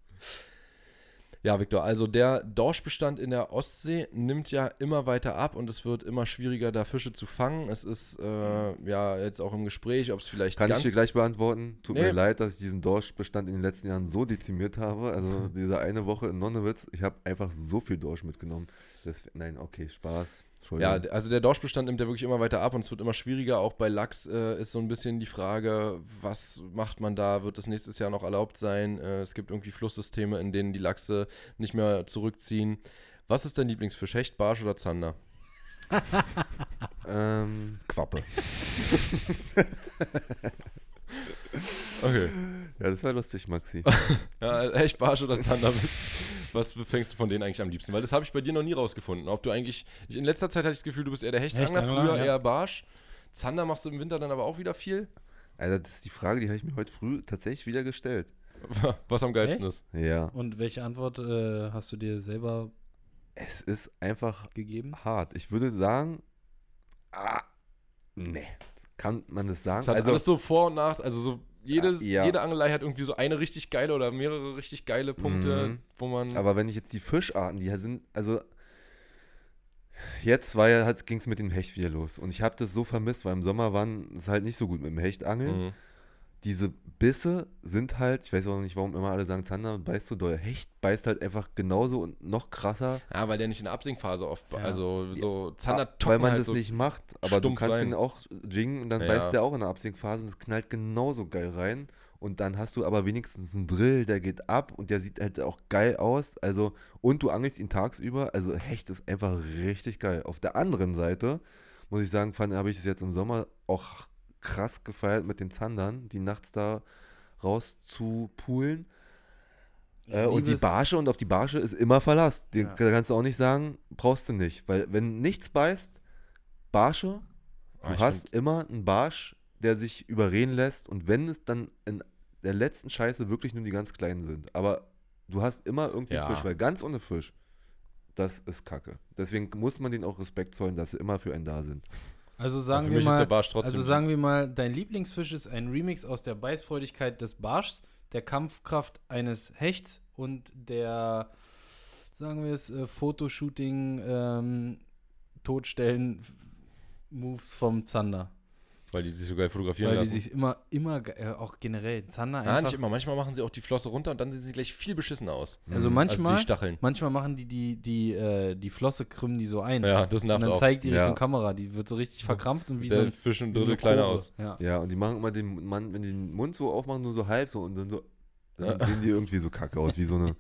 B: Ja, Viktor, also der Dorschbestand in der Ostsee nimmt ja immer weiter ab und es wird immer schwieriger, da Fische zu fangen. Es ist äh, ja jetzt auch im Gespräch, ob es vielleicht
D: Kann
B: ganz
D: ich dir gleich beantworten. Tut
B: Nee.
D: mir leid, dass ich diesen Dorschbestand in den letzten Jahren so dezimiert habe. Also diese eine Woche in Nonnewitz, ich habe einfach so viel Dorsch mitgenommen. Das, nein, okay, Spaß.
B: Ja,
D: Entschuldigung.
B: d- also der Dorschbestand nimmt ja wirklich immer weiter ab und es wird immer schwieriger. Auch bei Lachs äh, ist so ein bisschen die Frage, was macht man da? Wird das nächstes Jahr noch erlaubt sein? Äh, es gibt irgendwie Flusssysteme, in denen die Lachse nicht mehr zurückziehen. Was ist dein Lieblingsfisch? Hecht, Barsch oder Zander?
D: ähm, Quappe.
B: (laughs) Okay.
D: Ja, das war lustig, Maxi.
B: Ja, (laughs) Hecht, Barsch oder Zander? Was- Was fängst du von denen eigentlich am liebsten? Weil das habe ich bei dir noch nie rausgefunden. Ob du eigentlich, ich, in letzter Zeit hatte ich das Gefühl, du bist eher der Hechtangler,
C: Hechtangler,
B: früher
C: ja.
B: eher Barsch. Zander machst du im Winter dann aber auch wieder viel.
D: (laughs)
B: (laughs)
D: Alter, das ist die Frage, die habe ich mir heute früh tatsächlich wieder gestellt.
B: Was am geilsten
C: Echt?
B: ist.
D: Ja.
C: Und welche Antwort äh, hast du dir selber
D: Es ist einfach
C: gegeben?
D: hart. Ich würde sagen, ah, nee. Kann man das sagen?
B: Es hat alles so Vor- und Nach, also so jedes,
D: also Ja.
B: jede Angelei hat irgendwie so eine richtig geile oder mehrere richtig geile Punkte,
D: Mhm.
B: wo man.
D: Aber wenn ich jetzt die Fischarten, die sind, also jetzt war ja, ging es mit dem Hecht wieder los. Und ich habe das so vermisst, weil im Sommer waren es halt nicht so gut mit dem Hechtangeln.
B: Mhm.
D: Diese Bisse sind halt, ich weiß auch nicht, warum immer alle sagen, Zander beißt so doll. Hecht beißt halt einfach genauso und noch krasser,
B: Ja, weil der nicht in der Absinkphase oft,
C: Ja.
B: also so
D: ah,
B: Zander
D: weil
B: toppen
D: man
B: halt
D: das
B: so.
D: nicht macht. Aber du
B: stumpf
D: kannst
B: rein.
D: ihn auch jingen und dann
B: Ja.
D: beißt der auch in der Absinkphase und es knallt genauso geil rein. Und dann hast du aber wenigstens einen Drill, der geht ab und der sieht halt auch geil aus. Also, und du angelst ihn tagsüber. Also, Hecht ist einfach richtig geil. Auf der anderen Seite, muss ich sagen, fand habe ich es jetzt im Sommer auch krass gefeiert mit den Zandern, die nachts da rauszupulen.
C: Ich
D: Äh, und
C: liebe
D: die
C: es.
D: Barsche und auf die Barsche ist immer Verlass. Den
C: Ja.
D: da kannst du auch nicht sagen, brauchst du nicht. Weil wenn nichts beißt, Barsche, du
B: Ah,
D: hast immer einen Barsch, der sich überreden lässt. Und wenn es dann in der letzten Scheiße wirklich nur die ganz kleinen sind. Aber du hast immer irgendwie einen
B: Ja.
D: Fisch, weil ganz ohne Fisch, das ist Kacke. Deswegen muss man denen auch Respekt zollen, dass sie immer für einen da sind.
C: Also
B: Aber
C: sagen
B: für
C: wir
B: mich ist der
C: mal,
B: Barsch trotzdem.
C: also sagen wir mal, dein Lieblingsfisch ist ein Remix aus der Beißfreudigkeit des Barschs, der Kampfkraft eines Hechts und der, sagen wir es, äh, Fotoshooting, ähm, Totstellen Moves vom Zander.
B: weil die sich so geil fotografieren
C: Weil die
B: lassen.
C: sich immer, immer, ge- äh, auch generell, Zander
B: Ah, nicht
C: einfach.
B: immer. Manchmal machen sie auch die Flosse runter und dann sehen sie gleich viel beschissener aus.
C: Also
B: Also
C: manchmal,
B: die Stacheln.
C: manchmal machen die die, die, äh, die Flosse, krümmen die so ein.
B: Ja, das
C: Hm. und
B: nervt
C: dann
B: auch.
C: zeigt die
D: Ja.
C: Richtung Kamera, die wird so richtig verkrampft und wie so
B: Der
C: ein
B: Fisch ein
C: wie so eine
B: Drittel kleiner
C: Kurve.
B: aus.
C: Ja.
D: Ja, und die machen immer den Mann, wenn die den Mund so aufmachen, nur so halb so und dann so, dann
B: Ja.
D: sehen die irgendwie so kacke aus, wie so eine.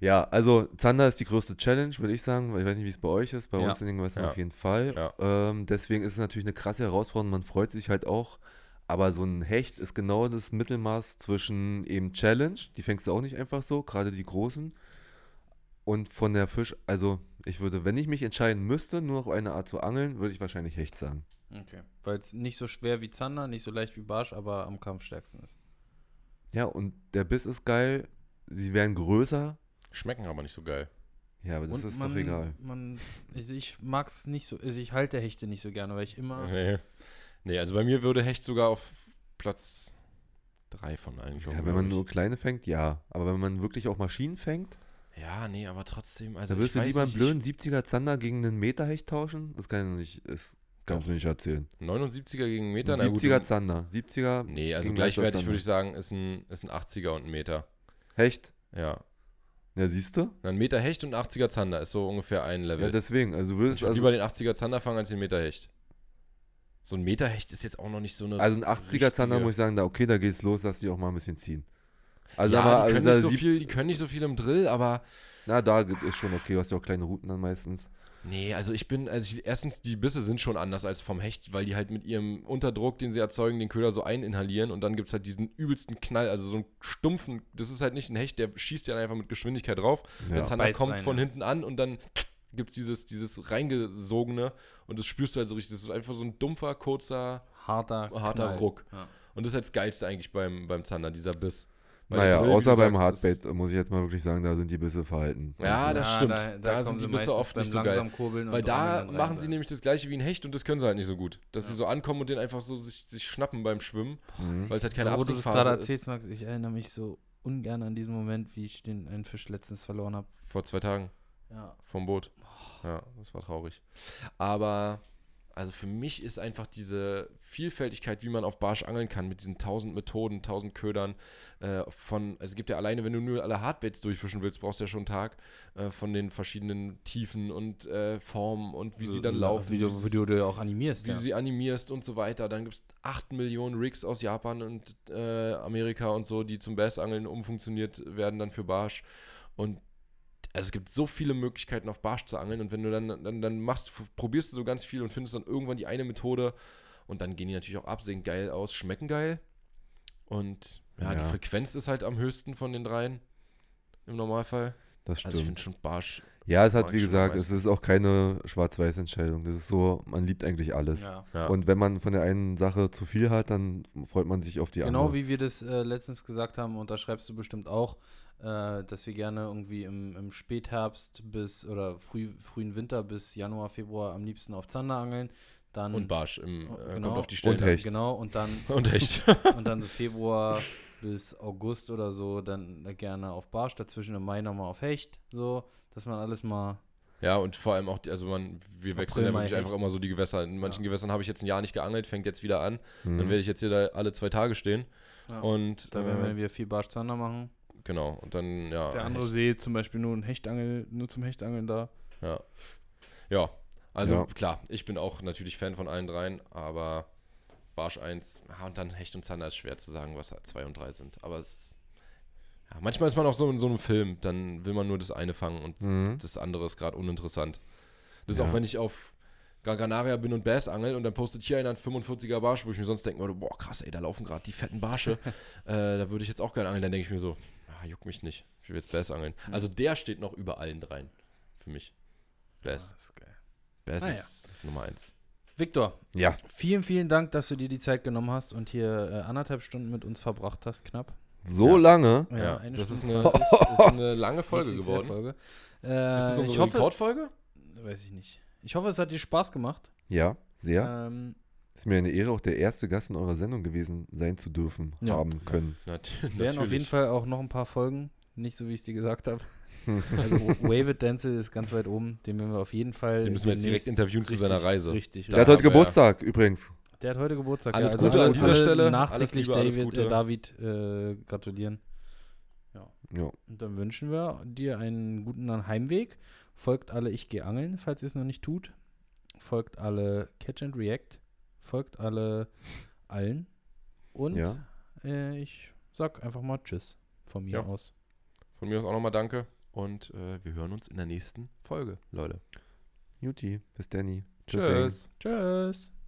D: Ja, also Zander ist die größte Challenge, würde ich sagen. weil Ich weiß nicht, wie es bei euch ist, bei
C: Ja.
D: uns in den Gewässern
B: Ja.
D: auf jeden Fall. Ähm, deswegen ist es natürlich eine krasse Herausforderung, man freut sich halt auch. Aber so ein Hecht ist genau das Mittelmaß zwischen eben Challenge, die fängst du auch nicht einfach so, gerade die großen. Und von der Fisch, also ich würde, wenn ich mich entscheiden müsste, nur noch eine Art zu angeln, würde ich wahrscheinlich Hecht sagen.
C: Okay. Weil es nicht so schwer wie Zander, nicht so leicht wie Barsch, aber am kampfstärksten ist.
D: Ja, und der Biss ist geil. Sie werden größer.
B: Schmecken aber nicht so geil.
D: Ja, aber das ist doch egal.
C: Man, also ich mag es nicht so, also ich halte Hechte nicht so gerne, weil ich immer.
B: Nee. nee, also bei mir würde Hecht sogar auf Platz 3 von allen kommen.
D: Ja, wenn man
B: glaub
D: nur kleine fängt, ja. Aber wenn man wirklich auch Maschinen fängt,
B: ich. ja, nee, aber trotzdem. Also
D: dann wirst
B: ich
D: du
B: weiß
D: lieber einen
B: nicht,
D: blöden 70er Zander gegen einen Meterhecht tauschen? Das kann ja nicht, das kannst du nicht erzählen.
B: Ich, 79er gegen Meter. na gut,
D: 70er Zander. 70er
B: Nee, also
D: gegen
B: gleichwertig
D: Meter ne?
B: würde ich sagen, ist ein, ist ein 80er und ein Meter.
D: Hecht.
B: Ja.
D: Ja, siehst du?
B: Ein Meter Hecht und ein 80er Zander ist so ungefähr ein
D: Ja,
B: Level.
D: deswegen. Also du
B: ich
D: würdest
B: würde
D: also,
B: lieber den 80er Zander fangen als den Meter Hecht. So ein Meter Hecht ist jetzt auch noch nicht so eine.
D: also ein 80er Zander
B: richtige-
D: muss ich sagen, da okay, da geht's los, lass dich auch mal ein bisschen ziehen. Also
B: ja,
D: aber
B: die, können
D: also,
B: nicht so
D: sieb-
B: viel, die können nicht so viel im Drill, aber
D: na da geht- ist schon okay, du hast ja auch kleine Routen dann meistens.
B: nee, also ich bin, also ich, erstens, die Bisse sind schon anders als vom Hecht, weil die halt mit ihrem Unterdruck, den sie erzeugen, den Köder so eininhalieren und dann gibt es halt diesen übelsten Knall, also so einen stumpfen, das ist halt nicht ein Hecht, der schießt ja einfach mit Geschwindigkeit drauf
D: Ja.
B: Der Zander
C: Beißt
B: kommt
C: rein,
B: von
C: ja.
B: hinten an und dann gibt es dieses, dieses reingesogene und das spürst du halt so richtig. Das ist einfach so ein dumpfer, kurzer
C: Harter,
B: Harter
C: Knall.
B: Ruck.
C: Ja.
B: und das ist halt das Geilste eigentlich beim, beim Zander, dieser Biss. Weil
D: Naja,
B: der Grill, wie
D: außer
B: du
D: beim
B: sagst, ist-
D: Hardbait, muss ich jetzt mal wirklich sagen, da sind die Bisse verhalten.
B: Ja, das
C: Ja,
B: stimmt.
C: Da, da,
B: Da,
C: kommen
B: sind
C: sie
B: die Bisse
C: meistens
B: oft
C: beim
B: nicht so geil.
C: langsam kurbeln
B: Weil
C: und
B: da
C: drammeln dann
B: machen
C: rein,
B: sie
C: so.
B: nämlich das gleiche wie ein Hecht und das können sie halt nicht so gut. Dass sie so ankommen und den einfach so sich, sich schnappen beim Schwimmen,
D: Mhm.
B: weil es halt keine
C: Wo du das
B: Absichtphase
C: gerade erzählst,
B: ist.
C: Max, ich erinnere mich so ungern an diesen Moment, wie ich den einen Fisch letztens verloren habe.
B: Vor zwei Tagen.
C: Ja.
B: vom Boot. Ja, das war traurig. Aber also für mich ist einfach diese Vielfältigkeit, wie man auf Barsch angeln kann, mit diesen tausend Methoden, tausend Ködern, äh, von, also es gibt ja alleine, wenn du nur alle Hardbaits durchfischen willst, brauchst du ja schon einen Tag äh, von den verschiedenen Tiefen und äh, Formen und
C: Also
B: wie sie dann laufen,
C: Wie
B: wie
C: du,
B: sie-
C: wie du, du auch animierst.
B: wie
C: Ja.
B: du sie animierst und so weiter. Dann gibt es 8 Millionen Rigs aus Japan und äh, Amerika und so, die zum Bassangeln umfunktioniert werden dann für Barsch. Und also es gibt so viele Möglichkeiten auf Barsch zu angeln und wenn du dann, dann, dann machst, f- probierst du so ganz viel und findest dann irgendwann die eine Methode und dann gehen die natürlich auch absehen geil aus, schmecken geil und ja, die
D: Ja.
B: Frequenz ist halt am höchsten von den dreien im Normalfall.
D: Das
B: Also ich
D: stimmt.
B: finde schon Barsch.
D: ja, es
B: mag
D: hat, wie
B: ich schon am
D: gesagt, es
B: meisten.
D: ist auch keine schwarz-weiß Entscheidung. Das ist so, man liebt eigentlich alles.
C: ja.
B: Ja.
D: Und wenn man von der einen Sache zu viel hat, dann freut man sich auf die
C: Genau
D: andere.
C: wie wir das äh, letztens gesagt haben, und da schreibst du bestimmt auch, äh, dass wir gerne irgendwie im, im Spätherbst bis oder früh, frühen Winter bis Januar, Februar am liebsten auf Zander angeln. Dann
B: und Barsch im, äh,
C: Genau.
B: kommt auf die
C: Und
B: Stellen. an.
D: Hecht.
C: Genau, und (laughs) dann,
B: Und echt.
C: und dann so Februar bis August oder so, dann äh, gerne auf Barsch, dazwischen im Mai nochmal auf Hecht, so, dass man alles mal.
B: Ja, und vor allem auch, die, also man, wir wechseln ja
C: Mai,
B: wirklich
C: echt.
B: einfach immer so die Gewässer. In manchen Gewässern habe ich jetzt ein Jahr nicht geangelt, fängt jetzt wieder an.
D: Mhm.
B: Dann werde ich jetzt hier da alle zwei Tage stehen.
C: Ja.
B: Und
C: Da werden wir
B: äh,
C: wieder viel Barsch-Zander machen.
B: genau, und dann, ja.
C: See zum Beispiel nur ein Hechtangel, nur zum Hechtangeln da.
B: Ja. ja. Also
D: Ja.
B: klar, ich bin auch natürlich Fan von allen dreien, aber Barsch 1, ah, und dann Hecht und Zander ist schwer zu sagen, was 2 und 3 sind. Aber es ist, ja, manchmal ist man auch so in so einem Film, dann will man nur das eine fangen und
D: Mhm.
B: das andere ist gerade uninteressant. Das ist
D: Ja.
B: auch, wenn ich auf Gran Canaria bin und Bass angel und dann postet hier einer einen 45er Barsch, wo ich mir sonst denken würde, boah krass, ey, da laufen gerade die fetten
A: (laughs)
B: Barsche. äh, da würde ich jetzt auch gerne angeln. Dann denke ich mir so, ah, juckt mich nicht. Ich will jetzt Bass angeln.
A: Mhm.
B: Also der steht noch über allen dreien für mich. Bass.
A: ist geil.
B: Bass
A: Naja.
B: ist Nummer eins.
A: Victor,
D: Ja,
A: vielen, vielen Dank, dass du dir die Zeit genommen hast und hier äh, anderthalb Stunden mit uns verbracht hast, knapp.
D: so
B: Ja.
D: lange.
B: Ja,
A: Ah eine
B: das ist
A: Stunde
D: (laughs)
B: eine,
A: 20.
B: ist eine
A: (laughs)
B: lange Folge
A: XXL
B: geworden.
A: Folge. Äh,
B: Ist das
A: ich
B: unsere
A: hoffe,
B: Rekordfolge?
A: weiß ich nicht. Ich hoffe, es hat dir Spaß gemacht.
D: Ja, sehr.
A: Ähm,
D: Ist mir eine Ehre, auch der erste Gast in eurer Sendung gewesen sein zu dürfen,
A: Ja.
D: haben können.
B: (laughs) Nat
A: werden auf jeden
B: natürlich.
A: Fall auch noch ein paar Folgen, nicht so wie ich es dir
B: (laughs)
A: gesagt habe. also Wavid Denzel ist ganz weit oben, den werden wir auf jeden Fall.
B: Den müssen wir jetzt direkt
A: demnächst-
B: interviewen zu
A: richtig,
B: seiner Reise.
A: Richtig,
D: Der hat heute
B: aber ja.
D: Geburtstag übrigens.
A: Der hat heute Geburtstag. also
B: Alles Gute
A: alle-
B: an dieser
A: alle
B: Stelle.
A: Nachträglich
B: Alles
A: David,
B: Liebe,
A: äh,
B: alles
A: David äh, gratulieren.
D: Ja.
A: Und dann wünschen wir dir einen guten Heimweg. Folgt alle Ich gehe angeln, falls ihr es noch nicht tut. Folgt alle Catch and React. Folgt alle allen. Und
D: Ja.
A: äh, ich sag einfach mal Tschüss von mir
B: Ja.
A: aus.
B: Von mir aus auch nochmal danke. Und äh, wir hören uns in der nächsten Folge, Leute.
D: Juti, bis Danny.
B: Tschüss.
A: Tschüss.